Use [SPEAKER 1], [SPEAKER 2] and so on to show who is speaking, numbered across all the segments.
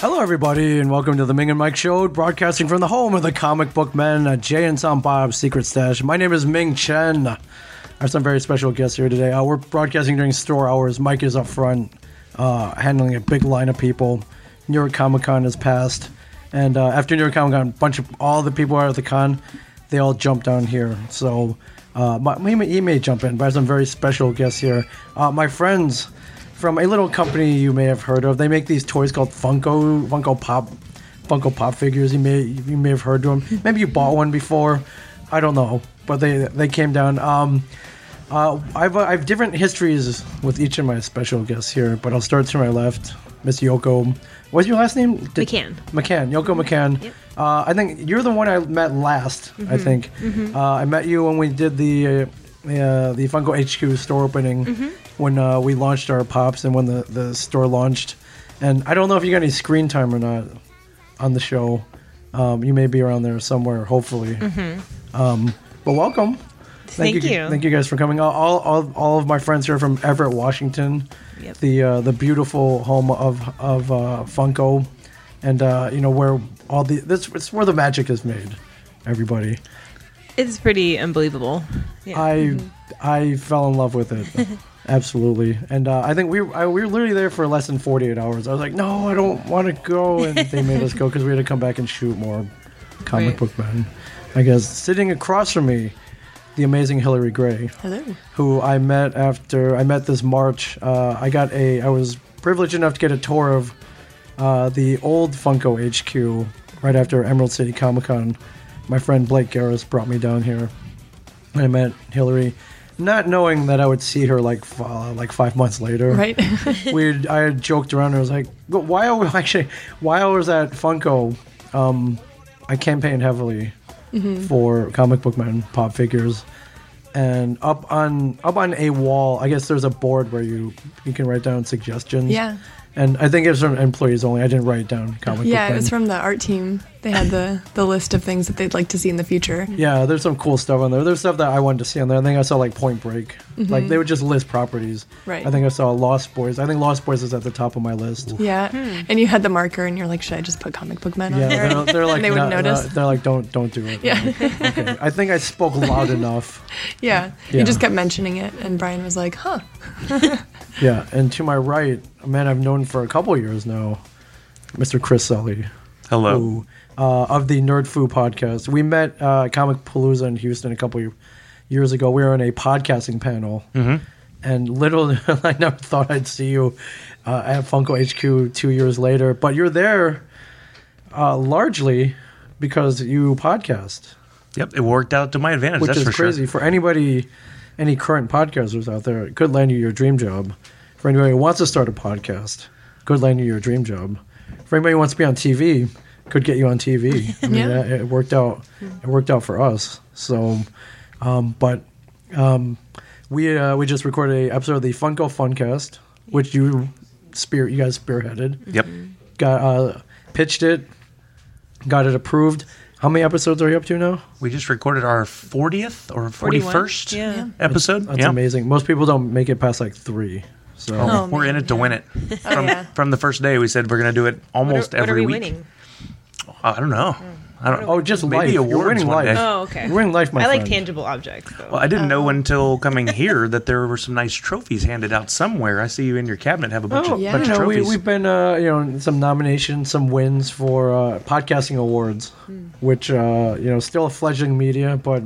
[SPEAKER 1] Hello, everybody, and welcome to the Ming and Mike Show, broadcasting from the home of the comic book men at Jay and Sam Bob's Secret Stash. My name is Ming Chen. I have some very special guests here today. Uh, we're broadcasting during store hours. Mike is up front, uh, handling a big line of people. New York Comic Con has passed, and uh, after New York Comic Con, a bunch of all the people out at the con, they all jump down here. So uh, my, he, may, he may jump in, but I have some very special guests here. Uh, my friends from a little company you may have heard of. They make these toys called Funko Funko Pop Funko Pop figures. You may you may have heard of them. Maybe you bought one before. I don't know, but they they came down. Um, uh, I've uh, I've different histories with each of my special guests here, but I'll start to my left. Miss Yoko, what's your last name? Did-
[SPEAKER 2] McCann.
[SPEAKER 1] McCann. Yoko McCann. Uh, I think you're the one I met last. I think uh, I met you when we did the uh, uh, the Funko HQ store opening when uh, we launched our pops and when the, the store launched. And I don't know if you got any screen time or not on the show. Um, you may be around there somewhere, hopefully. Um, but welcome.
[SPEAKER 2] Thank you.
[SPEAKER 1] Thank you guys for coming. All, all, all, all of my friends here from Everett, Washington,
[SPEAKER 2] Yep.
[SPEAKER 1] the uh, the beautiful home of of uh, Funko, and uh, you know where all the this it's where the magic is made. Everybody,
[SPEAKER 2] It's pretty unbelievable. Yeah. Mm-hmm.
[SPEAKER 1] I I fell in love with it, absolutely. And uh, I think we I, we were literally there for less than forty eight hours. I was like, no, I don't want to go, and they made us go because we had to come back and shoot more comic
[SPEAKER 2] Right.
[SPEAKER 1] book men. I guess sitting across from me, the amazing Hillary Gray.
[SPEAKER 3] Hello.
[SPEAKER 1] who I met after I met this March. Uh, I got a I was privileged enough to get a tour of uh, the old Funko HQ right after Emerald City Comic Con. My friend Blake Garris brought me down here. and I met Hillary, not knowing that I would see her like f- uh, like five months later.
[SPEAKER 3] Right?
[SPEAKER 1] we had, I had joked around. And I was like, "But why are we actually? Why I was at Funko? Um, I campaigned heavily
[SPEAKER 3] Mm-hmm.
[SPEAKER 1] for comic book men pop figures, and up on up on a wall. I guess there's a board where you you can write down suggestions.
[SPEAKER 3] Yeah.
[SPEAKER 1] And I think it was from employees only. I didn't write down comic book
[SPEAKER 3] yeah, it
[SPEAKER 1] men.
[SPEAKER 3] was from the art team. They had the, the list of things that they'd like to see in the future.
[SPEAKER 1] Yeah, there's some cool stuff on there. There's stuff that I wanted to see on there. I think I saw like Point Break. Like they would just list properties.
[SPEAKER 3] Mm-hmm. Right.
[SPEAKER 1] I think I saw Lost Boys. I think Lost Boys is at the top of my list.
[SPEAKER 3] Yeah. And you had the marker and you're like, should I just put comic book men on
[SPEAKER 1] Hmm. Yeah,
[SPEAKER 3] there?
[SPEAKER 1] they're, they're like
[SPEAKER 3] they wouldn't
[SPEAKER 1] "No, no,"
[SPEAKER 3] notice.
[SPEAKER 1] they're like, don't don't do it.
[SPEAKER 3] Yeah.
[SPEAKER 1] Okay. I think I spoke loud enough.
[SPEAKER 3] yeah.
[SPEAKER 1] Yeah.
[SPEAKER 3] You just kept mentioning it and Brian was like, huh.
[SPEAKER 1] Yeah. And to my right, a man I've known for a couple years now, Mr. Chris Sully,
[SPEAKER 4] Hello.
[SPEAKER 1] who uh, of the Nerd Foo podcast. We met uh, Comic Palooza in Houston a couple years ago. We were on a podcasting panel. And little, I never thought I'd see you uh, at Funko HQ two years later, but you're there uh, largely because you podcast.
[SPEAKER 4] Yep, it worked out to my advantage.
[SPEAKER 1] which
[SPEAKER 4] that's
[SPEAKER 1] is
[SPEAKER 4] for
[SPEAKER 1] crazy for anybody, any current podcasters out there. It could land you your dream job. For anybody who wants to start a podcast, could land you your dream job. For anybody who wants to be on TV, could get you on TV. I mean,
[SPEAKER 3] Yeah.
[SPEAKER 1] that- it worked out. It worked out for us. So, um, but um, we uh, we just recorded a episode of the Funko Funcast, which you spear you guys spearheaded.
[SPEAKER 4] sure. Yep,
[SPEAKER 1] Got uh, pitched it, got it approved. How many episodes are you up to now?
[SPEAKER 4] we just recorded our 40th or
[SPEAKER 2] 41?
[SPEAKER 4] 41st
[SPEAKER 2] Yeah. Yeah.
[SPEAKER 4] episode.
[SPEAKER 1] That's
[SPEAKER 4] yeah.
[SPEAKER 1] amazing. Most people don't make it past like three. So
[SPEAKER 4] Oh,
[SPEAKER 3] Oh,
[SPEAKER 4] we're in it to win it. From,
[SPEAKER 3] yeah.
[SPEAKER 4] from the first day, we said we're going to do it
[SPEAKER 2] what are,
[SPEAKER 4] almost
[SPEAKER 2] what are
[SPEAKER 4] every
[SPEAKER 2] we
[SPEAKER 4] week.
[SPEAKER 2] winning? Hmm.
[SPEAKER 4] I don't know. I don't.
[SPEAKER 1] oh, just
[SPEAKER 4] maybe
[SPEAKER 1] life. You're
[SPEAKER 4] awards
[SPEAKER 1] winning
[SPEAKER 4] one
[SPEAKER 1] life.
[SPEAKER 4] day.
[SPEAKER 2] Oh, okay.
[SPEAKER 1] You're winning life, my
[SPEAKER 2] I like
[SPEAKER 1] friend.
[SPEAKER 2] tangible objects. Though.
[SPEAKER 4] Well, I didn't
[SPEAKER 2] Oh.
[SPEAKER 4] know until coming here that there were some nice trophies handed out somewhere. I see you in your cabinet have a bunch,
[SPEAKER 1] Oh,
[SPEAKER 4] of,
[SPEAKER 3] yeah.
[SPEAKER 4] bunch
[SPEAKER 1] you
[SPEAKER 4] of
[SPEAKER 1] know, we,
[SPEAKER 4] trophies.
[SPEAKER 1] we've been, uh, you know, some nominations, some wins for uh, podcasting awards, which, uh, you know, still a fledgling media, but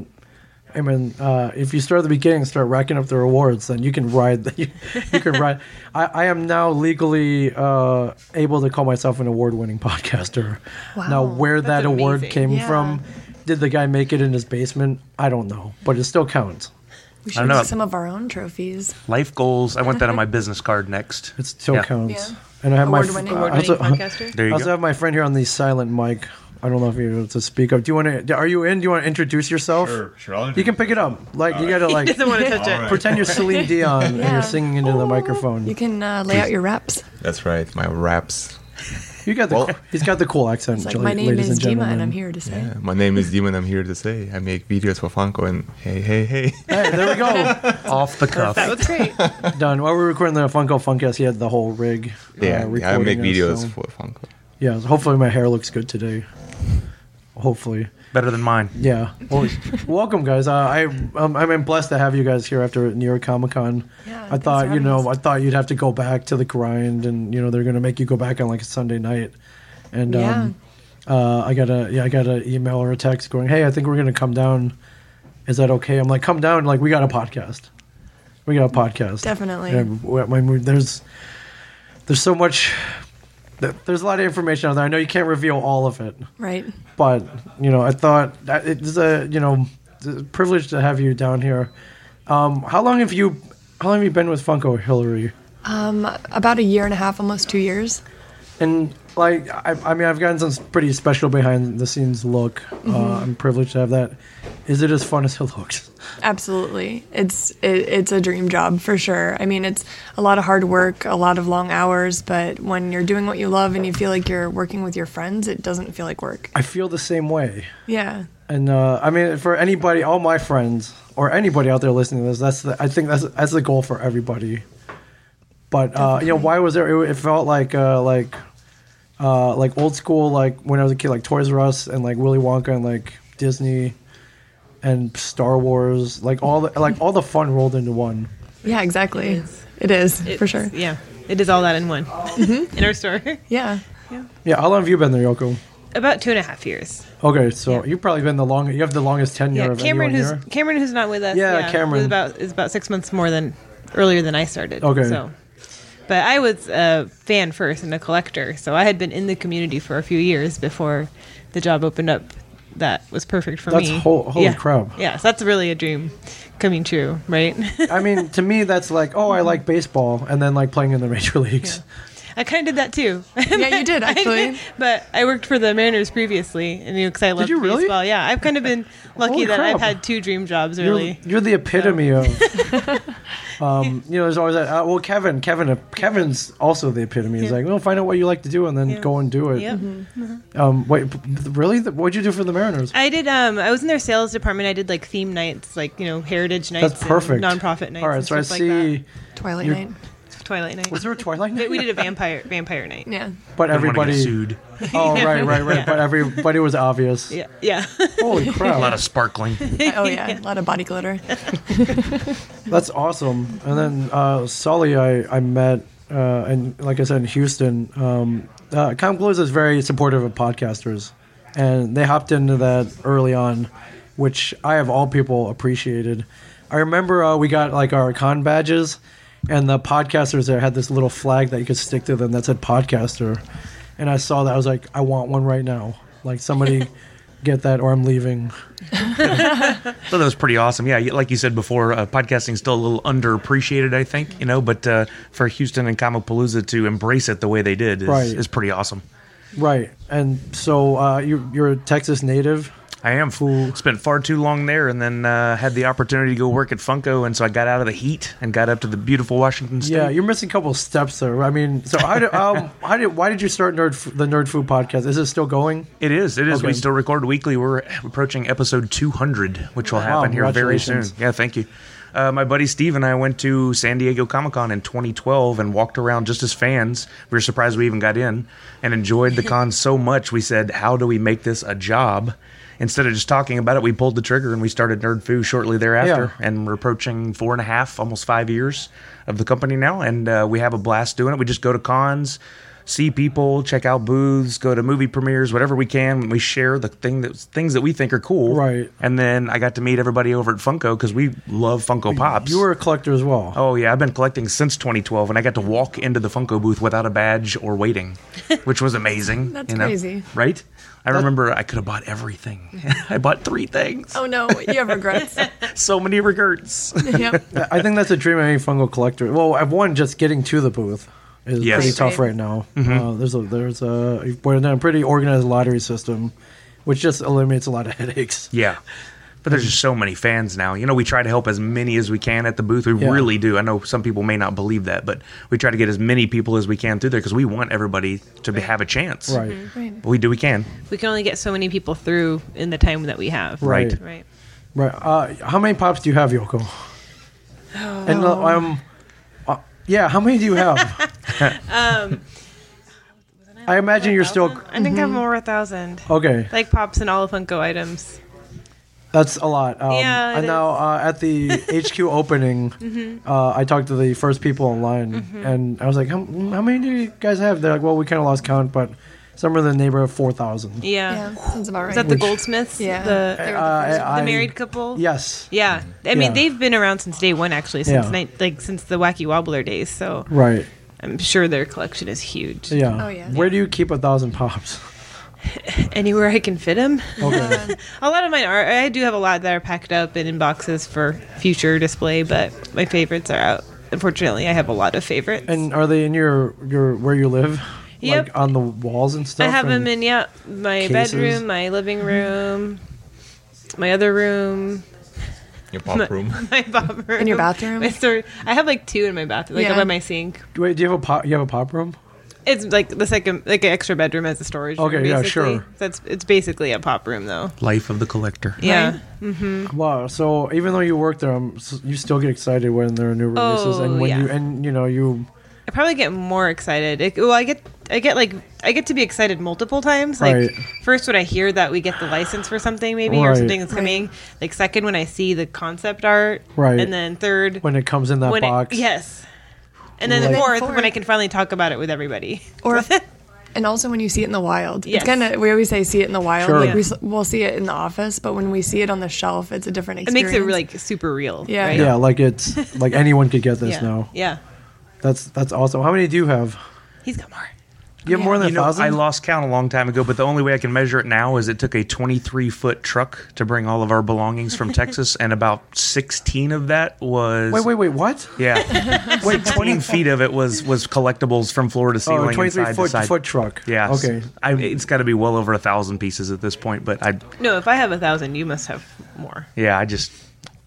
[SPEAKER 1] I mean, uh, if you start at the beginning, and start racking up the rewards, then you can ride. The, you, you can ride. I, I am now legally uh, able to call myself an award-winning podcaster. Now,
[SPEAKER 3] Wow,
[SPEAKER 1] where that
[SPEAKER 2] that's
[SPEAKER 1] award
[SPEAKER 2] amazing.
[SPEAKER 1] came
[SPEAKER 3] Yeah.
[SPEAKER 1] from, did the guy make it in his basement? I don't know, but it still counts.
[SPEAKER 3] We
[SPEAKER 4] I
[SPEAKER 3] should
[SPEAKER 4] don't know.
[SPEAKER 3] make some of our own trophies.
[SPEAKER 4] Life goals. I want that on my business card next.
[SPEAKER 1] It still
[SPEAKER 4] Yeah.
[SPEAKER 1] counts.
[SPEAKER 3] Yeah.
[SPEAKER 1] And I have
[SPEAKER 3] Award-winning.
[SPEAKER 1] my I
[SPEAKER 2] Award-winning
[SPEAKER 1] also-
[SPEAKER 2] podcaster.
[SPEAKER 4] There
[SPEAKER 1] I
[SPEAKER 4] you
[SPEAKER 1] also
[SPEAKER 4] go.
[SPEAKER 1] have my friend here on the silent mic. I don't know if you're able to speak up. Do you want to? Are you in? Do you want to introduce yourself?
[SPEAKER 5] Sure, sure. I'll
[SPEAKER 1] You can pick it up. Like you gotta like
[SPEAKER 2] Doesn't want to
[SPEAKER 5] All
[SPEAKER 2] touch it.
[SPEAKER 5] right.
[SPEAKER 1] pretend you're Celine Dion and
[SPEAKER 3] Yeah.
[SPEAKER 1] you're singing into the microphone.
[SPEAKER 3] You can uh, lay out your raps.
[SPEAKER 5] That's right. My raps.
[SPEAKER 1] You got the
[SPEAKER 5] Well-
[SPEAKER 1] he's got the cool accent.
[SPEAKER 3] It's like,
[SPEAKER 1] jol-
[SPEAKER 3] my name
[SPEAKER 1] ladies
[SPEAKER 3] is
[SPEAKER 1] and
[SPEAKER 3] Dima
[SPEAKER 1] gentlemen.
[SPEAKER 3] and I'm here to say.
[SPEAKER 5] Yeah, my name is Demon. I'm here to say I make videos for Funko and hey, hey, hey.
[SPEAKER 1] Hey, there we go.
[SPEAKER 4] Off the cuff.
[SPEAKER 2] That was great.
[SPEAKER 1] Done. While we were recording the Funko Funkcast, he had the whole rig.
[SPEAKER 5] Yeah,
[SPEAKER 1] uh,
[SPEAKER 5] yeah I
[SPEAKER 1] recording
[SPEAKER 5] make
[SPEAKER 1] us,
[SPEAKER 5] videos
[SPEAKER 1] so-
[SPEAKER 5] for Funko.
[SPEAKER 1] Yeah, so hopefully my hair looks good today. Hopefully.
[SPEAKER 4] Better than mine.
[SPEAKER 1] Yeah. Well, welcome, guys. Uh, I um, I'm blessed to have you guys here after New York Comic Con.
[SPEAKER 3] Yeah,
[SPEAKER 1] I
[SPEAKER 3] thanks for
[SPEAKER 1] thought you
[SPEAKER 3] having
[SPEAKER 1] know
[SPEAKER 3] us.
[SPEAKER 1] I thought you'd have to go back to the grind, and you know they're gonna make you go back on like a Sunday night, and um, uh, I got a yeah I got an email or a text going, hey, I think we're gonna come down. Is that okay? I'm like, come down. Like we got a podcast. We got a podcast.
[SPEAKER 3] Definitely.
[SPEAKER 1] And w- when we- there's there's so much. there- There's a lot of information out there. I know you can't reveal all of it
[SPEAKER 3] Right.
[SPEAKER 1] but you know, I thought that it's a you know it's a privilege to have you down here. Um, how long have you how long have you been with Funko Hillary?
[SPEAKER 3] Um, About a year and a half, almost two years.
[SPEAKER 1] And like, I, I mean, I've gotten some pretty special behind the scenes look. Uh, I'm privileged to have that. Is it as fun as it looks?
[SPEAKER 3] Absolutely. It's it, it's a dream job for sure. I mean, it's a lot of hard work, a lot of long hours, but when you're doing what you love and you feel like you're working with your friends, it doesn't feel like work.
[SPEAKER 1] I feel the same way.
[SPEAKER 3] Yeah.
[SPEAKER 1] And uh, I mean, for anybody, all my friends or anybody out there listening to this, that's the, I think that's that's the goal for everybody. But uh, you know, why was there? It, it felt like uh, like uh, like old school, like when I was a kid, like Toys R Us and like Willy Wonka and like Disney and Star Wars, like all the like all the fun rolled into one.
[SPEAKER 3] Yeah, exactly.
[SPEAKER 2] It is.
[SPEAKER 3] It is, for
[SPEAKER 2] It's-
[SPEAKER 3] sure.
[SPEAKER 2] Yeah, it is all that in one in our store.
[SPEAKER 3] Yeah.
[SPEAKER 1] Yeah, how long have you been there, Yoko?
[SPEAKER 2] About two and a half years.
[SPEAKER 1] Okay, so
[SPEAKER 2] Yeah.
[SPEAKER 1] you've probably been the long. You have the longest tenure
[SPEAKER 2] Yeah,
[SPEAKER 1] of
[SPEAKER 2] Cameron, who's
[SPEAKER 1] anyone here.
[SPEAKER 2] Cameron, who's not with us.
[SPEAKER 1] Yeah, Cameron.
[SPEAKER 2] is about is about six months more than earlier than I started.
[SPEAKER 1] Okay.
[SPEAKER 2] so. But I was a fan first and a collector, so I had been in the community for a few years before the job opened up. That was perfect for
[SPEAKER 1] That's
[SPEAKER 2] me.
[SPEAKER 1] ho- holy
[SPEAKER 2] yeah.
[SPEAKER 1] crap.
[SPEAKER 2] Yeah, so that's really a dream coming true, right?
[SPEAKER 1] I mean, to me, that's like, oh, I like baseball, and then like playing in the major leagues.
[SPEAKER 2] I kind of did that too.
[SPEAKER 3] Yeah, you did actually.
[SPEAKER 2] but I worked for the Mariners previously, and you know, because I loved
[SPEAKER 1] you really?
[SPEAKER 2] baseball. Yeah, I've kind of been lucky
[SPEAKER 1] Holy
[SPEAKER 2] that
[SPEAKER 1] crap.
[SPEAKER 2] I've had two dream jobs.
[SPEAKER 1] You're-
[SPEAKER 2] Really,
[SPEAKER 1] You're, the epitome of. Um, you know, there's always that. Uh, well, Kevin, Kevin, Kevin's also the epitome. He's like, well, find out what you like to do and then
[SPEAKER 2] Yeah.
[SPEAKER 1] go and do it.
[SPEAKER 2] Yep.
[SPEAKER 1] Um, wait, p- really? The- What'd you do for the Mariners?
[SPEAKER 2] I did. Um, I was in their sales department. I did like theme nights, like you know, heritage nights.
[SPEAKER 1] That's perfect.
[SPEAKER 2] And nonprofit nights.
[SPEAKER 1] All right,
[SPEAKER 2] and
[SPEAKER 1] so I
[SPEAKER 2] stuff
[SPEAKER 1] see.
[SPEAKER 2] Like
[SPEAKER 3] Twilight
[SPEAKER 1] You're-
[SPEAKER 3] Night.
[SPEAKER 2] that. Twilight night.
[SPEAKER 1] Was there a Twilight
[SPEAKER 2] But
[SPEAKER 1] night?
[SPEAKER 2] we did a vampire vampire night.
[SPEAKER 3] Yeah.
[SPEAKER 1] but
[SPEAKER 4] Didn't wanna get
[SPEAKER 1] everybody.
[SPEAKER 4] sued.
[SPEAKER 1] Oh, right, right, right. But everybody was obvious.
[SPEAKER 2] Yeah, yeah.
[SPEAKER 1] Holy
[SPEAKER 4] A lot
[SPEAKER 1] crap!
[SPEAKER 4] of sparkling.
[SPEAKER 3] Oh yeah, a lot of body glitter.
[SPEAKER 1] That's awesome. And then uh, Sully, I I met, uh, and like I said, in Houston. Um, uh, Comclose is very supportive of podcasters, and they hopped into that early on, which I have all people appreciated. I remember uh, we got like our con badges, and the podcasters there had this little flag that you could stick to them that said podcaster, and I saw that I was like, I want one right now. Like somebody get that, or I'm leaving.
[SPEAKER 4] So that was pretty awesome. Yeah, like you said before, uh, podcasting's still a little underappreciated, I think, you know, but uh, for Houston and Kamapalooza to embrace it the way they did is,
[SPEAKER 1] Right.
[SPEAKER 4] is pretty awesome.
[SPEAKER 1] Right, and so uh, you, you're a Texas native.
[SPEAKER 4] I am fool. Spent far too long there and then uh, had the opportunity to go work at Funko. And so I got out of the heat and got up to the beautiful Washington State.
[SPEAKER 1] Yeah, you're missing a couple steps there. I mean, so how did um, how did why did you start nerd F- the Nerd Food podcast? Is it still going?
[SPEAKER 4] It is. It is.
[SPEAKER 1] Okay.
[SPEAKER 4] We still record weekly. We're approaching episode 200, which will happen here very soon.
[SPEAKER 1] congratulations.
[SPEAKER 4] Yeah, thank you. Uh, my buddy Steve and I went to San Diego Comic Con in 2012 and walked around just as fans. We were surprised we even got in and enjoyed the con so much. We said, How do we make this a job? Instead of just talking about it, we pulled the trigger and we started Nerd Foo shortly thereafter.
[SPEAKER 1] Yeah.
[SPEAKER 4] And we're approaching four and a half, almost five years of the company now. And uh, we have a blast doing it. We just go to cons see people, check out booths, go to movie premieres, whatever we can. We share the thing that things that we think are cool.
[SPEAKER 1] Right.
[SPEAKER 4] And then I got to meet everybody over at Funko because we love Funko Pops.
[SPEAKER 1] You were a collector as well.
[SPEAKER 4] Oh yeah, I've been collecting since 2012, and I got to walk into the Funko booth without a badge or waiting, which was amazing.
[SPEAKER 3] That's crazy.
[SPEAKER 4] right? I remember I could have bought everything. I bought three things.
[SPEAKER 3] Oh no, you have regrets.
[SPEAKER 4] So many regrets.
[SPEAKER 3] yep.
[SPEAKER 1] I think that's a dream of any fungal collector. Well, I've one just getting to the booth is
[SPEAKER 4] Yes.
[SPEAKER 1] pretty tough
[SPEAKER 3] Right.
[SPEAKER 1] right now. Uh, there's a there's a we're in a pretty organized lottery system, which just eliminates a lot of headaches.
[SPEAKER 4] Yeah. But there's just so many fans now. You know, we try to help as many as we can at the booth. We
[SPEAKER 1] Yeah.
[SPEAKER 4] really do. I know some people may not believe that, but we try to get as many people as we can through there because we want everybody to be, have a chance.
[SPEAKER 1] Right.
[SPEAKER 3] Right.
[SPEAKER 4] We do. We can.
[SPEAKER 2] We can only get so many people through in the time that we have.
[SPEAKER 1] Right.
[SPEAKER 2] Mm-hmm. Right.
[SPEAKER 1] Right. Uh, how many pops do you have, Yoko? And uh, um, uh, yeah, how many do you have? I imagine you're still
[SPEAKER 2] I think
[SPEAKER 1] Mm-hmm.
[SPEAKER 2] I'm over a thousand.
[SPEAKER 1] okay.
[SPEAKER 2] Like pops and all the Funko items.
[SPEAKER 1] That's a lot. Um,
[SPEAKER 2] Yeah, it
[SPEAKER 1] and now
[SPEAKER 2] is. Mm-hmm.
[SPEAKER 1] uh, at the HQ opening, uh, I talked to the first people online, and I was like, how, "How many do you guys have?" They're like, "Well, we kind of lost count, but somewhere in the neighborhood of four thousand.
[SPEAKER 2] Yeah.
[SPEAKER 3] Yeah, sounds about right.
[SPEAKER 2] Is that the goldsmiths?
[SPEAKER 3] Yeah.
[SPEAKER 2] The,
[SPEAKER 3] They were the
[SPEAKER 1] Uh,
[SPEAKER 3] first-
[SPEAKER 1] I-
[SPEAKER 2] the married couple?
[SPEAKER 1] Yes.
[SPEAKER 2] Yeah. I mean,
[SPEAKER 1] Yeah.
[SPEAKER 2] they've been around since day one, actually, since
[SPEAKER 1] Yeah.
[SPEAKER 2] night, like since the Wacky Wobbler days. So
[SPEAKER 1] Right.
[SPEAKER 2] I'm sure their collection is huge.
[SPEAKER 1] Yeah.
[SPEAKER 3] Oh, yeah.
[SPEAKER 1] Where do you keep a thousand pops?
[SPEAKER 2] Anywhere I can fit them.
[SPEAKER 1] Okay.
[SPEAKER 2] A lot of mine are. I do have a lot that are packed up and in boxes for future display, but my favorites are out. Unfortunately, I have a lot of favorites.
[SPEAKER 1] and are they in your your where you live?
[SPEAKER 2] Yep.
[SPEAKER 1] Like on the walls and
[SPEAKER 2] I
[SPEAKER 1] stuff.
[SPEAKER 2] have them
[SPEAKER 1] and-
[SPEAKER 2] in yeah my
[SPEAKER 1] cases. Mm-hmm.
[SPEAKER 2] bedroom, my living room, my other room,
[SPEAKER 5] Your pop room.
[SPEAKER 2] my bathroom,
[SPEAKER 3] In your bathroom?
[SPEAKER 2] My store. I have like two in my bathroom, like
[SPEAKER 3] Yeah.
[SPEAKER 2] by my sink.
[SPEAKER 1] Wait, do you have a pop? You have a pop room?
[SPEAKER 2] It's like the second, like an extra bedroom as a storage. room,
[SPEAKER 1] Okay, yeah,
[SPEAKER 2] basically.
[SPEAKER 1] sure.
[SPEAKER 2] That's it's basically a pop room though.
[SPEAKER 4] Life of the collector.
[SPEAKER 2] Yeah.
[SPEAKER 3] Right.
[SPEAKER 1] Wow. So even though you work there, um, s you still get excited when there are new releases,
[SPEAKER 2] Oh,
[SPEAKER 1] and when
[SPEAKER 2] yeah.
[SPEAKER 1] you and you know you
[SPEAKER 2] I probably get more excited. It, well, I get I get like I get to be excited multiple times. Like
[SPEAKER 1] Right.
[SPEAKER 2] first when I hear that we get the license for something maybe or
[SPEAKER 1] Right.
[SPEAKER 2] something that's coming. Like second when I see the concept art.
[SPEAKER 1] Right.
[SPEAKER 2] And then third
[SPEAKER 1] when it comes in that
[SPEAKER 2] when it-
[SPEAKER 1] box.
[SPEAKER 2] yes. And then
[SPEAKER 1] Like-
[SPEAKER 2] fourth when I
[SPEAKER 3] Fourth.
[SPEAKER 2] can finally talk about it with everybody.
[SPEAKER 3] or and also when you see it in the wild
[SPEAKER 2] Yes.
[SPEAKER 3] it's kind of we always say see it in the wild
[SPEAKER 1] Sure.
[SPEAKER 3] like we, s- we'll see it in the office but when we see it on the shelf it's a different
[SPEAKER 2] It
[SPEAKER 3] experience
[SPEAKER 2] makes it like super real.
[SPEAKER 3] Yeah.
[SPEAKER 2] Right?
[SPEAKER 1] Yeah, like it's like anyone could get this
[SPEAKER 2] Yeah.
[SPEAKER 1] now.
[SPEAKER 2] Yeah.
[SPEAKER 1] That's that's awesome. How many do you have?
[SPEAKER 2] He's got more.
[SPEAKER 1] You have more than a
[SPEAKER 4] You know,
[SPEAKER 1] thousand.
[SPEAKER 4] I lost count a long time ago, but the only way I can measure it now is it took a 23 foot truck to bring all of our belongings from Texas, and about 16 of that was.
[SPEAKER 1] wait, wait, wait. What?
[SPEAKER 4] Yeah. wait, 20 feet of it was was collectibles from floor to ceiling.
[SPEAKER 1] Oh, a 23
[SPEAKER 4] inside to
[SPEAKER 1] foot
[SPEAKER 4] side.
[SPEAKER 1] foot truck.
[SPEAKER 4] Yeah.
[SPEAKER 1] Okay.
[SPEAKER 4] I, it's got to be well over a thousand pieces at this point, but I,
[SPEAKER 2] No, if I have a thousand, you must have more.
[SPEAKER 4] yeah, I just.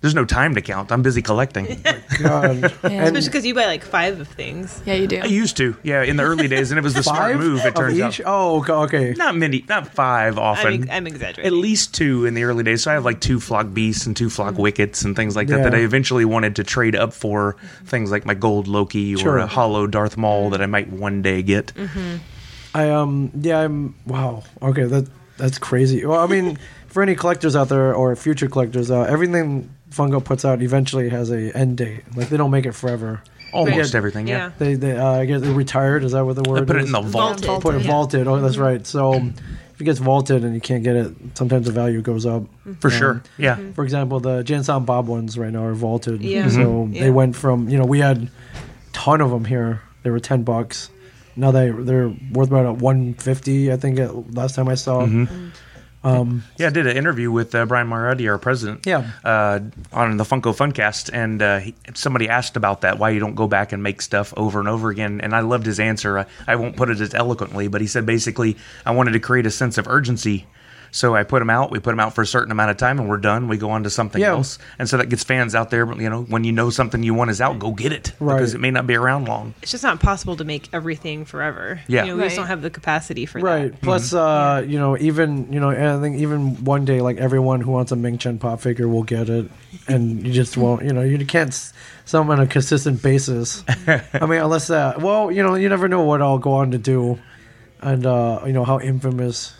[SPEAKER 4] There's no time to count. I'm busy collecting.
[SPEAKER 1] God.
[SPEAKER 2] Especially
[SPEAKER 1] and
[SPEAKER 2] because you buy like five of things.
[SPEAKER 3] yeah you do
[SPEAKER 4] I used to, yeah, in the early days, and it was the smart
[SPEAKER 1] five
[SPEAKER 4] move. It
[SPEAKER 1] of
[SPEAKER 4] turns
[SPEAKER 1] each.
[SPEAKER 4] out.
[SPEAKER 1] Oh, okay. okay.
[SPEAKER 4] Not many, not five often.
[SPEAKER 2] I'm, ex- I'm exaggerating.
[SPEAKER 4] at least two in the early days. So I have like two flock beasts and two flock wickets and things like that that
[SPEAKER 1] Mm-hmm. Yeah.
[SPEAKER 4] I eventually wanted to trade up for things like my gold Loki
[SPEAKER 1] Sure. Mm-hmm.
[SPEAKER 4] or a hollow Darth Maul that I might one day get.
[SPEAKER 1] I um yeah I'm wow okay that that's crazy. Well, I mean for any collectors out there or future collectors, uh, everything Funko puts out eventually has a end date. Like they don't make it forever.
[SPEAKER 4] Almost
[SPEAKER 1] Yeah.
[SPEAKER 4] everything, yeah.
[SPEAKER 1] They they uh, I guess they're retired. Is that what the word?
[SPEAKER 4] I put it
[SPEAKER 1] is?
[SPEAKER 4] in the vault.
[SPEAKER 3] Vaulted.
[SPEAKER 1] Put it
[SPEAKER 3] Yeah.
[SPEAKER 1] vaulted. Oh, that's right. So if it gets vaulted and you can't get it, sometimes the value goes up.
[SPEAKER 4] For sure. Yeah.
[SPEAKER 1] For example, the Jansan Bob ones right now are vaulted.
[SPEAKER 2] Yeah.
[SPEAKER 1] So
[SPEAKER 2] Mhm.
[SPEAKER 4] Mm-hmm.
[SPEAKER 1] they
[SPEAKER 2] Yeah.
[SPEAKER 1] went from you know we had ton of them here. They were ten bucks. Now they they're worth about one fifty. I think at, last time I saw.
[SPEAKER 4] Mm-hmm. Yeah, I did an interview with uh, Brian Mariotti, our president,
[SPEAKER 1] Yeah.
[SPEAKER 4] uh, on the Funko Funcast, and uh, he, somebody asked about that, why you don't go back and make stuff over and over again, and I loved his answer. I, I won't put it as eloquently, but he said basically, I wanted to create a sense of urgency. So I put them out. We put them out for a certain amount of time, and we're done. We go on to something
[SPEAKER 1] Yeah.
[SPEAKER 4] else, and so that gets fans out there. You know, when you know something you want is out, go get it
[SPEAKER 1] Right.
[SPEAKER 4] because it may not be around long.
[SPEAKER 2] it's just not possible to make everything forever.
[SPEAKER 4] Yeah.
[SPEAKER 2] You know, we just
[SPEAKER 3] Right.
[SPEAKER 2] don't have the capacity for
[SPEAKER 1] Right.
[SPEAKER 2] that. Mm-hmm.
[SPEAKER 1] Plus, uh, you know, even you know, and I think even one day, like everyone who wants a Ming Chen pop figure will get it, and you just won't. You know, you can't s- sell them on a consistent basis. I mean, unless that. Well, you know, you never know what I'll go on to do, and uh, you know how infamous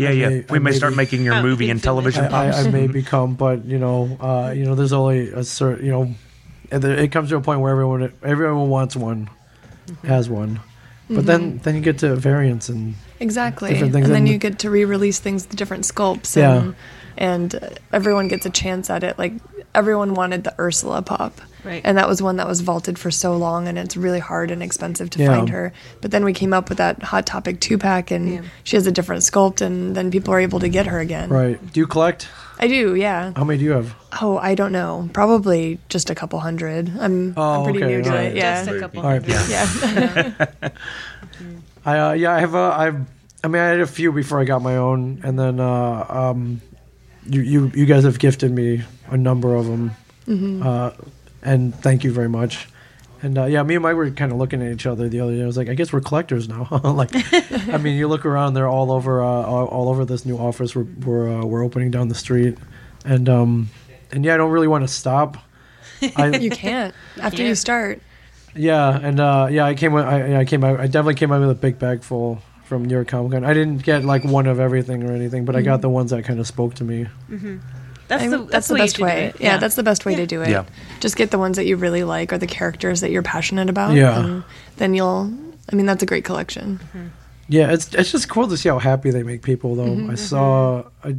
[SPEAKER 4] Yeah, yeah.
[SPEAKER 1] may-
[SPEAKER 4] we
[SPEAKER 1] I
[SPEAKER 4] may
[SPEAKER 1] may
[SPEAKER 4] start
[SPEAKER 1] be-
[SPEAKER 4] making your
[SPEAKER 2] Oh,
[SPEAKER 4] movie and
[SPEAKER 2] infinite.
[SPEAKER 4] television.
[SPEAKER 1] I, I, I may become. But you know, uh, you know, there's only a certain. You know, and there- it comes to a point where everyone everyone wants one,
[SPEAKER 2] Mm-hmm.
[SPEAKER 1] has one, but then then you get to variants and
[SPEAKER 3] exactly
[SPEAKER 1] different
[SPEAKER 3] and
[SPEAKER 1] things
[SPEAKER 3] then
[SPEAKER 1] and-
[SPEAKER 3] you get to re-release things with different sculpts
[SPEAKER 1] Yeah.
[SPEAKER 3] and, and uh, everyone gets a chance at it like everyone wanted the ursula pop
[SPEAKER 2] Right.
[SPEAKER 3] and that was one that was vaulted for so long and it's really hard and expensive to
[SPEAKER 1] Yeah.
[SPEAKER 3] find her but then we came up with that hot topic two-pack and she has a different sculpt and then people are able to get her again
[SPEAKER 1] right. Do you collect?
[SPEAKER 3] i do yeah
[SPEAKER 1] How many do you have?
[SPEAKER 3] Oh, I don't know. Probably just a couple hundred. I'm,
[SPEAKER 1] Oh,
[SPEAKER 3] I'm pretty
[SPEAKER 1] okay,
[SPEAKER 3] new to
[SPEAKER 1] alright.
[SPEAKER 3] it. Yeah.
[SPEAKER 2] Just a couple
[SPEAKER 1] All right.
[SPEAKER 2] hundred.
[SPEAKER 3] yeah.
[SPEAKER 1] I uh, yeah, I have uh, I've I mean I had a few before I got my own, and then uh, um, you you you guys have gifted me a number of them, uh, and thank you very much. And uh, yeah, me and Mike were kind of looking at each other the other day. I was like, I guess we're collectors now. like, I mean, you look around; they're all over, uh, all, all over this new office we're we're, uh, we're opening down the street, and um, and yeah, I don't really want to stop. I,
[SPEAKER 3] you can't after you start.
[SPEAKER 1] yeah, and uh, yeah, I came. with- I, I came out. I definitely came out with a big bag full. from New York Comic Con. I didn't get like one of everything or anything, but I got the ones that kind of spoke to me.
[SPEAKER 2] That's
[SPEAKER 3] I
[SPEAKER 2] the
[SPEAKER 3] mean,
[SPEAKER 2] that's, the, way
[SPEAKER 3] best
[SPEAKER 2] you should do
[SPEAKER 3] way.
[SPEAKER 2] it.
[SPEAKER 3] Yeah. that's the best way to do it.
[SPEAKER 4] Yeah.
[SPEAKER 3] Just get the ones that you really like or the characters that you're passionate about.
[SPEAKER 1] Yeah.
[SPEAKER 3] And then you'll, I mean, that's a great collection.
[SPEAKER 1] Yeah, it's it's just cool to see how happy they make people though. I saw, I,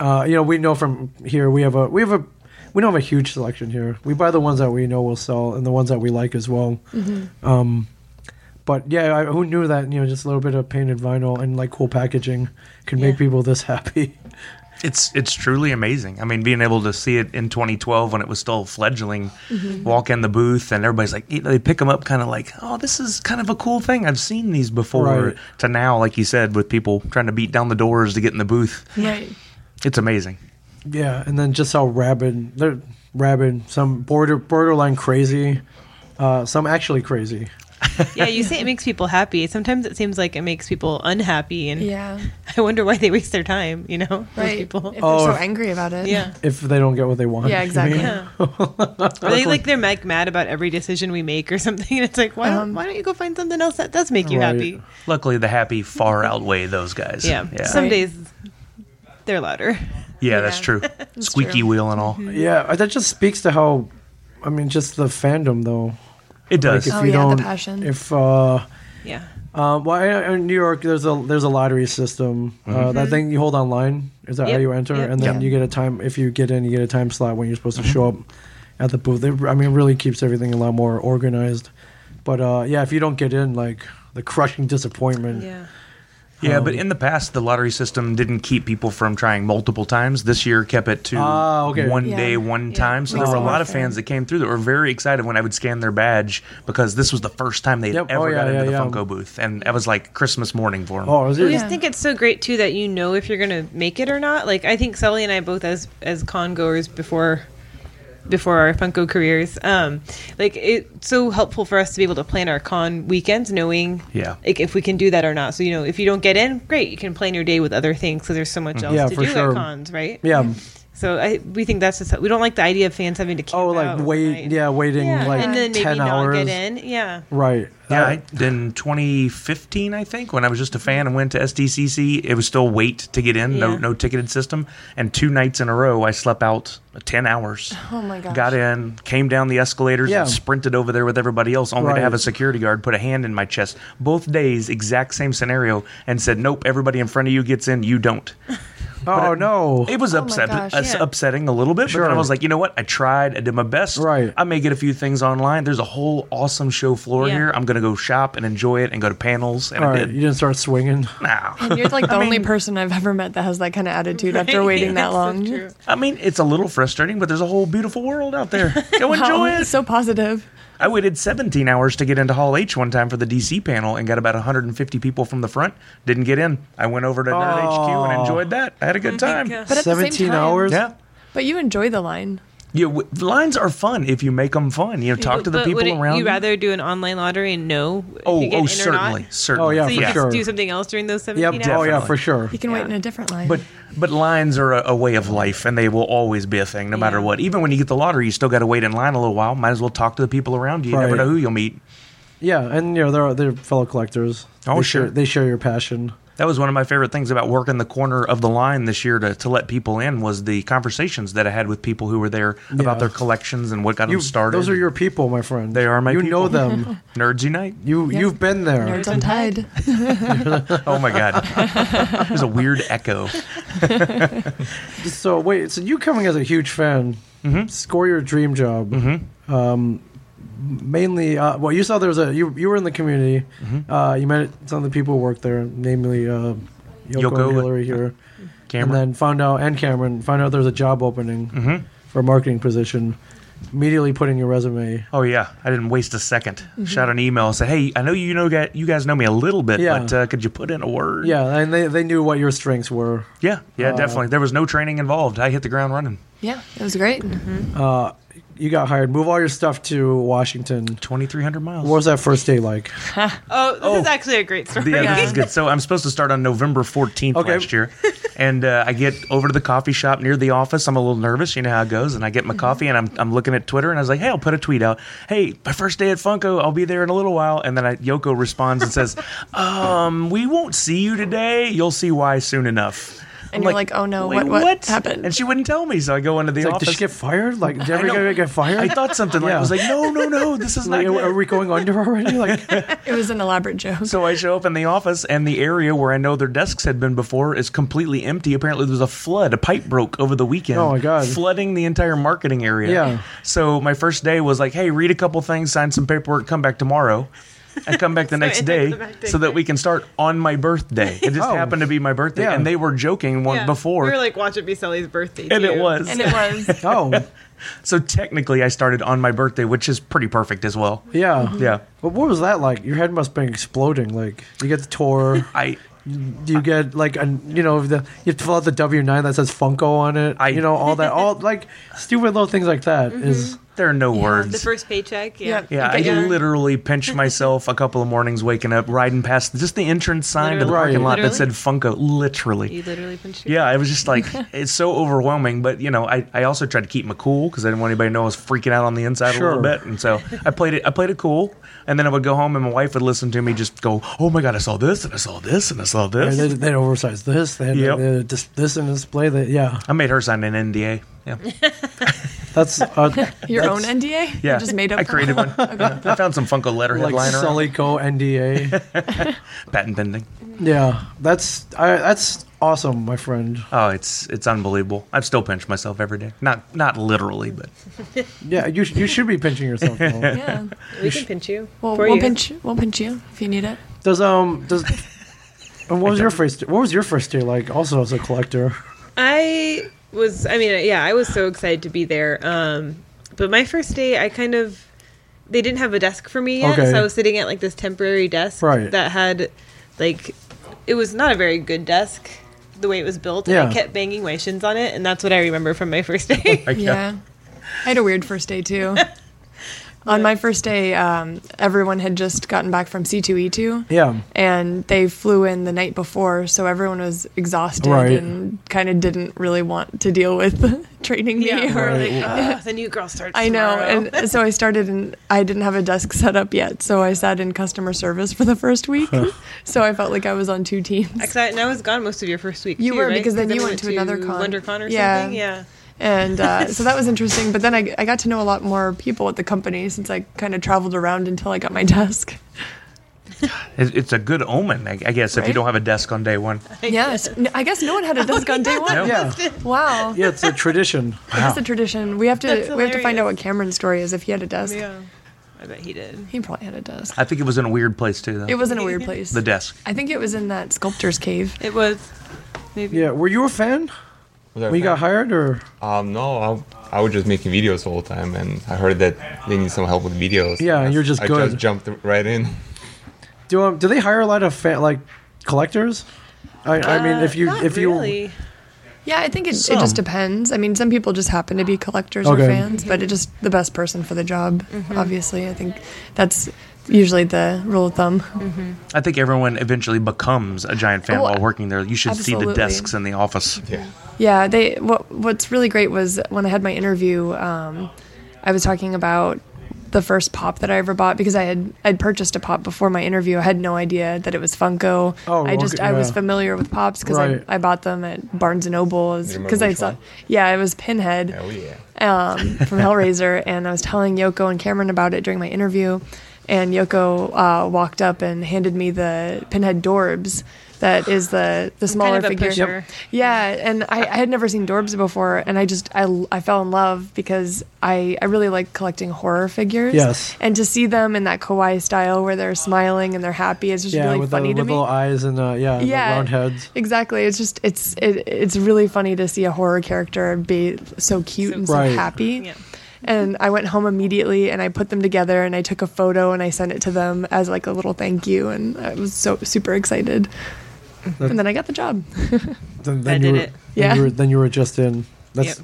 [SPEAKER 1] uh, you know, we know from here we have a we have a we don't have a huge selection here. We buy the ones that we know will sell and the ones that we like as well. Um, but yeah, I, who knew that? You know, just a little bit of painted vinyl and like cool packaging can make
[SPEAKER 2] Yeah.
[SPEAKER 1] people this happy.
[SPEAKER 4] It's it's truly amazing. I mean, being able to see it in 2012 when it was still fledgling, walk in the booth and everybody's like, you know, they pick them up kind of like, oh, this is kind of a cool thing. I've seen these before.
[SPEAKER 1] Right.
[SPEAKER 4] To now, like you said, with people trying to beat down the doors to get in the booth,
[SPEAKER 3] Right.
[SPEAKER 4] it's amazing.
[SPEAKER 1] Yeah, and then just how rabid they're rabid. Some border borderline crazy, uh, some actually crazy.
[SPEAKER 2] yeah, you say it makes people happy. Sometimes it seems like it makes people unhappy, and
[SPEAKER 3] Yeah.
[SPEAKER 2] I wonder why they waste their time. You know, those
[SPEAKER 3] Right.
[SPEAKER 2] people.
[SPEAKER 3] If they're
[SPEAKER 1] Oh,
[SPEAKER 3] so
[SPEAKER 1] if-
[SPEAKER 3] angry about it.
[SPEAKER 2] Yeah,
[SPEAKER 1] If they don't get what they want,
[SPEAKER 3] Yeah,
[SPEAKER 1] you mean?
[SPEAKER 3] exactly.
[SPEAKER 2] yeah. Or they like they're like mad about every decision we make or something. It's like why
[SPEAKER 3] Um,
[SPEAKER 2] don't, why don't you go find something else that does make you
[SPEAKER 1] Right.
[SPEAKER 2] happy?
[SPEAKER 4] Luckily, the happy far outweigh those guys.
[SPEAKER 2] Yeah.
[SPEAKER 4] yeah,
[SPEAKER 2] Some
[SPEAKER 3] Right.
[SPEAKER 2] days they're louder.
[SPEAKER 4] Yeah, that's
[SPEAKER 3] Yeah.
[SPEAKER 4] true. Squeaky
[SPEAKER 3] true.
[SPEAKER 4] wheel and all.
[SPEAKER 1] Yeah, that just speaks to how, I mean, just the fandom though.
[SPEAKER 4] It does.
[SPEAKER 1] Like if
[SPEAKER 3] Oh,
[SPEAKER 1] you
[SPEAKER 3] yeah, the
[SPEAKER 1] don't,
[SPEAKER 3] passion.
[SPEAKER 1] if uh,
[SPEAKER 2] Yeah.
[SPEAKER 1] uh, well, I- in New York, there's a there's a lottery system.
[SPEAKER 4] Mm-hmm.
[SPEAKER 1] Uh, that thing you hold online is that how
[SPEAKER 2] Yep,
[SPEAKER 1] you enter,
[SPEAKER 2] yep.
[SPEAKER 1] and then
[SPEAKER 3] Yeah.
[SPEAKER 1] you get a time. If you get in, you get a time slot when you're supposed
[SPEAKER 4] Mm-hmm.
[SPEAKER 1] to show up at the booth. It, I mean, it really keeps everything a lot more organized. But uh, yeah, if you don't get in, like the crushing disappointment.
[SPEAKER 2] Yeah.
[SPEAKER 4] yeah,
[SPEAKER 1] Um,
[SPEAKER 4] but in the past, the lottery system didn't keep people from trying multiple times. This year kept it to
[SPEAKER 1] Ah, okay.
[SPEAKER 4] one
[SPEAKER 3] Yeah.
[SPEAKER 4] day, one time. So there
[SPEAKER 3] Makes
[SPEAKER 4] were a
[SPEAKER 3] it more
[SPEAKER 4] lot of
[SPEAKER 3] fair.
[SPEAKER 4] fans that came through that were very excited when I would scan their badge because this was the first time they'd
[SPEAKER 1] Yep.
[SPEAKER 4] ever
[SPEAKER 1] Oh, yeah,
[SPEAKER 4] got into
[SPEAKER 1] yeah,
[SPEAKER 4] the
[SPEAKER 1] yeah.
[SPEAKER 4] Funko booth. And that was like Christmas morning for them.
[SPEAKER 1] Oh, is
[SPEAKER 2] I
[SPEAKER 1] it?
[SPEAKER 2] just
[SPEAKER 3] Yeah.
[SPEAKER 2] think it's so great too that you know if you're gonna make it or not. Like I think Sully and I both as as con goers before before our Funko careers, um, like it's so helpful for us to be able to plan our con weekends, knowing
[SPEAKER 4] Yeah.
[SPEAKER 2] like if we can do that or not. So you know if you don't get in, great, you can plan your day with other things because there's so much else
[SPEAKER 1] Mm-hmm. Yeah,
[SPEAKER 2] to
[SPEAKER 1] for
[SPEAKER 2] do
[SPEAKER 1] sure.
[SPEAKER 2] at cons, right?
[SPEAKER 1] Yeah.
[SPEAKER 2] So I we think that's just we don't like the idea of fans having to camp
[SPEAKER 1] Oh, like
[SPEAKER 2] out
[SPEAKER 1] wait,
[SPEAKER 2] overnight.
[SPEAKER 1] yeah, waiting
[SPEAKER 2] yeah,
[SPEAKER 1] like
[SPEAKER 2] and then maybe
[SPEAKER 1] ten
[SPEAKER 2] not
[SPEAKER 1] hours.
[SPEAKER 2] get in, yeah.
[SPEAKER 1] Right.
[SPEAKER 4] Yeah,
[SPEAKER 1] Uh,
[SPEAKER 4] I, in 2015, I think, when I was just a fan and went to SDCC, it was still wait to get in, no
[SPEAKER 2] Yeah.
[SPEAKER 4] no ticketed system. And two nights in a row, I slept out 10 hours.
[SPEAKER 3] Oh my gosh.
[SPEAKER 4] Got in, came down the escalators,
[SPEAKER 1] Yeah.
[SPEAKER 4] and sprinted over there with everybody else, only
[SPEAKER 1] Right.
[SPEAKER 4] to have a security guard put a hand in my chest. Both days, exact same scenario, and said, "Nope, everybody in front of you gets in, you don't."
[SPEAKER 1] oh no.
[SPEAKER 4] It was
[SPEAKER 3] my
[SPEAKER 4] upset,
[SPEAKER 3] gosh,
[SPEAKER 4] us-
[SPEAKER 2] yeah.
[SPEAKER 4] upsetting a little bit, but then
[SPEAKER 1] Sure.
[SPEAKER 4] I was like, you know what? I tried, I did my best.
[SPEAKER 1] Right.
[SPEAKER 4] I may get a few things online. There's a whole awesome show floor
[SPEAKER 2] Yeah.
[SPEAKER 4] here. I'm gonna go shop and enjoy it and go to panels. And
[SPEAKER 1] All
[SPEAKER 4] I
[SPEAKER 1] right,
[SPEAKER 4] did.
[SPEAKER 1] you didn't start swinging.
[SPEAKER 4] Nah.
[SPEAKER 3] And you're like the only person I've ever met that has that kind of attitude after waiting that
[SPEAKER 2] That's so
[SPEAKER 3] long.
[SPEAKER 2] true.
[SPEAKER 4] I mean, it's a little frustrating, but there's a whole beautiful world out there. Go
[SPEAKER 3] Wow,
[SPEAKER 4] enjoy it.
[SPEAKER 3] it's so positive.
[SPEAKER 4] I waited 17 hours to get into Hall H one time for the DC panel and got about 150 people from the front. Didn't get in. I went over to Nerd HQ and
[SPEAKER 1] Oh.
[SPEAKER 4] enjoyed that. I had a good time.
[SPEAKER 2] gosh.
[SPEAKER 3] But at the same
[SPEAKER 1] 17
[SPEAKER 3] time-
[SPEAKER 1] hours?
[SPEAKER 4] Yeah.
[SPEAKER 3] But you enjoy the line.
[SPEAKER 4] Yeah, w- lines are fun if you make them fun. You know, talk to the
[SPEAKER 2] But
[SPEAKER 4] people
[SPEAKER 2] wouldn't
[SPEAKER 4] around.
[SPEAKER 2] You rather do an online lottery and know if
[SPEAKER 4] Oh,
[SPEAKER 2] you get
[SPEAKER 4] oh,
[SPEAKER 2] in or
[SPEAKER 4] certainly,
[SPEAKER 2] not?
[SPEAKER 4] certainly.
[SPEAKER 1] Oh, yeah,
[SPEAKER 2] So
[SPEAKER 1] for
[SPEAKER 2] you just
[SPEAKER 1] sure.
[SPEAKER 2] do something else during those 17
[SPEAKER 1] Yep.
[SPEAKER 2] hours.
[SPEAKER 1] Oh yeah,
[SPEAKER 4] Definitely.
[SPEAKER 1] for sure.
[SPEAKER 3] You can wait in a different line.
[SPEAKER 4] But but lines are a, a way of life, and they will always be a thing, no matter
[SPEAKER 2] Yeah.
[SPEAKER 4] what. Even when you get the lottery, you still got to wait in line a little while. Might as well talk to the people around you. You never
[SPEAKER 1] Right.
[SPEAKER 4] know who you'll meet.
[SPEAKER 1] Yeah, and you know they're they're fellow collectors. they
[SPEAKER 4] Oh, sure.
[SPEAKER 1] share, they share your passion.
[SPEAKER 4] That was one of my favorite things about working the corner of the line this year to, to let people in was the conversations that I had with people who were there
[SPEAKER 1] Yeah.
[SPEAKER 4] about their collections and what got
[SPEAKER 1] You
[SPEAKER 4] them started.
[SPEAKER 1] Those are your people, my friend.
[SPEAKER 4] They are my
[SPEAKER 1] You know
[SPEAKER 4] people.
[SPEAKER 1] them.
[SPEAKER 4] nerds unite.
[SPEAKER 1] You
[SPEAKER 3] Yep.
[SPEAKER 1] you've been there.
[SPEAKER 3] Nerds untied.
[SPEAKER 4] Oh my god, there's a weird echo.
[SPEAKER 1] So wait, so you coming as a huge fan,
[SPEAKER 4] Mm-hmm.
[SPEAKER 1] score your dream job. Um, mainly, uh, well, you saw there was a you you were in the community.
[SPEAKER 4] Mm-hmm.
[SPEAKER 1] Uh, you met some of the people who work there, namely uh, Yoko,
[SPEAKER 4] Yoko.
[SPEAKER 1] and Hillary here,
[SPEAKER 4] Cameron. Mm-hmm.
[SPEAKER 1] and then found out and Cameron found out there was a job opening for a marketing position. Immediately put in your resume.
[SPEAKER 4] Oh yeah, I didn't waste a 2nd
[SPEAKER 1] Mm-hmm.
[SPEAKER 4] Shot an email and said, "Hey, I know you know guy- you guys know me a little bit,
[SPEAKER 1] Yeah.
[SPEAKER 4] but uh, could you put in a word?"
[SPEAKER 1] Yeah, Uh, and they, they knew what your strengths were.
[SPEAKER 4] yeah, yeah, definitely. There was no training involved. I hit the ground running.
[SPEAKER 3] Yeah, it was great.
[SPEAKER 2] Mm-hmm.
[SPEAKER 1] You got hired. Move all your stuff to Washington.
[SPEAKER 4] Twenty three hundred miles.
[SPEAKER 1] What was that first day like?
[SPEAKER 2] Oh, this is
[SPEAKER 4] Oh.
[SPEAKER 2] actually a great story.
[SPEAKER 4] yeah, this is good. So I'm supposed to start on November 14th
[SPEAKER 1] Okay.
[SPEAKER 4] last year. And uh, I get over to the coffee shop near the office. I'm a little nervous. You know how it goes. And I get my coffee and I'm, I'm looking at Twitter and I was like, hey, I'll put a tweet out. Hey, my first day at Funko. I'll be there in a little while. And then I, Yoko responds and says, um, we won't see you today. You'll see why soon enough.
[SPEAKER 3] And you're like, "Oh, no, what- what happened?"
[SPEAKER 4] And she wouldn't tell me. So I go into the
[SPEAKER 1] Like, did
[SPEAKER 4] office.
[SPEAKER 1] she get fired? Like, did every
[SPEAKER 4] know.
[SPEAKER 1] guy get fired?
[SPEAKER 4] I thought something like I
[SPEAKER 1] Yeah.
[SPEAKER 4] was like, no, no, no, this is
[SPEAKER 1] Like, are,
[SPEAKER 4] not. good."
[SPEAKER 1] are we going under already? Like,
[SPEAKER 3] It was an elaborate joke.
[SPEAKER 4] So I show up in the office, and the area where I know their desks had been before is completely empty. Apparently, there was a flood. A pipe broke over the weekend.
[SPEAKER 1] Oh, my God.
[SPEAKER 4] Flooding the entire marketing area.
[SPEAKER 1] Yeah.
[SPEAKER 4] So my first day was like, hey, read a couple things, sign some paperwork, come back tomorrow. I come back the next
[SPEAKER 2] it
[SPEAKER 4] day
[SPEAKER 2] ended up acting.
[SPEAKER 4] so that we can start on my birthday. It just
[SPEAKER 1] Oh.
[SPEAKER 4] happened to be my birthday,
[SPEAKER 1] Yeah.
[SPEAKER 4] and they were joking one
[SPEAKER 2] Yeah.
[SPEAKER 4] before,
[SPEAKER 2] we were like, watch it be Sully's birthday,
[SPEAKER 4] and it
[SPEAKER 2] too.
[SPEAKER 4] was.
[SPEAKER 3] and it was.
[SPEAKER 1] oh,
[SPEAKER 4] so technically, I started on my birthday, which is pretty perfect as well.
[SPEAKER 1] yeah.
[SPEAKER 4] Yeah,
[SPEAKER 1] But what was that like? Your head must have been exploding. Like, you get the tour.
[SPEAKER 4] I
[SPEAKER 1] Do you get like and you know the you have to fill out the W nine that says Funko on it?
[SPEAKER 4] I-
[SPEAKER 1] you know all that all like stupid little things like that is
[SPEAKER 4] there are no words.
[SPEAKER 2] The first paycheck, yeah.
[SPEAKER 3] Yep.
[SPEAKER 4] Yeah, I
[SPEAKER 3] Okay.
[SPEAKER 4] literally pinched myself a couple of mornings waking up, riding past just the entrance sign to the
[SPEAKER 1] Literally.
[SPEAKER 4] parking lot that said
[SPEAKER 2] Literally?
[SPEAKER 4] Funko. Literally.
[SPEAKER 2] You literally pinched your-
[SPEAKER 4] Yeah, I was just like, it's so overwhelming. But, you know, I, I also tried to keep my cool because I didn't want anybody to know I was freaking out on the inside a
[SPEAKER 1] Sure.
[SPEAKER 4] little bit. And so I played it I played it cool. And then I would go home and my wife would listen to me just go, oh my God, I saw this and I saw this and I saw
[SPEAKER 1] And they,
[SPEAKER 4] this.
[SPEAKER 1] they oversized this, they had
[SPEAKER 4] Yep.
[SPEAKER 1] they had dis- this and display that. Yeah,
[SPEAKER 4] I made her sign an NDA. Yeah.
[SPEAKER 1] that's uh,
[SPEAKER 3] Your own NDA?
[SPEAKER 4] Yeah.
[SPEAKER 3] You just made up
[SPEAKER 4] I created one. I found some Funko letterhead
[SPEAKER 1] like
[SPEAKER 4] liner.
[SPEAKER 1] Sully Co NDA.
[SPEAKER 4] Patent pending.
[SPEAKER 1] yeah, that's I, that's awesome, my friend.
[SPEAKER 4] Oh, it's it's unbelievable. I still pinch myself every day. Not not literally, but
[SPEAKER 1] Yeah, you sh- you should be pinching yourself. though.
[SPEAKER 3] Yeah.
[SPEAKER 2] We can pinch you.
[SPEAKER 3] Well,
[SPEAKER 2] for
[SPEAKER 3] we'll
[SPEAKER 2] you.
[SPEAKER 3] pinch. We'll pinch you if you need it.
[SPEAKER 1] Does um does and what was your first what was your first day like? Also as a collector,
[SPEAKER 2] I was, I mean, yeah, I was so excited to be there. Um, but my first day, I kind of, they didn't have a desk for me yet.
[SPEAKER 1] Okay.
[SPEAKER 2] So I was sitting at like this temporary desk
[SPEAKER 1] Right.
[SPEAKER 2] that had, like, it was not a very good desk the way it was built. And
[SPEAKER 1] Yeah.
[SPEAKER 2] I kept banging my shins on it. And that's what I remember from my first day.
[SPEAKER 4] I can't.
[SPEAKER 3] Yeah. I had a weird first day too. On my first day, um, everyone had just gotten back from C2E2.
[SPEAKER 1] yeah,
[SPEAKER 3] And they flew in the night before, so everyone was exhausted
[SPEAKER 1] Right.
[SPEAKER 3] and kind of didn't really want to deal with training me.
[SPEAKER 2] Yeah.
[SPEAKER 3] Or,
[SPEAKER 1] Right.
[SPEAKER 2] Ah, the new girl starts.
[SPEAKER 3] I know.
[SPEAKER 2] tomorrow.
[SPEAKER 3] And so I started, and I didn't have a desk set up yet, so I sat in customer service for the first week. so I felt like I was on two teams.
[SPEAKER 2] Exci- and I was gone most of your first week.
[SPEAKER 3] You
[SPEAKER 2] too,
[SPEAKER 3] were,
[SPEAKER 2] right?
[SPEAKER 3] because then you
[SPEAKER 2] I
[SPEAKER 3] went to another con.
[SPEAKER 2] WonderCon or
[SPEAKER 3] Yeah.
[SPEAKER 2] something. Yeah.
[SPEAKER 3] and uh, so that was interesting. But then I, I got to know a lot more people at the company since I kind of traveled around until I got my desk.
[SPEAKER 4] It's, it's a good omen, I, I guess, if you
[SPEAKER 3] Right?
[SPEAKER 4] don't have a desk on day one.
[SPEAKER 3] Yes, N- I guess no one had a desk on day one.
[SPEAKER 1] yeah,
[SPEAKER 3] Wow,
[SPEAKER 1] yeah. It's a tradition.
[SPEAKER 3] that's a tradition. We have
[SPEAKER 2] That's
[SPEAKER 3] to we have to find
[SPEAKER 2] hilarious.
[SPEAKER 3] out what Cameron's story is if he had a desk.
[SPEAKER 2] Yeah. I bet he did.
[SPEAKER 3] He probably had a desk.
[SPEAKER 4] I think it was in a weird place too, though.
[SPEAKER 3] It was in a weird place.
[SPEAKER 4] the desk.
[SPEAKER 3] I think it was in that sculptor's cave.
[SPEAKER 2] It was maybe.
[SPEAKER 1] Yeah, were you a fan when you got hired or?
[SPEAKER 5] Um, no, I, I was just making videos the whole time, and I heard that they need some help with videos.
[SPEAKER 1] Yeah,
[SPEAKER 5] and I-
[SPEAKER 1] you're just
[SPEAKER 5] I
[SPEAKER 1] good.
[SPEAKER 5] just jumped right in.
[SPEAKER 1] Do um, do they hire a lot of fa- like collectors? I, I mean, if you
[SPEAKER 2] Uh, Not
[SPEAKER 1] if you
[SPEAKER 2] really.
[SPEAKER 3] Yeah, I think it, it
[SPEAKER 4] Some.
[SPEAKER 3] just depends. I mean, some people just happen to be collectors
[SPEAKER 1] Okay.
[SPEAKER 3] or fans, but it just the best person for the job.
[SPEAKER 2] Mm-hmm.
[SPEAKER 3] Obviously, I think that's usually the rule of thumb.
[SPEAKER 4] I think everyone eventually becomes a giant fan
[SPEAKER 3] Oh,
[SPEAKER 4] while working there. You should see the
[SPEAKER 3] absolutely.
[SPEAKER 4] desks in the office.
[SPEAKER 5] Yeah.
[SPEAKER 3] Yeah, they. What What's really great was when I had my interview. Um, I was talking about the first pop that I ever bought because I had I'd purchased a pop before my interview. I had no idea that it was Funko.
[SPEAKER 1] Oh,
[SPEAKER 3] I just
[SPEAKER 1] okay,
[SPEAKER 3] I was
[SPEAKER 1] yeah.
[SPEAKER 3] familiar with pops because
[SPEAKER 1] Right.
[SPEAKER 3] I, I bought them at Barnes and Noble
[SPEAKER 5] You remember
[SPEAKER 3] because I
[SPEAKER 5] which
[SPEAKER 3] saw.
[SPEAKER 5] one?
[SPEAKER 3] Yeah, it was Pinhead
[SPEAKER 5] Hell yeah.
[SPEAKER 3] um, from Hellraiser, and I was telling Yoko and Cameron about it during my interview. And Yoko uh, walked up and handed me the pinhead Dorbs, that is the the smaller
[SPEAKER 2] of a
[SPEAKER 3] figure.
[SPEAKER 2] pusher.
[SPEAKER 3] Yeah, and I, I had never seen Dorbs before, and I just I, I fell in love because I I really like collecting horror figures.
[SPEAKER 1] Yes.
[SPEAKER 3] and to see them in that kawaii style where they're smiling and they're happy is just
[SPEAKER 1] yeah
[SPEAKER 3] really
[SPEAKER 1] with the,
[SPEAKER 3] funny
[SPEAKER 1] with
[SPEAKER 3] to me.
[SPEAKER 1] little eyes and uh, yeah, and the round heads.
[SPEAKER 3] Exactly. It's just it's it, it's really funny to see a horror character be so cute and so
[SPEAKER 1] Right.
[SPEAKER 3] happy.
[SPEAKER 2] Yeah.
[SPEAKER 3] And I went home immediately and I put them together and I took a photo and I sent it to them as like a little thank you and I was so super excited. and then I got the job.
[SPEAKER 1] Then,
[SPEAKER 2] I
[SPEAKER 1] then you
[SPEAKER 2] did
[SPEAKER 1] were,
[SPEAKER 2] it.
[SPEAKER 1] Then
[SPEAKER 3] Yeah. Mm-hmm.
[SPEAKER 1] you were, then you were just in. That's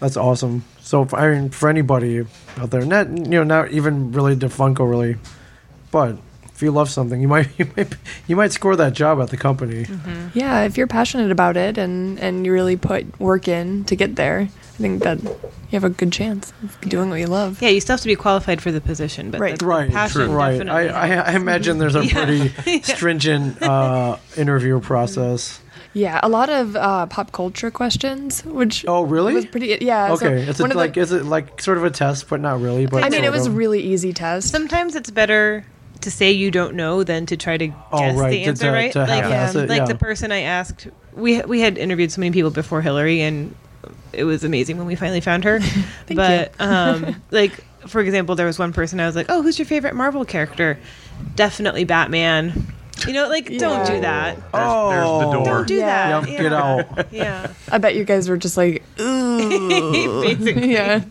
[SPEAKER 1] that's awesome. So if- I mean, for anybody out there, not you know, not even really to Funko really, but if you love something, you might you might you might score that job at the company.
[SPEAKER 2] Mm-hmm.
[SPEAKER 3] Yeah, if you're passionate about it and and you really put work in to get there, I think that you have a good chance of doing what you love.
[SPEAKER 2] Yeah, you still have to be qualified for the position, but
[SPEAKER 3] Right.
[SPEAKER 2] the
[SPEAKER 1] Right,
[SPEAKER 2] passion
[SPEAKER 1] right. I,
[SPEAKER 2] definitely. Mm-hmm.
[SPEAKER 1] I, I imagine there's a
[SPEAKER 2] Yeah.
[SPEAKER 1] pretty stringent uh, interview process.
[SPEAKER 3] Yeah, a lot of uh, pop culture questions, which
[SPEAKER 1] Oh, really?
[SPEAKER 3] was pretty. Yeah. so
[SPEAKER 1] Okay, it's
[SPEAKER 3] one of the-
[SPEAKER 1] like is it like sort of a test, but not really. But
[SPEAKER 3] I mean, it
[SPEAKER 1] sort
[SPEAKER 3] was
[SPEAKER 1] of.
[SPEAKER 3] really easy test.
[SPEAKER 2] Sometimes it's better to say you don't know than to try to guess
[SPEAKER 1] Oh, right,
[SPEAKER 2] the
[SPEAKER 1] to-
[SPEAKER 2] answer,
[SPEAKER 1] to-
[SPEAKER 2] right?
[SPEAKER 1] to
[SPEAKER 2] like um,
[SPEAKER 3] half-ass
[SPEAKER 1] it,
[SPEAKER 2] like
[SPEAKER 1] yeah.
[SPEAKER 2] the person I asked, we we had interviewed so many people before Hillary, and it was amazing when we finally found her. but um, like for example, there was one person I was like, "Oh, who's your favorite Marvel character?" Definitely Batman. You know, like don't do that.
[SPEAKER 4] There's, there's the
[SPEAKER 1] Oh.
[SPEAKER 4] door.
[SPEAKER 2] Don't do
[SPEAKER 3] Yeah.
[SPEAKER 2] that.
[SPEAKER 1] Yep, get out.
[SPEAKER 2] Yeah.
[SPEAKER 3] I bet you guys were just like, ooh,
[SPEAKER 2] Basically.
[SPEAKER 3] yeah,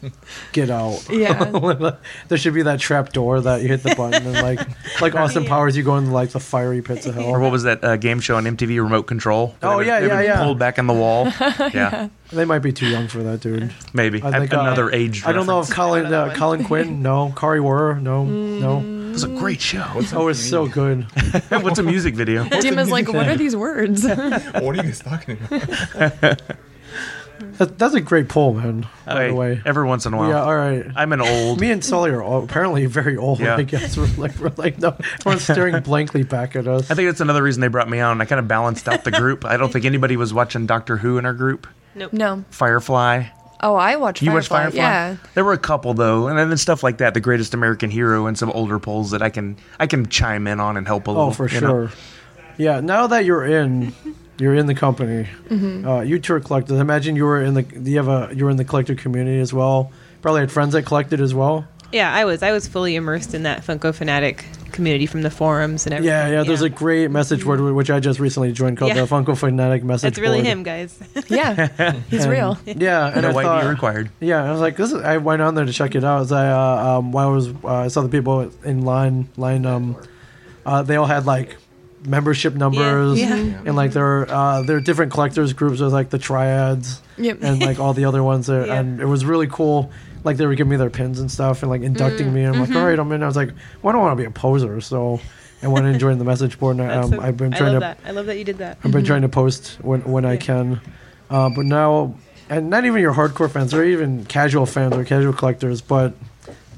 [SPEAKER 1] get out.
[SPEAKER 3] yeah.
[SPEAKER 1] there should be that trap door that you hit the button and like like Austin Powers, you go into like the fiery pits of
[SPEAKER 4] Or
[SPEAKER 1] hell.
[SPEAKER 4] what was that uh, game show on MTV? Remote Control.
[SPEAKER 1] Oh,
[SPEAKER 4] They've been-
[SPEAKER 1] yeah,
[SPEAKER 4] they've
[SPEAKER 1] yeah,
[SPEAKER 4] been
[SPEAKER 1] yeah.
[SPEAKER 4] Pulled back in the wall. yeah,
[SPEAKER 1] They might be too young for that, dude.
[SPEAKER 4] maybe
[SPEAKER 1] I think, uh,
[SPEAKER 4] another age.
[SPEAKER 1] I don't know Mm. if Colin
[SPEAKER 2] Another
[SPEAKER 1] uh,
[SPEAKER 2] one.
[SPEAKER 1] Colin Quinn, no, Kari Wara, no, no.
[SPEAKER 4] It was a great show.
[SPEAKER 5] What's
[SPEAKER 1] Oh, it's so good.
[SPEAKER 4] What's a music video?
[SPEAKER 3] Dima's like, what are these words?
[SPEAKER 5] What are you guys talking about?
[SPEAKER 1] That, that's a great poll, man. By
[SPEAKER 4] Hey,
[SPEAKER 1] the way,
[SPEAKER 4] every once in a while.
[SPEAKER 1] yeah. All right.
[SPEAKER 4] I'm an old.
[SPEAKER 1] Me and Sully are all, apparently very old.
[SPEAKER 4] Yeah.
[SPEAKER 1] I guess we're like we're like no, everyone's staring blankly back at us.
[SPEAKER 4] I think that's another reason they brought me on. I kind of balanced out the group. I don't think anybody was watching Doctor Who in our group.
[SPEAKER 2] Nope.
[SPEAKER 3] no.
[SPEAKER 4] Firefly.
[SPEAKER 3] Oh, I watch.
[SPEAKER 4] You
[SPEAKER 3] Firefly.
[SPEAKER 4] watch Firefly?
[SPEAKER 3] Yeah.
[SPEAKER 4] There were a couple though, and then stuff like that, The Greatest American Hero, and some older polls that I can I can chime in on and help a little.
[SPEAKER 1] Oh, for
[SPEAKER 4] you
[SPEAKER 1] sure.
[SPEAKER 4] know?
[SPEAKER 1] Yeah, now that you're in, you're in the company.
[SPEAKER 2] Mm-hmm.
[SPEAKER 1] Uh, you tour collected. I imagine you were in the you have a you were in the collected community as well. Probably had friends that collected as well.
[SPEAKER 2] Yeah, I was. I was fully immersed in that Funko Fanatic community from the forums and everything.
[SPEAKER 1] Yeah, yeah. There's a great message board wh- which I just recently joined called
[SPEAKER 2] Yeah.
[SPEAKER 1] the Funko Fanatic message.
[SPEAKER 2] That's really
[SPEAKER 1] board.
[SPEAKER 2] him, guys.
[SPEAKER 3] Yeah. He's
[SPEAKER 1] And-
[SPEAKER 3] real.
[SPEAKER 1] Yeah, and
[SPEAKER 4] No
[SPEAKER 1] I
[SPEAKER 4] white
[SPEAKER 1] thought,
[SPEAKER 4] knee required.
[SPEAKER 1] yeah, I was like, this. Is, I went on there to check it out. As I uh, um, while I was uh, I saw the people in line line um, uh, they all had like membership numbers
[SPEAKER 2] yeah.
[SPEAKER 1] and like their uh, their different collectors groups are like the triads.
[SPEAKER 3] Yep.
[SPEAKER 1] and like all the other ones there,
[SPEAKER 2] Yeah.
[SPEAKER 1] and it was really cool. Like they were giving me their pins and stuff, and like inducting me. And I'm
[SPEAKER 2] Mm-hmm.
[SPEAKER 1] like, all right, I'm in. I was like, well, I don't want to be a poser, so I went and joined the message board. And I, um,
[SPEAKER 2] That's so-
[SPEAKER 1] I've been
[SPEAKER 2] I
[SPEAKER 1] trying
[SPEAKER 2] love
[SPEAKER 1] to,
[SPEAKER 2] that. Mm-hmm. I love that you did that.
[SPEAKER 1] I've been trying to post when when I can, uh, but now, and not even your hardcore fans or even casual fans or casual collectors, but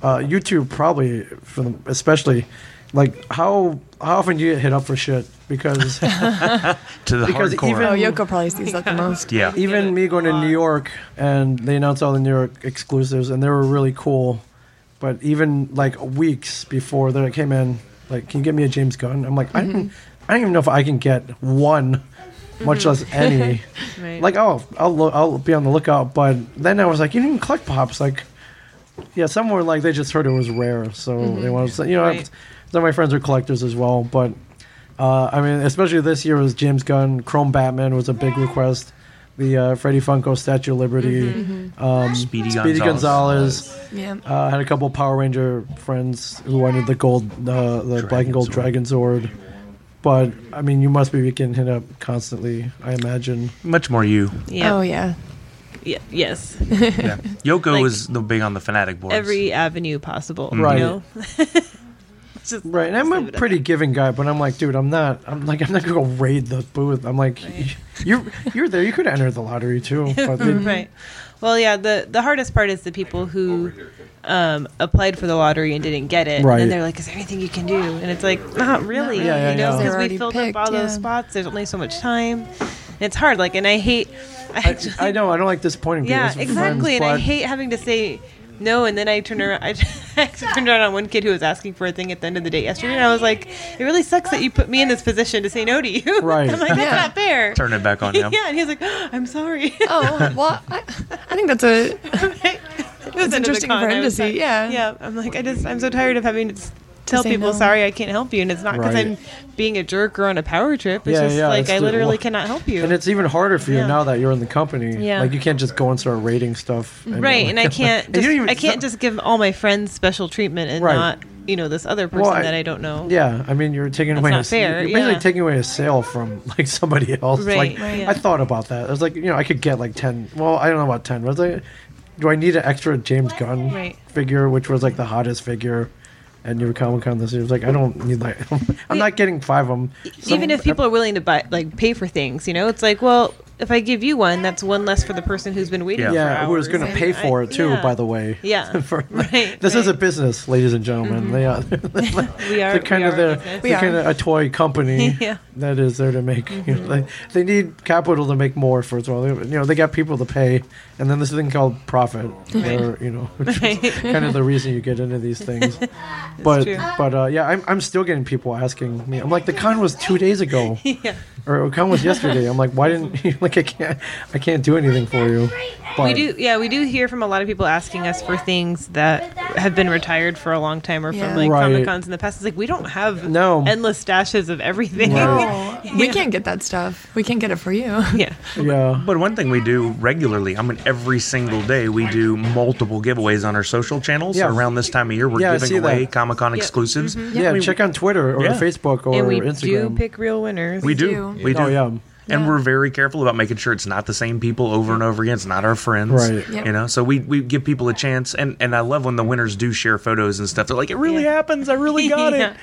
[SPEAKER 1] uh, YouTube probably for them, especially. Like how how often do you get hit up for shit? Because
[SPEAKER 4] To the
[SPEAKER 1] Because
[SPEAKER 4] hardcore.
[SPEAKER 1] even-
[SPEAKER 3] Oh, Yoko probably sees that the most.
[SPEAKER 4] yeah.
[SPEAKER 1] even me going to New York and they announced all the New York exclusives and they were really cool. But even like weeks before, they're like, "Hey man, like, can you get me a James Gunn?" I'm like, I don't, I don't even know if I can get one, much less any.
[SPEAKER 2] Right.
[SPEAKER 1] Like, oh, I'll lo- I'll be on the lookout. But then I was like, you didn't even collect pops, like. Yeah, some were like they just heard it was rare, so they wanted. To, you know,
[SPEAKER 2] Right.
[SPEAKER 1] some of my friends are collectors as well, but uh, I mean, especially this year was James Gunn. Chrome Batman was a big request. The uh, Freddie Funko Statue of Liberty,
[SPEAKER 4] Speedy,
[SPEAKER 1] Speedy Gonzalez.
[SPEAKER 3] Yeah.
[SPEAKER 1] Uh, had a couple Power Ranger friends who wanted the gold, uh, the black and gold
[SPEAKER 4] Sword.
[SPEAKER 1] Dragon Sword. But I mean, you must be getting hit up constantly. I imagine.
[SPEAKER 4] Much more you.
[SPEAKER 2] Yeah.
[SPEAKER 3] Oh yeah.
[SPEAKER 2] yeah. Yes.
[SPEAKER 4] Yeah. Yoko
[SPEAKER 2] Like-
[SPEAKER 4] was the big on the fanatic boards.
[SPEAKER 2] Every avenue possible.
[SPEAKER 1] Right.
[SPEAKER 2] You know? Just-
[SPEAKER 1] Right, and I'm
[SPEAKER 2] Just leave
[SPEAKER 1] a
[SPEAKER 2] it at
[SPEAKER 1] pretty giving guy, but I'm like, dude, I'm not. I'm like, I'm not gonna go raid the booth. I'm like, you're you're there. You could enter the lottery too. But they-
[SPEAKER 2] right. Well, yeah. The the hardest part is the people who um, applied for the lottery and didn't get it.
[SPEAKER 1] Right.
[SPEAKER 2] And they're like, "Is there anything you can do?" And it's like, "Not really."
[SPEAKER 1] Yeah, yeah,
[SPEAKER 2] you know,
[SPEAKER 1] yeah.
[SPEAKER 2] because
[SPEAKER 3] They're
[SPEAKER 2] we
[SPEAKER 3] already
[SPEAKER 2] filled
[SPEAKER 3] picked,
[SPEAKER 2] up all those
[SPEAKER 3] yeah.
[SPEAKER 2] spots. There's only so much time. And it's hard. Like, and I hate. I,
[SPEAKER 1] I,
[SPEAKER 2] actually-
[SPEAKER 1] I know I don't like disappointing. people.
[SPEAKER 2] Yeah,
[SPEAKER 1] It's friends,
[SPEAKER 2] exactly. And I
[SPEAKER 1] but-
[SPEAKER 2] hate having to say no, and then I turn around. I turned around on one kid who was asking for a thing at the end of the day yesterday, and I was like, "It really sucks that you put me in this position to say no to you."
[SPEAKER 1] Right.
[SPEAKER 2] I'm like, that's
[SPEAKER 3] Yeah.
[SPEAKER 2] not fair.
[SPEAKER 4] Turn it back on
[SPEAKER 2] yeah,
[SPEAKER 4] him.
[SPEAKER 2] and he was like, "I'm sorry."
[SPEAKER 3] Oh well, I, I think that's a
[SPEAKER 2] it was
[SPEAKER 3] interesting for him to see, yeah.
[SPEAKER 2] yeah. I'm like, I just, I'm so tired of having to s- tell
[SPEAKER 3] say
[SPEAKER 2] people,
[SPEAKER 3] no.
[SPEAKER 2] "Sorry, I can't help you," and it's not because
[SPEAKER 1] Right.
[SPEAKER 2] I'm being a jerk or on a power trip. It's
[SPEAKER 1] Yeah,
[SPEAKER 2] just
[SPEAKER 1] yeah,
[SPEAKER 2] like
[SPEAKER 1] it's
[SPEAKER 2] I
[SPEAKER 1] the-
[SPEAKER 2] literally cannot help you.
[SPEAKER 1] And it's even harder for you
[SPEAKER 2] Yeah.
[SPEAKER 1] now that you're in the company.
[SPEAKER 2] Yeah.
[SPEAKER 1] Like you can't just go and start rating stuff. And
[SPEAKER 2] right and i can't
[SPEAKER 1] And you
[SPEAKER 2] just,
[SPEAKER 1] don't even-
[SPEAKER 2] i can't just give all my friends special treatment and
[SPEAKER 1] Right.
[SPEAKER 2] not you know this other person
[SPEAKER 1] Well, I-
[SPEAKER 2] that i don't know
[SPEAKER 1] Yeah, I mean you're taking away
[SPEAKER 2] not
[SPEAKER 1] a,
[SPEAKER 2] fair,
[SPEAKER 1] you're basically
[SPEAKER 2] yeah.
[SPEAKER 1] taking away a sale from like somebody else.
[SPEAKER 2] Right,
[SPEAKER 1] Like
[SPEAKER 2] right.
[SPEAKER 1] I thought about that. I was like, you know, I could get like ten. Well, I don't know about ten. But I was like, do I need an extra James Gunn
[SPEAKER 2] Right.
[SPEAKER 1] figure, which was like the hottest figure? at New York Comic Con this year. I was like, I don't need like, I'm not getting five of them.
[SPEAKER 2] E-, Even if people are willing to buy, like, pay for things, you know, it's like, well, if I give you one, that's one less for the person who's been waiting.
[SPEAKER 4] Yeah.
[SPEAKER 2] for
[SPEAKER 1] yeah, who is
[SPEAKER 2] hours.
[SPEAKER 1] going to
[SPEAKER 2] And
[SPEAKER 1] pay
[SPEAKER 2] I-
[SPEAKER 1] for it too?
[SPEAKER 2] yeah.
[SPEAKER 1] By the way,
[SPEAKER 2] Yeah.
[SPEAKER 1] For-
[SPEAKER 2] Right,
[SPEAKER 1] this is a
[SPEAKER 2] right. Mm-hmm.
[SPEAKER 1] business, ladies and gentlemen. They are,
[SPEAKER 2] we are
[SPEAKER 1] they're kind
[SPEAKER 2] we
[SPEAKER 1] of
[SPEAKER 2] are
[SPEAKER 1] the,
[SPEAKER 2] a business.
[SPEAKER 3] We
[SPEAKER 1] they're kind of a toy company
[SPEAKER 2] Yeah. Mm-hmm.
[SPEAKER 1] that is there to make. You know, they, they need capital to make more. First of all, they, you know they got people to pay, and then this thing called profit. Where, you know, which is kind of the reason you get into these things. but
[SPEAKER 2] true.
[SPEAKER 1] but uh, yeah, I'm I'm still getting people asking me. I'm like, the con was two days ago,
[SPEAKER 2] Yeah.
[SPEAKER 1] or the con was yesterday. I'm like, why didn't you like I can't I can't do anything for you. But,
[SPEAKER 2] We do, yeah, we do hear from a lot of people asking us for things that have been retired for a long time or
[SPEAKER 3] Yeah.
[SPEAKER 2] from like
[SPEAKER 1] Right.
[SPEAKER 2] comic cons in the past. It's like we don't have
[SPEAKER 1] No.
[SPEAKER 2] endless stashes of everything.
[SPEAKER 3] No, we can't get that stuff. We can't get it for you.
[SPEAKER 2] yeah,
[SPEAKER 1] Yeah.
[SPEAKER 4] But one thing we do regularly, I mean, every single day, we do multiple giveaways on our social channels.
[SPEAKER 1] Yeah.
[SPEAKER 4] Around this time of year, we're
[SPEAKER 1] Yeah, I see
[SPEAKER 4] giving away
[SPEAKER 1] that.
[SPEAKER 4] Comic Con exclusives.
[SPEAKER 3] Mm-hmm.
[SPEAKER 1] Yeah,
[SPEAKER 4] we,
[SPEAKER 1] check on Twitter or
[SPEAKER 4] Yeah.
[SPEAKER 1] Facebook or
[SPEAKER 2] and we do
[SPEAKER 1] Instagram.
[SPEAKER 2] pick real winners.
[SPEAKER 4] We do.
[SPEAKER 3] do.
[SPEAKER 4] We do.
[SPEAKER 1] Oh yeah.
[SPEAKER 4] And
[SPEAKER 3] Yeah.
[SPEAKER 4] we're very careful about making sure it's not the same people over and over again. It's not our friends,
[SPEAKER 1] Right.
[SPEAKER 3] Yep.
[SPEAKER 4] You know, so we, we give people a chance, and, and I love when the winners do share photos and stuff. They're like, "It really
[SPEAKER 2] Yeah.
[SPEAKER 4] happens. I really got
[SPEAKER 2] Yeah.
[SPEAKER 4] it."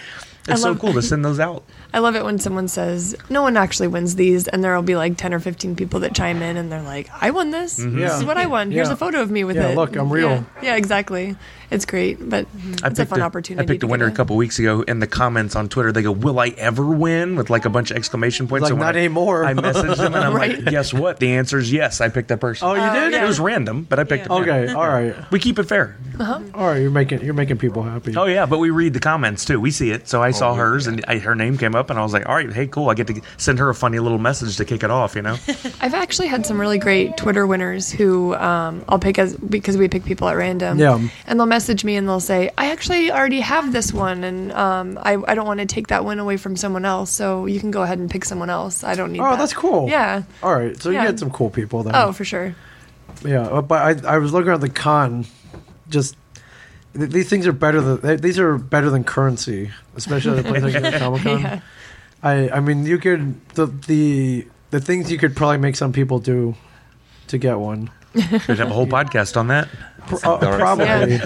[SPEAKER 4] It's so
[SPEAKER 3] love-
[SPEAKER 4] cool to send those out.
[SPEAKER 3] I love it when someone says, no one actually wins these, and there will be like 10 or 15 people that chime in and they're like, I won this. This
[SPEAKER 1] Yeah.
[SPEAKER 3] is what I won. Here's
[SPEAKER 1] Mm-hmm. Yeah.
[SPEAKER 3] a photo of me with
[SPEAKER 1] Yeah,
[SPEAKER 3] it.
[SPEAKER 1] look, I'm real.
[SPEAKER 3] Yeah, Yeah, exactly. It's great, but it's a fun opportunity.
[SPEAKER 4] I picked
[SPEAKER 3] to
[SPEAKER 4] a winner a
[SPEAKER 3] get
[SPEAKER 4] couple weeks ago, and the comments on Twitter they go, "Will I ever win?" with like a bunch of exclamation points.
[SPEAKER 1] Like,
[SPEAKER 4] So when
[SPEAKER 1] not
[SPEAKER 4] I-
[SPEAKER 1] anymore.
[SPEAKER 4] I messaged them, and I'm
[SPEAKER 3] Right.
[SPEAKER 4] like, "Guess what? The answer is yes. I picked that person.
[SPEAKER 1] Oh, you did?
[SPEAKER 4] It was random, but I picked.
[SPEAKER 2] Yeah.
[SPEAKER 4] Him.
[SPEAKER 1] Okay. All right.
[SPEAKER 4] We keep it fair.
[SPEAKER 1] All right. You're making you're making people happy.
[SPEAKER 4] Oh yeah, but we read the comments too. We see it. So I saw
[SPEAKER 5] yeah.
[SPEAKER 4] hers, and I, her name came up, and I was like, "All right, hey, cool. I get to send her a funny little message to kick it off." You know,
[SPEAKER 3] I've actually had some really great Twitter winners who um, I'll pick as because we pick people at random.
[SPEAKER 1] Yeah.
[SPEAKER 3] And they'll message me and they'll say, I actually already have this one, and um, I, I don't want to take that win away from someone else, so you can go ahead and pick someone else. I don't need
[SPEAKER 1] Oh,
[SPEAKER 3] that."
[SPEAKER 1] that's cool.
[SPEAKER 3] Yeah.
[SPEAKER 1] All right. So
[SPEAKER 3] Yeah.
[SPEAKER 1] you get some cool people then.
[SPEAKER 3] Oh, for sure.
[SPEAKER 1] Yeah. uh, But I I was looking at the con, just. th- These things are better than th- these are better than currency, especially at a place like Comic Con.
[SPEAKER 3] Yeah.
[SPEAKER 1] I I mean, you could the the the things you could probably make some people do to get one.
[SPEAKER 4] could have a whole podcast on that.
[SPEAKER 1] Pro- uh,
[SPEAKER 5] dark
[SPEAKER 1] probably,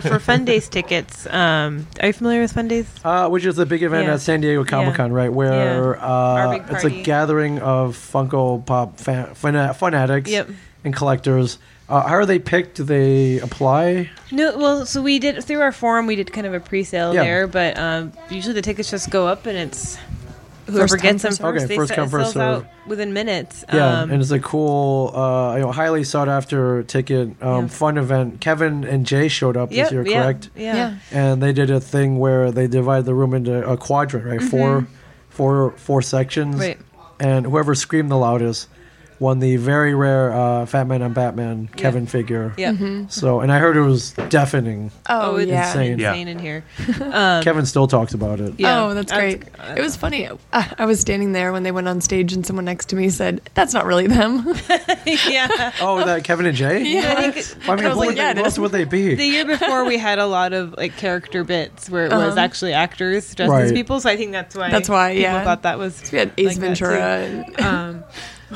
[SPEAKER 2] for Fun Days tickets, um, are you familiar with Fun Days?
[SPEAKER 1] uh, which is the big event
[SPEAKER 2] Yeah.
[SPEAKER 1] at San Diego Comic Con,
[SPEAKER 2] Yeah.
[SPEAKER 1] right? Where
[SPEAKER 2] Yeah.
[SPEAKER 1] uh,
[SPEAKER 2] Our big
[SPEAKER 1] it's a
[SPEAKER 2] party.
[SPEAKER 1] gathering of Funko Pop fan, fana- fanatics
[SPEAKER 2] Yep.
[SPEAKER 1] and collectors. Uh, how are they picked? Do they apply?
[SPEAKER 2] No, well, so we did through our forum. We did kind of a pre-sale
[SPEAKER 1] Yeah.
[SPEAKER 2] there, but um, usually the tickets just go up, and it's whoever
[SPEAKER 3] First come,
[SPEAKER 2] gets them
[SPEAKER 3] first
[SPEAKER 2] first.
[SPEAKER 3] served.
[SPEAKER 1] Okay,
[SPEAKER 2] they
[SPEAKER 1] first
[SPEAKER 2] se-
[SPEAKER 1] come,
[SPEAKER 2] it
[SPEAKER 1] first
[SPEAKER 2] sells out
[SPEAKER 1] served.
[SPEAKER 2] within minutes.
[SPEAKER 1] Yeah,
[SPEAKER 2] um,
[SPEAKER 1] and it's a cool, uh, you know, highly sought after ticket, um,
[SPEAKER 2] Yeah.
[SPEAKER 1] fun event. Kevin and Jay showed up
[SPEAKER 2] yep,
[SPEAKER 1] this year,
[SPEAKER 2] yeah,
[SPEAKER 1] correct?
[SPEAKER 2] Yeah.
[SPEAKER 3] yeah.
[SPEAKER 1] and they did a thing where they divided the room into a quadrant, right? Four, four, four sections,
[SPEAKER 2] Mm-hmm. Right.
[SPEAKER 1] and whoever screamed the loudest won the very rare uh, Fat Man on Batman Kevin figure.
[SPEAKER 2] Yeah.
[SPEAKER 1] So, and I heard it was deafening.
[SPEAKER 3] Oh,
[SPEAKER 2] Oh, it's
[SPEAKER 3] yeah.
[SPEAKER 1] Insane.
[SPEAKER 2] insane,
[SPEAKER 4] Yeah.
[SPEAKER 2] in here.
[SPEAKER 1] Kevin still talks about it.
[SPEAKER 2] Um, Yeah.
[SPEAKER 3] Oh, that's
[SPEAKER 2] I was-
[SPEAKER 3] great. it was funny. Uh, I, I was standing there when they went on stage, and someone next to me said, "That's not really them."
[SPEAKER 2] yeah.
[SPEAKER 1] Oh, that Kevin and Jay.
[SPEAKER 2] I think
[SPEAKER 1] I mean,
[SPEAKER 3] I was
[SPEAKER 1] who
[SPEAKER 3] like,
[SPEAKER 1] would
[SPEAKER 3] yeah, it
[SPEAKER 1] they, who
[SPEAKER 3] is.
[SPEAKER 1] else would they be?
[SPEAKER 2] the year before we had a lot of like character bits where it was
[SPEAKER 3] Uh-huh.
[SPEAKER 2] actually actors dressed as
[SPEAKER 1] Right.
[SPEAKER 2] people. So I think that's why.
[SPEAKER 3] That's why,
[SPEAKER 2] People
[SPEAKER 3] yeah.
[SPEAKER 2] thought that was.
[SPEAKER 3] we had Ace
[SPEAKER 2] like that, too.
[SPEAKER 3] Ventura. and-
[SPEAKER 2] um,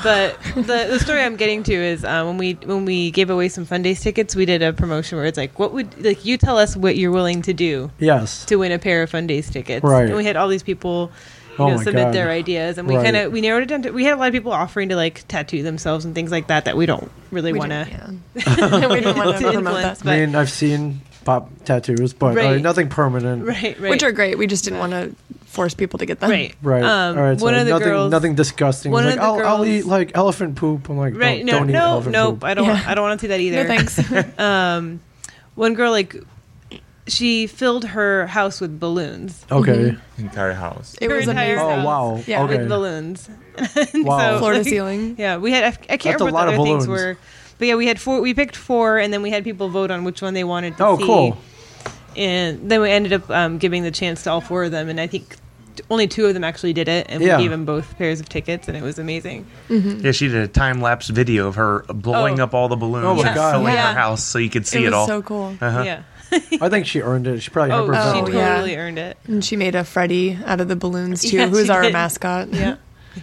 [SPEAKER 2] but the, the story I'm getting to is uh, when we when we gave away some Fun Days tickets, we did a promotion where it's like, what would like you tell us what you're willing to do
[SPEAKER 1] yes.
[SPEAKER 2] to win a pair of Fun Days tickets?
[SPEAKER 1] Right.
[SPEAKER 2] And we had all these people. You
[SPEAKER 1] Oh
[SPEAKER 2] know,
[SPEAKER 1] my
[SPEAKER 2] submit
[SPEAKER 1] God.
[SPEAKER 2] their ideas, and we
[SPEAKER 1] Right.
[SPEAKER 2] kind of we narrowed it down to we had a lot of people offering to like tattoo themselves and things like that that we don't really
[SPEAKER 3] We
[SPEAKER 2] want to
[SPEAKER 3] didn't- yeah. we didn't want to promote
[SPEAKER 2] influence,
[SPEAKER 3] that.
[SPEAKER 1] I
[SPEAKER 2] but-
[SPEAKER 1] mean, I've seen pop tattoos, but uh,
[SPEAKER 2] Right.
[SPEAKER 1] nothing permanent.
[SPEAKER 2] right, right,
[SPEAKER 3] Which are great. We just didn't want to force people to get them.
[SPEAKER 2] right,
[SPEAKER 1] Right.
[SPEAKER 2] Um,
[SPEAKER 1] All right. So
[SPEAKER 2] one of the
[SPEAKER 1] nothing,
[SPEAKER 2] girls,
[SPEAKER 1] nothing disgusting.
[SPEAKER 2] one
[SPEAKER 1] like,
[SPEAKER 2] of the
[SPEAKER 1] I'll, I'll
[SPEAKER 2] girls-
[SPEAKER 1] eat like elephant poop. I'm like,
[SPEAKER 2] right?
[SPEAKER 1] no,
[SPEAKER 2] No,
[SPEAKER 1] don't eat
[SPEAKER 2] no,
[SPEAKER 1] elephant
[SPEAKER 2] nope.
[SPEAKER 1] poop.
[SPEAKER 2] I don't.
[SPEAKER 3] Yeah.
[SPEAKER 2] I don't want to see that either.
[SPEAKER 3] No thanks.
[SPEAKER 2] One girl like she filled her house with balloons.
[SPEAKER 1] Okay.
[SPEAKER 5] Entire house.
[SPEAKER 3] It was
[SPEAKER 2] Her entire
[SPEAKER 3] amazing.
[SPEAKER 1] Oh
[SPEAKER 2] house.
[SPEAKER 1] wow!
[SPEAKER 3] Yeah.
[SPEAKER 1] okay.
[SPEAKER 2] with balloons.
[SPEAKER 1] Wow.
[SPEAKER 3] Floor to ceiling.
[SPEAKER 2] Yeah, we had. I, I can't
[SPEAKER 1] That's a
[SPEAKER 2] remember what
[SPEAKER 1] lot
[SPEAKER 2] the
[SPEAKER 1] of
[SPEAKER 2] other
[SPEAKER 1] balloons.
[SPEAKER 2] things were, but yeah, we had four. We picked four, and then we had people vote on which one they wanted to
[SPEAKER 1] oh,
[SPEAKER 2] see.
[SPEAKER 1] cool.
[SPEAKER 2] And then we ended up um, giving the chance to all four of them, and I think t- only two of them actually did it, and
[SPEAKER 1] Yeah.
[SPEAKER 2] we gave them both pairs of tickets, and it was amazing.
[SPEAKER 4] Yeah, she did a time lapse video of her blowing
[SPEAKER 2] Oh.
[SPEAKER 4] up all the balloons
[SPEAKER 1] Oh my
[SPEAKER 4] and
[SPEAKER 1] God.
[SPEAKER 4] filling
[SPEAKER 2] Yeah.
[SPEAKER 4] her house, so you could see
[SPEAKER 3] it
[SPEAKER 4] it,
[SPEAKER 3] was
[SPEAKER 4] all.
[SPEAKER 3] so cool.
[SPEAKER 1] Uh-huh.
[SPEAKER 2] Yeah.
[SPEAKER 1] I think she earned it. She probably
[SPEAKER 2] Oh,
[SPEAKER 1] hyper
[SPEAKER 2] she
[SPEAKER 1] oh,
[SPEAKER 3] Oh,
[SPEAKER 2] totally
[SPEAKER 3] yeah.
[SPEAKER 2] earned it.
[SPEAKER 3] And she made a Freddy out of the balloons too,
[SPEAKER 2] Yeah,
[SPEAKER 3] who's
[SPEAKER 2] she
[SPEAKER 3] our
[SPEAKER 2] did.
[SPEAKER 3] mascot.
[SPEAKER 2] Yeah.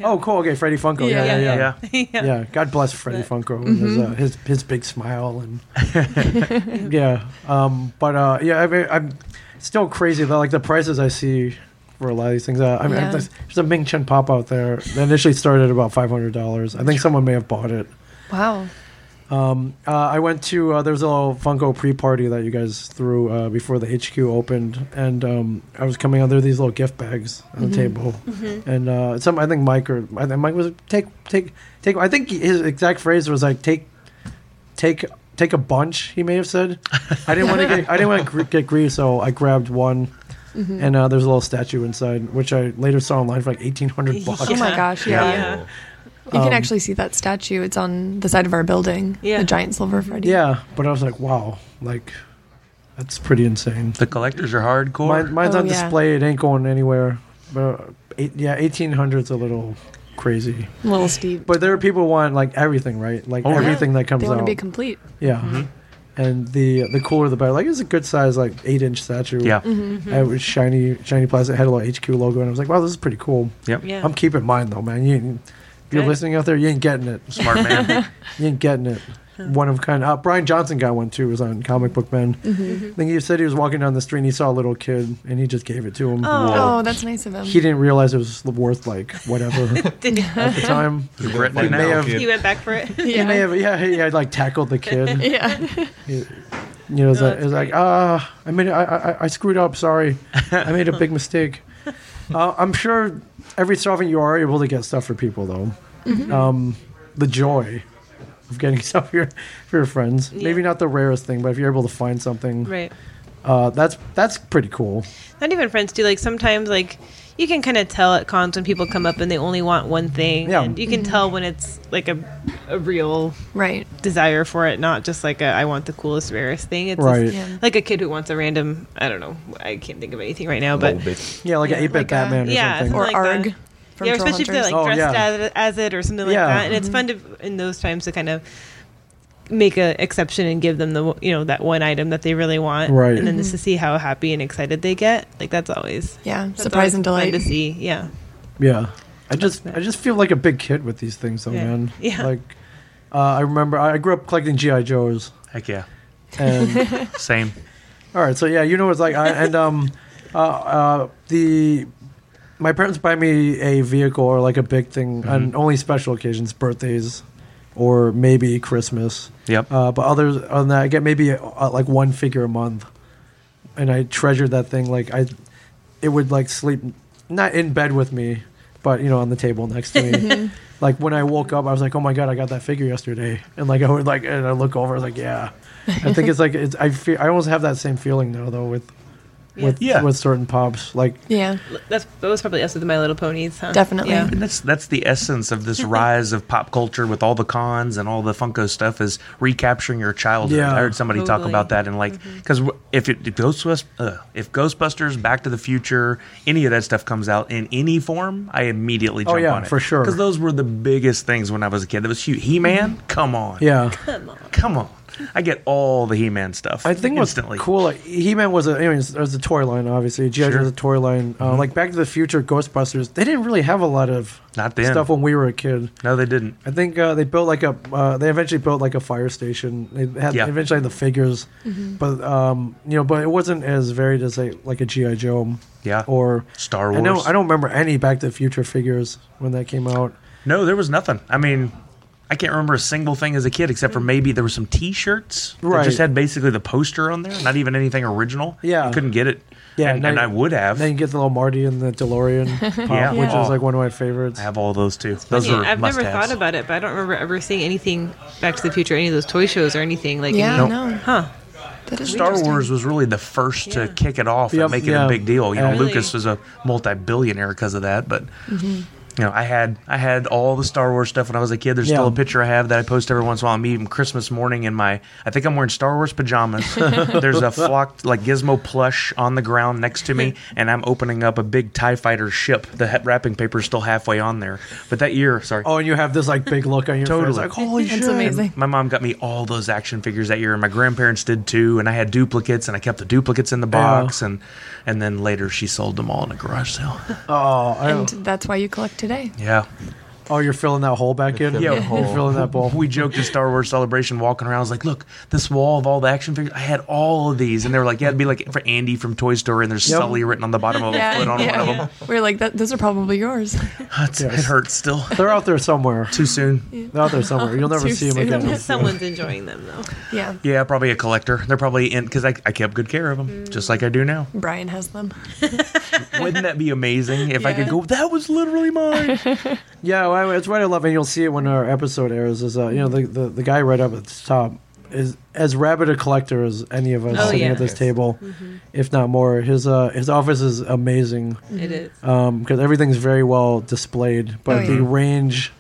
[SPEAKER 1] oh, cool. Okay, Freddie Funko. Yeah, yeah,
[SPEAKER 2] Yeah,
[SPEAKER 1] yeah. Yeah.
[SPEAKER 4] yeah.
[SPEAKER 2] yeah.
[SPEAKER 1] God bless Freddie Funko. and His, uh, his his big smile and yeah. Um, but uh, yeah, I mean, I'm still crazy that like the prices I see for a lot of these things. Uh, I mean,
[SPEAKER 3] Yeah.
[SPEAKER 1] there's, there's a Ming Chen pop out there that initially started at about five hundred dollars. I think someone may have bought it.
[SPEAKER 3] Wow.
[SPEAKER 1] Uh, I went to uh, there was a little Funko pre-party that you guys threw uh, before the HQ opened, and um, I was coming out there were these little gift bags on the table, and uh, some I think Mike or I think Mike was take take take. I think his exact phrase was like take take take a bunch. He may have said, I didn't want to get I didn't want to gr- get greedy, so I grabbed one, and uh, there's a little statue inside, which I later saw online for like eighteen hundred bucks.
[SPEAKER 3] Oh my gosh, yeah.
[SPEAKER 2] Yeah.
[SPEAKER 3] You can actually see that statue. It's on the side of our building.
[SPEAKER 2] Yeah.
[SPEAKER 3] The giant silver Freddy.
[SPEAKER 1] Yeah, but I was like, wow, like that's pretty insane.
[SPEAKER 4] The collectors are hardcore.
[SPEAKER 1] Mine, mine's
[SPEAKER 3] Oh,
[SPEAKER 1] on
[SPEAKER 3] yeah.
[SPEAKER 1] display. It ain't going anywhere. But eight, yeah, eighteen hundred's a little crazy.
[SPEAKER 3] Little Steve.
[SPEAKER 1] But there are people who want like everything, right? Like
[SPEAKER 4] Oh, yeah. Mm-hmm.
[SPEAKER 1] everything that comes
[SPEAKER 3] They want
[SPEAKER 1] out.
[SPEAKER 3] to be complete.
[SPEAKER 1] yeah. And the the cooler the better. Like it's a good size, like eight inch statue.
[SPEAKER 4] yeah.
[SPEAKER 3] Mm-hmm.
[SPEAKER 1] It was shiny, shiny plastic. It had a little HQ logo, and I was like, wow, this is pretty cool.
[SPEAKER 4] Yep.
[SPEAKER 2] Yeah.
[SPEAKER 1] I'm keeping mine though, man. You, ain't- if you're
[SPEAKER 2] Good.
[SPEAKER 1] listening out there, you ain't getting it.
[SPEAKER 4] Smart man.
[SPEAKER 1] You ain't getting it. One of kind. Uh, Brian Johnson got one too. It was on Comic Book Men.
[SPEAKER 3] Mm-hmm.
[SPEAKER 1] I think he said he was walking down the street and he saw a little kid and he just gave it to him.
[SPEAKER 3] Oh, that's nice of him.
[SPEAKER 1] He didn't realize it was worth like whatever at
[SPEAKER 2] Did-
[SPEAKER 1] the time.
[SPEAKER 4] Regretting it
[SPEAKER 5] Like,
[SPEAKER 4] now.
[SPEAKER 5] now,
[SPEAKER 1] have-
[SPEAKER 5] kid.
[SPEAKER 2] he went back for it.
[SPEAKER 1] He may have, yeah, he had like tackled the kid.
[SPEAKER 3] yeah.
[SPEAKER 1] You know, it was,
[SPEAKER 2] No,
[SPEAKER 1] like- it
[SPEAKER 2] that's
[SPEAKER 1] was like, ah, I made, I, I, I screwed up. Sorry, I made a big mistake. Uh, I'm sure every so often you are able to get stuff for people though.
[SPEAKER 2] Mm-hmm.
[SPEAKER 1] Um, the joy of getting stuff for your, for your friends. Maybe not the rarest thing, but if you're able to find something,
[SPEAKER 2] Right.
[SPEAKER 1] uh, that's that's pretty cool.
[SPEAKER 2] Not even friends do. Like sometimes, like you can kind of tell at cons when people come up and they only want one thing.
[SPEAKER 1] Yeah.
[SPEAKER 2] And you
[SPEAKER 3] Mm-hmm.
[SPEAKER 2] can tell when it's like a, a real
[SPEAKER 3] Right.
[SPEAKER 2] desire for it, not just like a I want the coolest, rarest thing. It's
[SPEAKER 1] Right.
[SPEAKER 2] just
[SPEAKER 3] Yeah.
[SPEAKER 2] like a kid who wants a random. I don't know. I can't think of anything right now, but
[SPEAKER 5] Little bitch.
[SPEAKER 1] Yeah, like an
[SPEAKER 2] Yeah.
[SPEAKER 1] 8-bit
[SPEAKER 3] Like a-
[SPEAKER 1] Batman or
[SPEAKER 2] yeah,
[SPEAKER 1] something.
[SPEAKER 2] something
[SPEAKER 3] Or
[SPEAKER 2] like
[SPEAKER 3] Arg.
[SPEAKER 2] that.
[SPEAKER 3] From Mm-hmm.
[SPEAKER 2] yeah,
[SPEAKER 3] Troll
[SPEAKER 2] especially if
[SPEAKER 3] Hunters.
[SPEAKER 2] they're like
[SPEAKER 1] Oh,
[SPEAKER 2] dressed
[SPEAKER 1] yeah.
[SPEAKER 2] as, as it or something like
[SPEAKER 1] Yeah.
[SPEAKER 2] that. And it's fun to in those times to kind of make an exception and give them the you know that one item that they really want,
[SPEAKER 1] Right.
[SPEAKER 2] And then just to
[SPEAKER 3] Mm-hmm.
[SPEAKER 2] see how happy and excited they get, like that's always
[SPEAKER 3] yeah.
[SPEAKER 2] that's
[SPEAKER 3] Surprise and
[SPEAKER 2] always
[SPEAKER 3] delight.
[SPEAKER 2] fun to see. Yeah,
[SPEAKER 1] Yeah, I just
[SPEAKER 2] nice.
[SPEAKER 1] I just feel like a big kid with these things, though,
[SPEAKER 2] Yeah.
[SPEAKER 1] man.
[SPEAKER 2] Yeah.
[SPEAKER 1] Like, uh, I remember I I grew up collecting GI Joes,
[SPEAKER 4] Heck yeah.
[SPEAKER 1] and
[SPEAKER 4] Same.
[SPEAKER 1] all right, so yeah, you know what it's like. I, and um, uh, uh, the my parents buy me a vehicle or like a big thing
[SPEAKER 2] Mm-hmm.
[SPEAKER 1] on only special occasions, birthdays, or maybe Christmas.
[SPEAKER 4] Yep.
[SPEAKER 1] Uh, but others on that, I get maybe uh, like one figure a month, and I treasure that thing. Like I, it would like sleep not in bed with me, but you know on the table next to me. like when I woke up, I was like, oh my god, I got that figure yesterday, and like I would like and I look over, I was like yeah. I think it's like it's I feel I almost have that same feeling now though with with
[SPEAKER 4] Yeah.
[SPEAKER 1] with certain pops like
[SPEAKER 3] Yeah.
[SPEAKER 2] that's that was probably us with My Little Ponies, huh?
[SPEAKER 3] Definitely.
[SPEAKER 2] Yeah.
[SPEAKER 4] And that's that's the essence of
[SPEAKER 1] Mm-hmm.
[SPEAKER 4] this rise of pop culture with all the cons and all the Funko stuff is recapturing your childhood.
[SPEAKER 1] Yeah.
[SPEAKER 4] I heard somebody talk
[SPEAKER 2] Totally.
[SPEAKER 4] about that and like because if it if Ghostbusters, uh, if Ghostbusters, Back to the Future, any of that stuff comes out in any form, I immediately
[SPEAKER 1] Oh,
[SPEAKER 4] jump
[SPEAKER 1] yeah,
[SPEAKER 4] on it
[SPEAKER 1] for sure.
[SPEAKER 4] because those were the biggest things when I was a kid. That was huge. He Man, come on,
[SPEAKER 1] Mm-hmm. yeah.
[SPEAKER 4] come on. I get all the He Man stuff.
[SPEAKER 1] I think what's
[SPEAKER 4] instantly.
[SPEAKER 1] cool, like, He-Man was a, anyways, there was a toy line, obviously. G.I. Joe
[SPEAKER 4] Sure. Mm-hmm.
[SPEAKER 1] was a toy line. Uh, like Back to the Future, Ghostbusters, they didn't really have a lot of
[SPEAKER 4] Not then.
[SPEAKER 1] stuff when we were a kid.
[SPEAKER 4] No, they didn't.
[SPEAKER 1] I think uh, they built like a, uh, they eventually built like a fire station. They had
[SPEAKER 4] Yeah.
[SPEAKER 1] eventually had the figures, but um, you know, but it wasn't as varied as like like a GI Joe.
[SPEAKER 4] Yeah.
[SPEAKER 1] Or
[SPEAKER 4] Star
[SPEAKER 1] I don't,
[SPEAKER 4] Wars.
[SPEAKER 1] I don't remember any Back to the Future figures when that came out.
[SPEAKER 4] No, there was nothing. I mean, I can't remember a single thing as a kid except for maybe there were some T-shirts
[SPEAKER 1] Right.
[SPEAKER 4] that just had basically the poster on there, not even anything original.
[SPEAKER 1] Yeah.
[SPEAKER 4] you couldn't get it.
[SPEAKER 1] Yeah,
[SPEAKER 4] and,
[SPEAKER 1] now
[SPEAKER 4] and
[SPEAKER 1] you-
[SPEAKER 4] I would have.
[SPEAKER 1] Then you get the little Marty and the DeLorean, pop,
[SPEAKER 4] Yeah.
[SPEAKER 1] which
[SPEAKER 4] Yeah.
[SPEAKER 1] is like one of my favorites.
[SPEAKER 4] I have all those too. Those
[SPEAKER 2] Yeah,
[SPEAKER 4] are
[SPEAKER 2] I've never
[SPEAKER 4] must-haves.
[SPEAKER 2] thought about it, but I don't remember ever seeing anything Back to the Future, any of those toy shows or anything like
[SPEAKER 3] Yeah.
[SPEAKER 2] any-
[SPEAKER 4] Nope.
[SPEAKER 3] No.
[SPEAKER 2] huh?
[SPEAKER 3] That is
[SPEAKER 4] Star
[SPEAKER 3] interesting.
[SPEAKER 4] Wars was really the first
[SPEAKER 2] Yeah.
[SPEAKER 4] to kick it off
[SPEAKER 1] Yep,
[SPEAKER 4] and make it
[SPEAKER 1] yeah.
[SPEAKER 4] a big deal. You know,
[SPEAKER 1] Really?
[SPEAKER 4] Lucas was a multi-billionaire because of that. But you know, I had I had all the Star Wars stuff when I was a kid. There's
[SPEAKER 1] Yeah.
[SPEAKER 4] still a picture I have that I post every once in a while. Me even Christmas morning in my I think I'm wearing Star Wars pajamas. There's a flocked like Gizmo plush on the ground next to me, and I'm opening up a big Tie Fighter ship. The he- wrapping paper's still halfway on there. But that year, sorry,
[SPEAKER 1] Oh, and you have this like big look on your face,
[SPEAKER 4] Totally.
[SPEAKER 1] like holy
[SPEAKER 3] That's
[SPEAKER 1] shit!
[SPEAKER 3] amazing.
[SPEAKER 4] my mom got me all those action figures that year, and my grandparents did too. And I had duplicates, and I kept the duplicates in the box, and and then later she sold them all in a garage sale.
[SPEAKER 1] Oh, I,
[SPEAKER 3] And that's why you collect today.
[SPEAKER 4] Yeah,
[SPEAKER 1] Oh, you're filling that hole back in.
[SPEAKER 5] filling
[SPEAKER 4] Yeah. that
[SPEAKER 1] you're
[SPEAKER 5] hole.
[SPEAKER 1] filling that bowl.
[SPEAKER 4] We joked in Star Wars Celebration walking around. I was like, look, this wall of all the action figures, I had all of these. And they were like, yeah, it'd be like for Andy from Toy Story, and there's
[SPEAKER 1] Yep.
[SPEAKER 4] Sully written on the bottom of a
[SPEAKER 3] Yeah,
[SPEAKER 4] foot on
[SPEAKER 3] yeah,
[SPEAKER 4] one
[SPEAKER 3] yeah.
[SPEAKER 4] of them.
[SPEAKER 3] We're like, that, those are probably yours.
[SPEAKER 4] It's- It hurts still.
[SPEAKER 1] They're out there somewhere.
[SPEAKER 4] Too soon.
[SPEAKER 1] They're out there somewhere. You'll never
[SPEAKER 3] Too
[SPEAKER 1] see them
[SPEAKER 3] soon.
[SPEAKER 1] again.
[SPEAKER 2] Someone's enjoying them though.
[SPEAKER 3] Yeah,
[SPEAKER 4] Yeah, probably a collector. They're probably in because I, I kept good care of them, just like I do now.
[SPEAKER 3] Brian has them.
[SPEAKER 4] Wouldn't that be amazing if I could
[SPEAKER 3] Yeah.
[SPEAKER 4] go? That was literally mine.
[SPEAKER 1] Yeah, well, it's right. I love, and you'll see it when our episode airs. Is uh, you know the, the the guy right up at the top is as rabid a collector as any of us
[SPEAKER 2] Oh,
[SPEAKER 1] sitting
[SPEAKER 2] yeah.
[SPEAKER 1] at this table,
[SPEAKER 3] Mm-hmm.
[SPEAKER 1] if not more. His uh his office is amazing
[SPEAKER 2] It is.
[SPEAKER 1] because Um, everything's very well displayed, but
[SPEAKER 3] Oh,
[SPEAKER 1] the
[SPEAKER 3] yeah.
[SPEAKER 1] range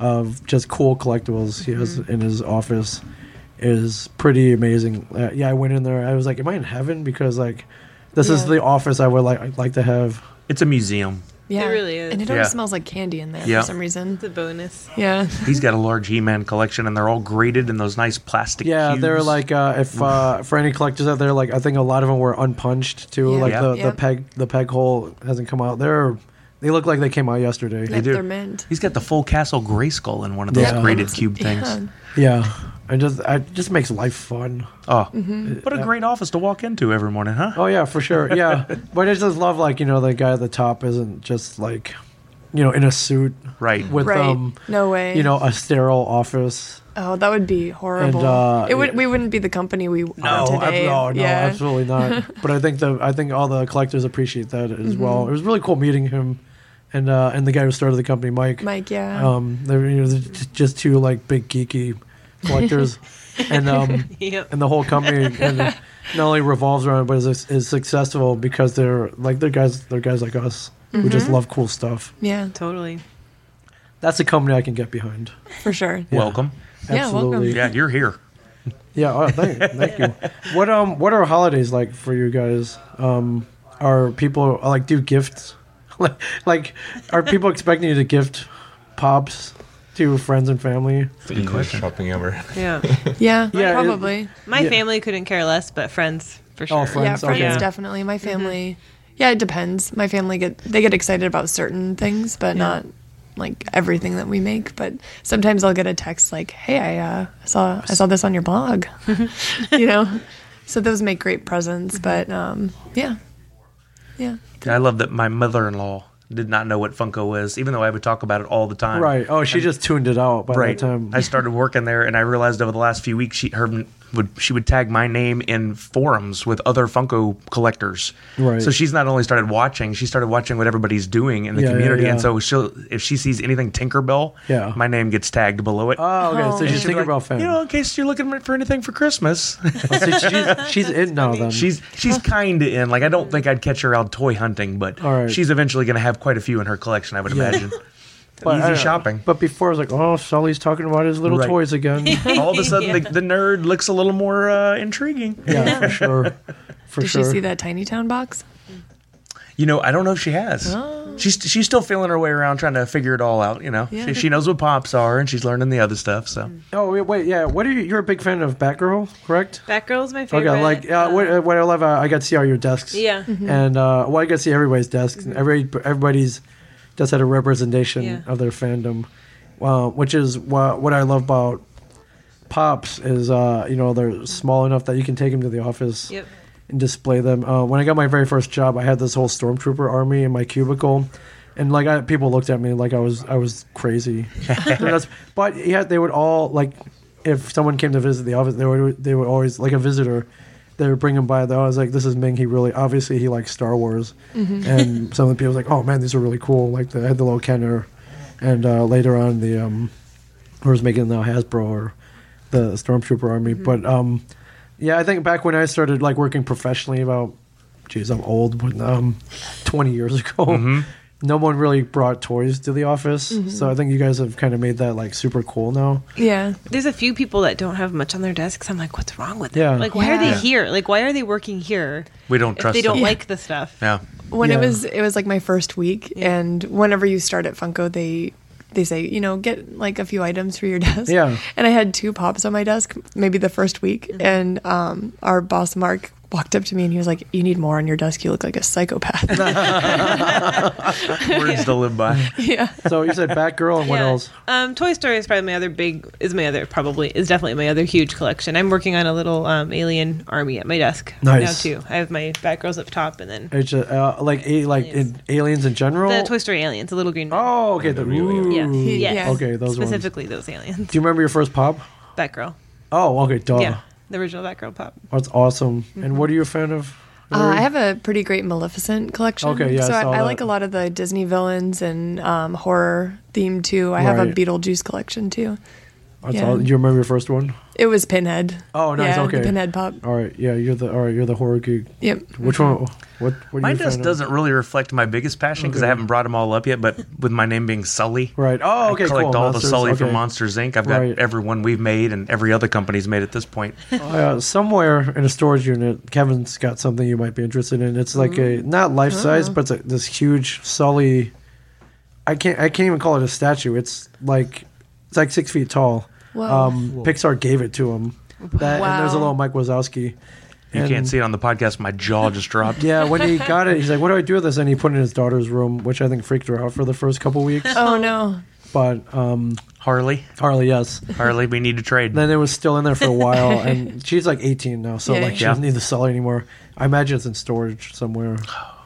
[SPEAKER 1] of just cool collectibles he
[SPEAKER 3] Mm-hmm.
[SPEAKER 1] has in his office is pretty amazing. Uh, yeah, I went in there. I was like, "Am I in heaven?" Because like, this is
[SPEAKER 3] Yeah.
[SPEAKER 1] the office I would like I'd like to have.
[SPEAKER 4] It's a museum.
[SPEAKER 3] Yeah,
[SPEAKER 2] really is.
[SPEAKER 3] And it always
[SPEAKER 4] Yeah.
[SPEAKER 3] smells like candy in there
[SPEAKER 4] Yeah.
[SPEAKER 3] for some reason.
[SPEAKER 2] It's a bonus.
[SPEAKER 3] Yeah,
[SPEAKER 4] He's got a large He-Man collection, and they're all graded in those nice plastic.
[SPEAKER 1] Yeah,
[SPEAKER 4] cubes.
[SPEAKER 1] they're like uh, if uh, for any collectors out there, like I think a lot of them were unpunched too.
[SPEAKER 3] Yeah.
[SPEAKER 1] Like the,
[SPEAKER 3] Yeah.
[SPEAKER 1] the peg the peg hole hasn't come out. They're they look like they came out yesterday.
[SPEAKER 3] Yep,
[SPEAKER 4] do.
[SPEAKER 3] they're mint.
[SPEAKER 4] He's got the full Castle Gray Skull in one of those
[SPEAKER 1] Yeah.
[SPEAKER 4] graded cube things.
[SPEAKER 3] Yeah. Mm-hmm.
[SPEAKER 1] Yeah, and just I it just makes life fun.
[SPEAKER 4] Oh,
[SPEAKER 1] Mm-hmm.
[SPEAKER 4] what a great office to walk into every morning, huh?
[SPEAKER 1] Oh yeah, for sure. Yeah, but I just love like you know the guy at the top isn't just like you know in a suit
[SPEAKER 4] Right.
[SPEAKER 1] with
[SPEAKER 3] Right.
[SPEAKER 1] um
[SPEAKER 3] no way.
[SPEAKER 1] you know a sterile office.
[SPEAKER 3] Oh, that would be horrible.
[SPEAKER 1] And, uh,
[SPEAKER 3] it would.
[SPEAKER 1] yeah.
[SPEAKER 3] We wouldn't be the company we are
[SPEAKER 1] ab-
[SPEAKER 3] today.
[SPEAKER 1] no, no,
[SPEAKER 3] yeah.
[SPEAKER 1] absolutely not. but I think the I think all the collectors appreciate that as
[SPEAKER 3] Mm-hmm.
[SPEAKER 1] well. It was really cool meeting him, and uh, and the guy who started the company, Mike.
[SPEAKER 3] Mike, yeah.
[SPEAKER 1] Um, they were you know, j- just two like big geeky collectors, and um,
[SPEAKER 2] Yep.
[SPEAKER 1] and the whole company kind of not only revolves around, it, but is, is successful because they're like they're guys they're guys like us who just
[SPEAKER 3] Mm-hmm.
[SPEAKER 1] love cool stuff.
[SPEAKER 3] yeah,
[SPEAKER 2] Totally.
[SPEAKER 1] That's a company I can get behind.
[SPEAKER 3] for sure.
[SPEAKER 4] Welcome.
[SPEAKER 3] Yeah, welcome.
[SPEAKER 1] Absolutely.
[SPEAKER 4] Yeah, you're here.
[SPEAKER 1] Yeah, oh, thank, thank you. What um, what are holidays like for you guys? Um, are people like do gifts? like, like, are people expecting you to gift pops to friends and family?
[SPEAKER 5] It's the easiest shopping ever.
[SPEAKER 2] Yeah.
[SPEAKER 3] Yeah,
[SPEAKER 1] Yeah, it-
[SPEAKER 3] probably.
[SPEAKER 2] My
[SPEAKER 1] Yeah.
[SPEAKER 2] family couldn't care less, but friends for sure.
[SPEAKER 1] Oh, friends.
[SPEAKER 3] yeah, friends
[SPEAKER 2] okay.
[SPEAKER 3] definitely.
[SPEAKER 1] Mm-hmm.
[SPEAKER 3] My family. Yeah, it depends. My family get they get excited about certain things, but not like everything that we make. But sometimes I'll get a text like, "Hey, I uh, saw I saw this on your blog," you know. So those make great presents,
[SPEAKER 1] Mm-hmm.
[SPEAKER 3] but um, yeah, yeah.
[SPEAKER 4] I love that my mother-in-law did not know what Funko was, even though I would talk about it all the time.
[SPEAKER 1] Right. Oh, she just tuned it out by
[SPEAKER 4] Right.
[SPEAKER 1] that time.
[SPEAKER 4] I started working there, and I realized over the last few weeks, she her would she would tag my name in forums with other Funko collectors.
[SPEAKER 1] Right.
[SPEAKER 4] So she's not only started watching, she started watching what everybody's doing in the
[SPEAKER 1] Yeah, yeah,
[SPEAKER 4] community,
[SPEAKER 1] yeah.
[SPEAKER 4] and so she'll if she sees anything Tinkerbell,
[SPEAKER 1] Yeah.
[SPEAKER 4] my name gets tagged below it.
[SPEAKER 1] oh, okay. So
[SPEAKER 3] Oh.
[SPEAKER 1] she's
[SPEAKER 4] She'll be
[SPEAKER 1] Tinkerbell
[SPEAKER 4] like,
[SPEAKER 1] fan.
[SPEAKER 4] You know, in case you're looking for anything for Christmas,
[SPEAKER 1] Oh, so she's, she's in now then.
[SPEAKER 4] she's she's kind of in. Like I don't think I'd catch her out toy hunting, but
[SPEAKER 1] All right.
[SPEAKER 4] she's eventually going to have quite a few in her collection, I would imagine.
[SPEAKER 1] But I
[SPEAKER 4] Easy
[SPEAKER 1] don't-
[SPEAKER 4] shopping.
[SPEAKER 1] But before I was like, oh, Sully's talking about his little
[SPEAKER 4] Right.
[SPEAKER 1] toys again.
[SPEAKER 4] All of a sudden, the, the nerd looks a little more uh, intriguing.
[SPEAKER 1] yeah, for sure. For
[SPEAKER 3] Did
[SPEAKER 1] sure.
[SPEAKER 3] she see that Tiny Town box?
[SPEAKER 4] You know, I don't know if she has.
[SPEAKER 3] Oh.
[SPEAKER 4] She's she's still feeling her way around, trying to figure it all out. You know,
[SPEAKER 3] Yeah.
[SPEAKER 4] she, she knows what pops are, and she's learning the other stuff. So
[SPEAKER 1] Oh wait, wait, yeah. What are you? You're a big fan of Batgirl, correct?
[SPEAKER 2] Batgirl's my favorite. Um,
[SPEAKER 1] Okay, like uh, what, uh, what I love, uh, I got to see all your desks.
[SPEAKER 2] Yeah.
[SPEAKER 1] And uh, well, I got to see everybody's desks. and Every everybody's just had a representation
[SPEAKER 2] Yeah.
[SPEAKER 1] of their fandom, uh, which is what what I love about pops is uh, you know they're small enough that you can take them to the office
[SPEAKER 2] Yep.
[SPEAKER 1] and display them. Uh, when I got my very first job, I had this whole stormtrooper army in my cubicle, and like I, people looked at me like I was I was crazy. And that's- but yeah, they would all like if someone came to visit the office, they would they would always like a visitor. They would bring him by. Though I was like, "This is Ming. He really, obviously, he likes Star Wars." And some of the people was like, "Oh man, these are really cool." Like the, I had the little Kenner, and uh, later on the um, who's making now Hasbro or the Stormtrooper Army. But um, yeah, I think back when I started like working professionally about, geez, I'm old, but um, 20 years ago, no one really brought toys to the office.
[SPEAKER 2] Mm-hmm.
[SPEAKER 1] So I think you guys have kind of made that like super cool now.
[SPEAKER 3] Yeah,
[SPEAKER 2] There's a few people that don't have much on their desks. I'm like, what's wrong with them?
[SPEAKER 1] Yeah.
[SPEAKER 2] Like, why are
[SPEAKER 3] Yeah.
[SPEAKER 2] they here? Like, why are they working here?
[SPEAKER 4] we don't
[SPEAKER 2] If
[SPEAKER 4] trust.
[SPEAKER 2] they don't
[SPEAKER 4] them.
[SPEAKER 2] like the stuff.
[SPEAKER 4] Yeah.
[SPEAKER 3] when
[SPEAKER 1] Yeah.
[SPEAKER 3] it was it was like my first week
[SPEAKER 2] Yeah.
[SPEAKER 3] and whenever you start at funko they they say you know get like a few items for your desk
[SPEAKER 1] Yeah. Mm-hmm.
[SPEAKER 3] and i had two pops on my desk maybe the first week and um, our boss mark walked up to me and he was like, "You need more on your desk. You look like a psychopath."
[SPEAKER 4] Words to live by.
[SPEAKER 3] yeah.
[SPEAKER 1] So you said Batgirl and what
[SPEAKER 2] Yeah.
[SPEAKER 1] else?
[SPEAKER 2] Um, Toy Story is probably my other big is my other probably is definitely my other huge collection. I'm working on a little um, alien army at my desk
[SPEAKER 1] Nice.
[SPEAKER 2] now too. I have my Batgirls up top and then
[SPEAKER 1] It's, uh, uh, like a, like in aliens in general.
[SPEAKER 2] the Toy Story aliens, the little green men.
[SPEAKER 1] oh, okay. The,
[SPEAKER 5] real
[SPEAKER 1] ooh.
[SPEAKER 2] Yeah.
[SPEAKER 3] Yeah.
[SPEAKER 2] Yes.
[SPEAKER 1] Okay, those ones. Do
[SPEAKER 2] specifically those aliens.
[SPEAKER 1] you remember your first pop?
[SPEAKER 2] Batgirl.
[SPEAKER 1] Oh, okay. Duh.
[SPEAKER 2] Yeah. Mm-hmm. The original Batgirl pop.
[SPEAKER 1] That's awesome. And what are you a fan of?
[SPEAKER 3] Uh, I have a pretty great Maleficent collection.
[SPEAKER 1] Okay, yeah, I
[SPEAKER 3] So I,
[SPEAKER 1] saw
[SPEAKER 3] I,
[SPEAKER 1] that.
[SPEAKER 3] like a lot of the Disney villains and um, horror theme too. I have a
[SPEAKER 1] Right.
[SPEAKER 3] Beetlejuice collection too.
[SPEAKER 1] That's
[SPEAKER 3] Yeah.
[SPEAKER 1] all- do you remember your first one?
[SPEAKER 3] It was Pinhead.
[SPEAKER 1] Oh, nice,
[SPEAKER 3] Yeah,
[SPEAKER 1] okay.
[SPEAKER 3] The Pinhead pop.
[SPEAKER 1] All right. Yeah, you're the all right. You're the horror geek.
[SPEAKER 3] Yep.
[SPEAKER 1] Which one?
[SPEAKER 2] Mm-hmm.
[SPEAKER 1] What? what are
[SPEAKER 4] My
[SPEAKER 1] you a fan
[SPEAKER 4] desk
[SPEAKER 1] of?
[SPEAKER 4] doesn't really reflect my biggest passion because
[SPEAKER 1] Okay.
[SPEAKER 4] I haven't brought them all up yet. But with my name being Sully,
[SPEAKER 1] Right. Oh, okay.
[SPEAKER 4] I collect
[SPEAKER 1] cool.
[SPEAKER 4] all
[SPEAKER 1] Monsters,
[SPEAKER 4] the Sully from
[SPEAKER 1] okay.
[SPEAKER 4] Monsters Inc. I've got
[SPEAKER 1] Right.
[SPEAKER 4] everyone we've made and every other company's made at this point.
[SPEAKER 1] Uh, somewhere in a storage unit, Kevin's got something you might be interested in. It's like
[SPEAKER 3] Mm.
[SPEAKER 1] a not life size,
[SPEAKER 3] Oh.
[SPEAKER 1] but it's a, this huge Sully. I can't. I can't even call it a statue. It's like it's like six feet tall.
[SPEAKER 3] Whoa.
[SPEAKER 1] Um, Pixar gave it to him. That, And there's a
[SPEAKER 3] Wow.
[SPEAKER 1] little Mike Wazowski.
[SPEAKER 4] You
[SPEAKER 1] And-
[SPEAKER 4] can't see it on the podcast. My jaw just dropped.
[SPEAKER 1] Yeah, when he got it, he's like, "What do I do with this?" And he put it in his daughter's room, which I think freaked her out for the first couple weeks.
[SPEAKER 3] Oh no.
[SPEAKER 1] But um,
[SPEAKER 4] Harley,
[SPEAKER 1] Harley, yes.
[SPEAKER 4] Harley, we need to trade.
[SPEAKER 1] Then it was still in there for a while, and she's like 18 now, so
[SPEAKER 3] Yeah.
[SPEAKER 1] like she
[SPEAKER 4] Yeah.
[SPEAKER 1] doesn't need the cellar anymore. I imagine it's in storage somewhere.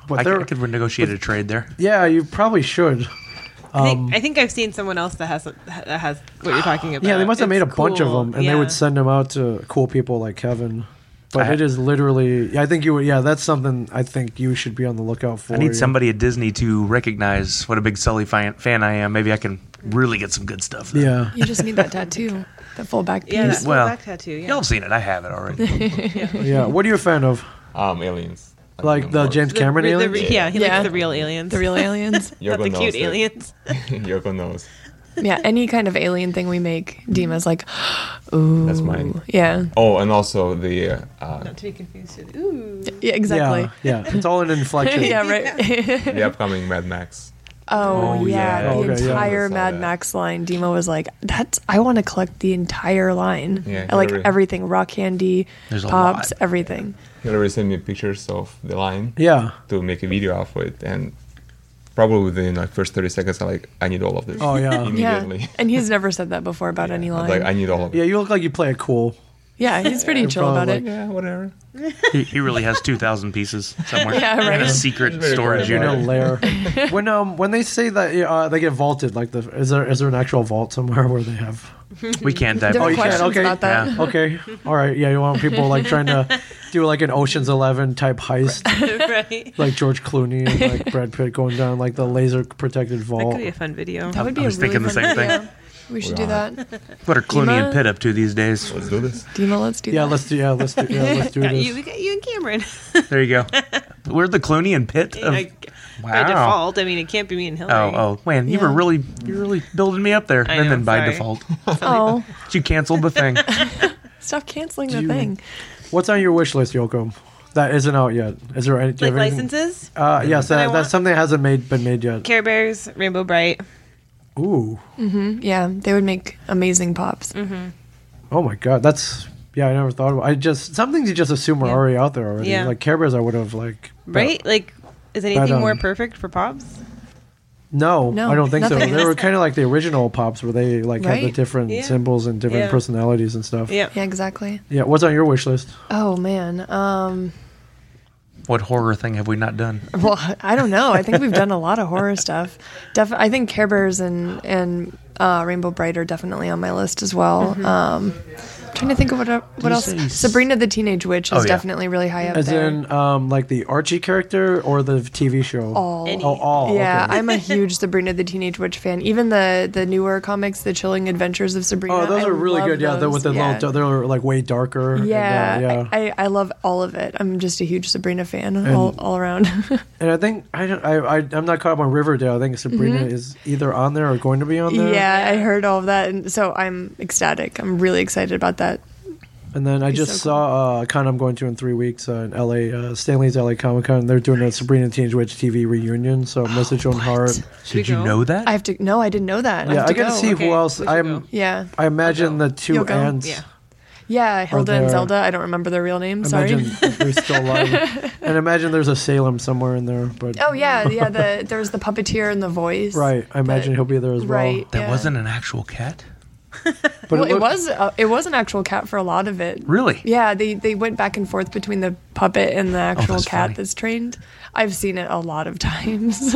[SPEAKER 1] But
[SPEAKER 4] I, c-
[SPEAKER 1] there,
[SPEAKER 4] I could renegotiate a trade there.
[SPEAKER 1] yeah, you probably should.
[SPEAKER 2] I think, I think I've seen someone else that has that has what you're talking about.
[SPEAKER 1] Um, Yeah, they must have made a
[SPEAKER 2] It's
[SPEAKER 1] bunch of
[SPEAKER 2] cool.
[SPEAKER 1] them, and
[SPEAKER 2] Yeah.
[SPEAKER 1] they would send them out to cool people like Kevin. But
[SPEAKER 4] I-
[SPEAKER 1] it is literally, yeah, I think you would, yeah, that's something I think you should be on the lookout for.
[SPEAKER 4] I need
[SPEAKER 1] yeah.
[SPEAKER 4] somebody at Disney to recognize what a big Sully fan, fan I am. Maybe I can really get some good stuff. then.
[SPEAKER 1] Yeah.
[SPEAKER 3] You just need that tattoo, that full back piece.
[SPEAKER 2] Yeah, that
[SPEAKER 4] Well,
[SPEAKER 2] well, back tattoo. Yeah.
[SPEAKER 4] Y'all have seen it. I have it already.
[SPEAKER 1] Yeah. What are you a fan of?
[SPEAKER 5] Um, aliens.
[SPEAKER 1] Like the James
[SPEAKER 2] The-
[SPEAKER 1] Cameron
[SPEAKER 2] the- the-
[SPEAKER 1] aliens?
[SPEAKER 2] yeah, he
[SPEAKER 3] Yeah.
[SPEAKER 2] likes the real aliens.
[SPEAKER 3] The real aliens.
[SPEAKER 2] not the
[SPEAKER 5] Yoko knows
[SPEAKER 2] cute
[SPEAKER 5] that-
[SPEAKER 2] aliens.
[SPEAKER 5] Yoko knows.
[SPEAKER 3] yeah, any kind of alien thing we make, Dima's like, ooh.
[SPEAKER 5] That's mine.
[SPEAKER 3] Yeah.
[SPEAKER 5] Oh, and also the uh, uh,
[SPEAKER 2] Not to be confused with ooh.
[SPEAKER 3] Yeah, exactly.
[SPEAKER 1] Yeah. Yeah. It's all an inflection.
[SPEAKER 3] Yeah, right.
[SPEAKER 5] the upcoming Mad Max.
[SPEAKER 3] oh, yeah.
[SPEAKER 4] yeah.
[SPEAKER 3] The
[SPEAKER 1] Oh, okay, yeah.
[SPEAKER 3] entire
[SPEAKER 5] I saw
[SPEAKER 3] Mad
[SPEAKER 5] that.
[SPEAKER 3] Max line. Dima was like, "That's I want to collect the entire line.
[SPEAKER 5] Yeah,
[SPEAKER 3] I like
[SPEAKER 5] Hillary.
[SPEAKER 3] everything, rock candy,
[SPEAKER 4] There's a
[SPEAKER 3] pops,
[SPEAKER 4] lot.
[SPEAKER 3] everything."
[SPEAKER 5] Hillary sent me pictures of the line
[SPEAKER 1] Yeah.
[SPEAKER 5] to make a video off it, and probably within like first 30 seconds, I like I need all of this.
[SPEAKER 1] Oh, yeah.
[SPEAKER 5] immediately.
[SPEAKER 3] Yeah, and he's never said that before about any
[SPEAKER 5] I was
[SPEAKER 3] line.
[SPEAKER 5] like I need all of it.
[SPEAKER 1] Yeah, you look like you play it cool.
[SPEAKER 3] yeah, he's pretty
[SPEAKER 1] Yeah,
[SPEAKER 3] chill about
[SPEAKER 1] probably.
[SPEAKER 3] it.
[SPEAKER 5] Yeah, whatever.
[SPEAKER 4] he, he really has 2,000 pieces somewhere
[SPEAKER 3] Yeah,
[SPEAKER 4] in
[SPEAKER 3] right.
[SPEAKER 4] a secret
[SPEAKER 5] very
[SPEAKER 4] storage
[SPEAKER 5] cool.
[SPEAKER 1] In
[SPEAKER 4] unit.
[SPEAKER 1] a
[SPEAKER 5] Right.
[SPEAKER 1] lair. when um when they say that uh, they get vaulted, like the is there is there an actual vault somewhere where they have?
[SPEAKER 4] We can't dive.
[SPEAKER 3] Different
[SPEAKER 1] you can,
[SPEAKER 3] questions
[SPEAKER 1] okay.
[SPEAKER 3] about that.
[SPEAKER 4] Yeah.
[SPEAKER 1] Okay, all right, yeah, you want people like trying to do like an Ocean's Eleven type heist,
[SPEAKER 2] right.
[SPEAKER 1] like George Clooney and like Brad Pitt going down like the laser protected
[SPEAKER 2] That
[SPEAKER 1] vault.
[SPEAKER 2] could be a fun video.
[SPEAKER 3] That would be
[SPEAKER 4] I
[SPEAKER 3] a
[SPEAKER 4] was
[SPEAKER 3] really
[SPEAKER 4] thinking the
[SPEAKER 3] fun
[SPEAKER 4] same thing.
[SPEAKER 3] video. We should do that.
[SPEAKER 4] What are Clooney
[SPEAKER 3] Emma?
[SPEAKER 4] and Pitt up to these days?
[SPEAKER 5] Let's do this.
[SPEAKER 3] Dima, let's do
[SPEAKER 1] Yeah,
[SPEAKER 3] that.
[SPEAKER 1] let's do. Yeah, let's do. Yeah, let's do
[SPEAKER 2] Got you, we
[SPEAKER 1] this.
[SPEAKER 2] got you and Cameron.
[SPEAKER 4] There you go. We're the Clooney and Pitt of.
[SPEAKER 2] Like, By
[SPEAKER 4] Wow.
[SPEAKER 2] default, I mean it can't be me and Hillary.
[SPEAKER 4] Oh, oh, man, you were
[SPEAKER 3] Yeah.
[SPEAKER 4] really, you are really building me up there.
[SPEAKER 2] I
[SPEAKER 4] and
[SPEAKER 2] know,
[SPEAKER 4] then by
[SPEAKER 2] sorry.
[SPEAKER 4] default,
[SPEAKER 3] Oh,
[SPEAKER 4] you canceled the thing.
[SPEAKER 3] stop canceling the
[SPEAKER 1] you-
[SPEAKER 3] thing.
[SPEAKER 1] What's on your wish list, Yoko? That isn't out yet. Is there any? do you
[SPEAKER 2] Like
[SPEAKER 1] have anything-
[SPEAKER 2] licenses,
[SPEAKER 1] Uh, yes,
[SPEAKER 2] I
[SPEAKER 1] that,
[SPEAKER 2] want-
[SPEAKER 1] that's something that hasn't made been made yet.
[SPEAKER 2] Care Bears, Rainbow Bright.
[SPEAKER 1] Ooh,
[SPEAKER 3] Yeah, they would make amazing pops.
[SPEAKER 1] oh my god, that's yeah. I never thought of. I just some things you just assume are
[SPEAKER 2] Yeah.
[SPEAKER 1] already out there already.
[SPEAKER 2] Yeah.
[SPEAKER 1] Like Care Bears, I would have like
[SPEAKER 2] Right? Like, is anything
[SPEAKER 1] um,
[SPEAKER 2] more perfect for pops?
[SPEAKER 1] No,
[SPEAKER 3] No,
[SPEAKER 1] I don't think
[SPEAKER 3] nothing
[SPEAKER 1] so. They
[SPEAKER 3] is.
[SPEAKER 1] were kind of like the original pops, where they like had the
[SPEAKER 3] Right.
[SPEAKER 1] different
[SPEAKER 2] Yeah.
[SPEAKER 1] symbols and different
[SPEAKER 2] Yeah.
[SPEAKER 1] personalities and stuff.
[SPEAKER 2] Yeah.
[SPEAKER 3] Yeah, exactly.
[SPEAKER 1] Yeah. What's on your wish list?
[SPEAKER 3] Oh man. Um
[SPEAKER 4] what horror thing have we not done?
[SPEAKER 3] well, I don't know. I think we've done a lot of horror stuff. Def- I think Care Bears and and uh, Rainbow Bright are definitely on my list as well. Um, trying to think of what el- what
[SPEAKER 4] you
[SPEAKER 3] else.
[SPEAKER 4] say s-
[SPEAKER 3] Sabrina the Teenage Witch is
[SPEAKER 4] Oh, yeah.
[SPEAKER 3] definitely really high up
[SPEAKER 1] As
[SPEAKER 3] there.
[SPEAKER 1] in, um, like the Archie character or the TV show?
[SPEAKER 3] All.
[SPEAKER 1] Oh, all.
[SPEAKER 3] yeah,
[SPEAKER 1] okay.
[SPEAKER 3] I'm a huge Sabrina the Teenage Witch fan. Even the the newer comics, The Chilling Adventures of Sabrina.
[SPEAKER 1] Oh, those
[SPEAKER 3] I
[SPEAKER 1] are really
[SPEAKER 3] love
[SPEAKER 1] good. Yeah, they're
[SPEAKER 3] those.
[SPEAKER 1] with the
[SPEAKER 3] yeah.
[SPEAKER 1] little. They're like way darker. and, uh,
[SPEAKER 3] yeah,
[SPEAKER 1] yeah.
[SPEAKER 3] I, I, I love all of it. I'm just a huge Sabrina fan all, all around.
[SPEAKER 1] and I think I don't. I, I I'm not caught up on Riverdale. I think Sabrina is either on there or going to be on there.
[SPEAKER 3] Mm-hmm. Yeah, I heard all of that, and so I'm ecstatic. I'm really excited about that.
[SPEAKER 1] And then I
[SPEAKER 3] Be
[SPEAKER 1] just
[SPEAKER 3] so
[SPEAKER 1] saw uh, a con I'm going to in three weeks uh, in LA, uh, Stanley's LA Comic Con. They're doing a Sabrina Teenage Witch TV reunion. So,
[SPEAKER 3] Oh,
[SPEAKER 1] Mrs. Joan Hart.
[SPEAKER 2] we
[SPEAKER 4] Did you
[SPEAKER 2] go?
[SPEAKER 4] know that?
[SPEAKER 3] I have to. No, I didn't know that.
[SPEAKER 1] Yeah,
[SPEAKER 3] have
[SPEAKER 1] I gotta
[SPEAKER 3] go.
[SPEAKER 1] see
[SPEAKER 2] Okay,
[SPEAKER 1] who else.
[SPEAKER 2] we should
[SPEAKER 1] I'm.
[SPEAKER 2] go.
[SPEAKER 3] Yeah,
[SPEAKER 1] I imagine the two
[SPEAKER 3] You'll go?
[SPEAKER 1] ants.
[SPEAKER 2] Yeah.
[SPEAKER 3] Yeah, Hilda and
[SPEAKER 1] there-
[SPEAKER 3] Zelda. I don't remember their real names. Sorry.
[SPEAKER 1] Imagine if they're still alive. and imagine there's a Salem somewhere in there. But
[SPEAKER 3] Oh yeah, yeah. The there was the puppeteer and the voice.
[SPEAKER 1] right, I imagine
[SPEAKER 3] But-
[SPEAKER 1] he'll be there as well.
[SPEAKER 3] Right.
[SPEAKER 4] That
[SPEAKER 3] yeah.
[SPEAKER 4] wasn't an actual cat?
[SPEAKER 1] But
[SPEAKER 3] Well, it
[SPEAKER 1] looked-
[SPEAKER 3] was. Uh, it was an actual cat for a lot of it.
[SPEAKER 4] Really?
[SPEAKER 3] Yeah, they they went back and forth between the puppet and the actual
[SPEAKER 4] Oh, that's
[SPEAKER 3] cat
[SPEAKER 4] funny.
[SPEAKER 3] that's trained. I've seen it a lot of times.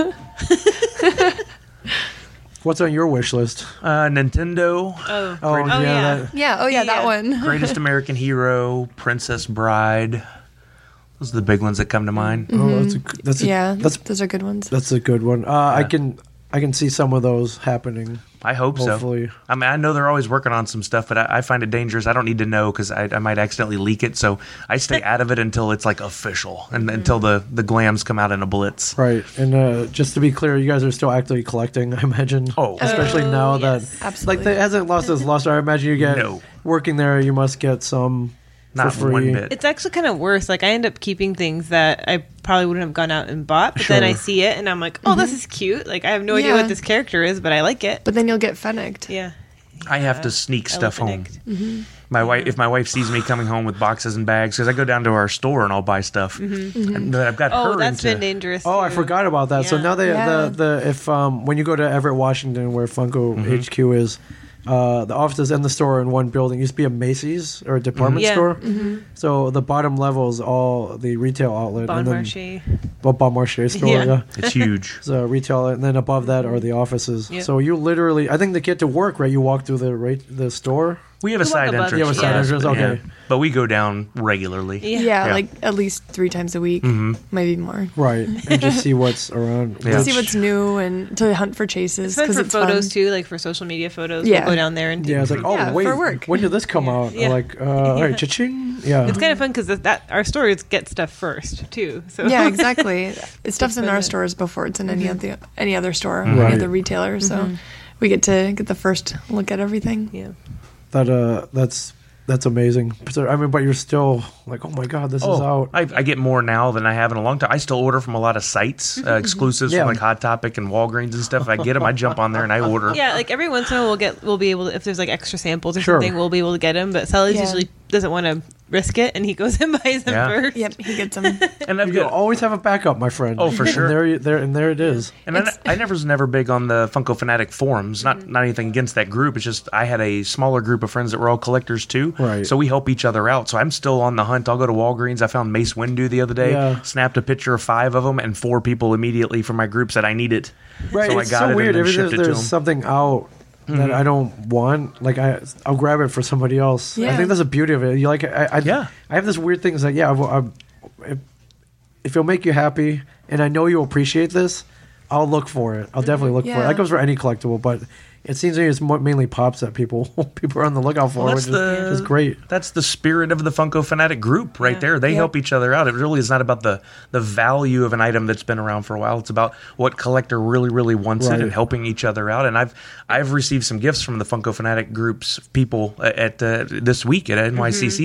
[SPEAKER 1] What's on your wish list?
[SPEAKER 4] Uh, Nintendo,
[SPEAKER 2] Oh,
[SPEAKER 1] Oh, yeah.
[SPEAKER 4] Greatest,
[SPEAKER 2] yeah.
[SPEAKER 1] that-
[SPEAKER 3] yeah. Oh yeah,
[SPEAKER 2] Yeah.
[SPEAKER 3] that one.
[SPEAKER 4] Greatest American Hero, Princess Bride. Those are the big ones that come to mind.
[SPEAKER 1] oh, that's a, that's a,
[SPEAKER 3] Mm-hmm. Yeah,
[SPEAKER 1] that's
[SPEAKER 3] those are good ones.
[SPEAKER 1] that's a good one. Uh, I can I can see some of those happening.
[SPEAKER 4] I hope
[SPEAKER 1] Hopefully.
[SPEAKER 4] so. I mean, I know they're always working on some stuff, but I, I find it dangerous. I don't need to know because I, I might accidentally leak it. So I stay out of it until it's like official and until the, the glams come out in a blitz.
[SPEAKER 1] Right, and uh, just to be clear, you guys are still actively collecting. I imagine.
[SPEAKER 4] Oh.
[SPEAKER 1] especially now
[SPEAKER 2] yes.
[SPEAKER 1] that
[SPEAKER 3] Absolutely.
[SPEAKER 1] like it hasn't lost its luster. I imagine you get
[SPEAKER 4] No.
[SPEAKER 1] working there. You must get some
[SPEAKER 4] Not
[SPEAKER 1] for free.
[SPEAKER 4] one bit.
[SPEAKER 2] It's actually kind of worse. Like I end up keeping things that I probably wouldn't have gone out and bought, but then I
[SPEAKER 1] Sure. Mm-hmm.
[SPEAKER 2] see it and I'm like, oh, this is cute. Like I have no idea
[SPEAKER 3] Yeah.
[SPEAKER 2] what this character is, but I like it.
[SPEAKER 3] But then you'll get fenneced.
[SPEAKER 2] Yeah.
[SPEAKER 4] I have to sneak stuff home.
[SPEAKER 2] Elephant
[SPEAKER 4] My wife, if my wife sees me coming home with boxes and bags, because I go down to our store and I'll buy stuff. And uh, I've got
[SPEAKER 2] Oh,
[SPEAKER 4] her
[SPEAKER 2] that's
[SPEAKER 4] into.
[SPEAKER 2] been dangerous.
[SPEAKER 1] Oh, I
[SPEAKER 2] too.
[SPEAKER 1] forgot about that. So
[SPEAKER 2] Yeah.
[SPEAKER 1] now they
[SPEAKER 3] Yeah.
[SPEAKER 1] the the if um when you go to Everett, Washington, where Funko
[SPEAKER 4] Mm-hmm.
[SPEAKER 1] HQ is, uh, the offices and the store are in one building. It used to be a Macy's or a department
[SPEAKER 2] Mhm. Yeah.
[SPEAKER 1] store. So the bottom level is all the retail outlet.
[SPEAKER 2] Bon
[SPEAKER 1] and then,
[SPEAKER 2] Marché.
[SPEAKER 1] Well, Bon Marché store.
[SPEAKER 2] Yeah.
[SPEAKER 1] yeah.
[SPEAKER 4] it's huge.
[SPEAKER 1] It's a retail, outlet, and then above that are the offices.
[SPEAKER 2] Yeah.
[SPEAKER 1] So you literally, I think to get to work, right? You walk through the right the store.
[SPEAKER 4] We have a
[SPEAKER 2] We
[SPEAKER 4] side
[SPEAKER 2] walk above
[SPEAKER 4] entrance.
[SPEAKER 2] it, Yeah, we have a side
[SPEAKER 4] yes,
[SPEAKER 1] entrance,
[SPEAKER 4] but yeah.
[SPEAKER 1] okay.
[SPEAKER 4] But we go down regularly.
[SPEAKER 2] Yeah.
[SPEAKER 3] Yeah,
[SPEAKER 4] Yeah.
[SPEAKER 3] like at least three times a week,
[SPEAKER 1] Mm-hmm.
[SPEAKER 3] maybe more.
[SPEAKER 1] Right, and just see what's around.
[SPEAKER 4] Yeah.
[SPEAKER 3] To
[SPEAKER 1] Which-
[SPEAKER 3] see what's new and to hunt for
[SPEAKER 2] It's
[SPEAKER 3] chases
[SPEAKER 2] fun
[SPEAKER 3] because
[SPEAKER 2] for
[SPEAKER 3] it's
[SPEAKER 2] photos
[SPEAKER 3] fun.
[SPEAKER 2] too, like for social media photos.
[SPEAKER 3] Yeah.
[SPEAKER 2] We'll go down there and do.
[SPEAKER 1] Yeah, it's like, oh
[SPEAKER 3] Yeah,
[SPEAKER 1] wait,
[SPEAKER 3] for work.
[SPEAKER 1] when did this come out?
[SPEAKER 2] Yeah.
[SPEAKER 1] Like, uh, all right, cha-ching. Yeah,
[SPEAKER 2] It's kind of fun because that, that our stories get stuff first too. Mm-hmm. So
[SPEAKER 3] Yeah, exactly. Stuff's in
[SPEAKER 2] fun
[SPEAKER 3] our
[SPEAKER 2] to-
[SPEAKER 3] stores before it's in any other any other store,
[SPEAKER 1] Right.
[SPEAKER 3] any other retailer. So we get to get the first look at everything.
[SPEAKER 2] Mm-hmm. yeah.
[SPEAKER 1] that uh that's that's amazing so, i mean but you're still like oh my god this is
[SPEAKER 4] Oh,
[SPEAKER 1] out
[SPEAKER 4] I, I get more now than I have in a long time. I still order from a lot of sites, uh, exclusives
[SPEAKER 1] Mm-hmm. Yeah.
[SPEAKER 4] from like Hot Topic and Walgreens and stuff. If I get them, I jump on there and I order.
[SPEAKER 2] Yeah, like every once in a while we'll get we'll be able to if there's like extra samples or
[SPEAKER 1] Sure.
[SPEAKER 2] something we'll be able to get them. But Sally's
[SPEAKER 3] Yeah.
[SPEAKER 2] usually doesn't want to risk it, and he goes and buys them
[SPEAKER 4] Yeah.
[SPEAKER 2] first.
[SPEAKER 3] Yep, he gets them.
[SPEAKER 4] And I've
[SPEAKER 1] you
[SPEAKER 4] got
[SPEAKER 1] always have a backup my friend
[SPEAKER 4] Oh, for sure.
[SPEAKER 1] and there you there and there it is
[SPEAKER 4] And I, I never was never big on the Funko Fanatic forums. Not not anything against that group. It's just I had a smaller group of friends that were all collectors too.
[SPEAKER 1] Right.
[SPEAKER 4] So we help each other out. So I'm still on the hunt. I'll go to Walgreens. I found Mace Windu the other day.
[SPEAKER 1] Yeah.
[SPEAKER 4] Snapped a picture of five of them, and four people immediately from my group said I need it.
[SPEAKER 1] right
[SPEAKER 4] So I
[SPEAKER 1] it's
[SPEAKER 4] got
[SPEAKER 1] so
[SPEAKER 4] it
[SPEAKER 1] weird
[SPEAKER 4] and then
[SPEAKER 1] if there's,
[SPEAKER 4] shipped it to Mm-hmm.
[SPEAKER 1] there's
[SPEAKER 4] them.
[SPEAKER 1] something out that i don't want like i i'll grab it for somebody else i
[SPEAKER 3] Yeah.
[SPEAKER 1] think that's the beauty of it you like i i,
[SPEAKER 4] Yeah.
[SPEAKER 1] I have this weird thing it's like yeah I, I, if, if it'll make you happy and i know you'll appreciate this i'll look for it i'll definitely look for it
[SPEAKER 3] Yeah.
[SPEAKER 1] that goes for any collectible but it seems like it's mo- mainly pops that people people are on the lookout for
[SPEAKER 4] Well,
[SPEAKER 1] which
[SPEAKER 4] that's
[SPEAKER 1] is,
[SPEAKER 4] the-
[SPEAKER 1] is great
[SPEAKER 4] That's the spirit of the Funko Fanatic group right there. They
[SPEAKER 3] Yeah.
[SPEAKER 4] help each other out. It really is not about the the value of an item that's been around for a while. It's about what collector really really wants
[SPEAKER 1] Right.
[SPEAKER 4] it and helping each other out. And I've I've received some gifts from the Funko Fanatic group's people a- at uh, this week at NYCC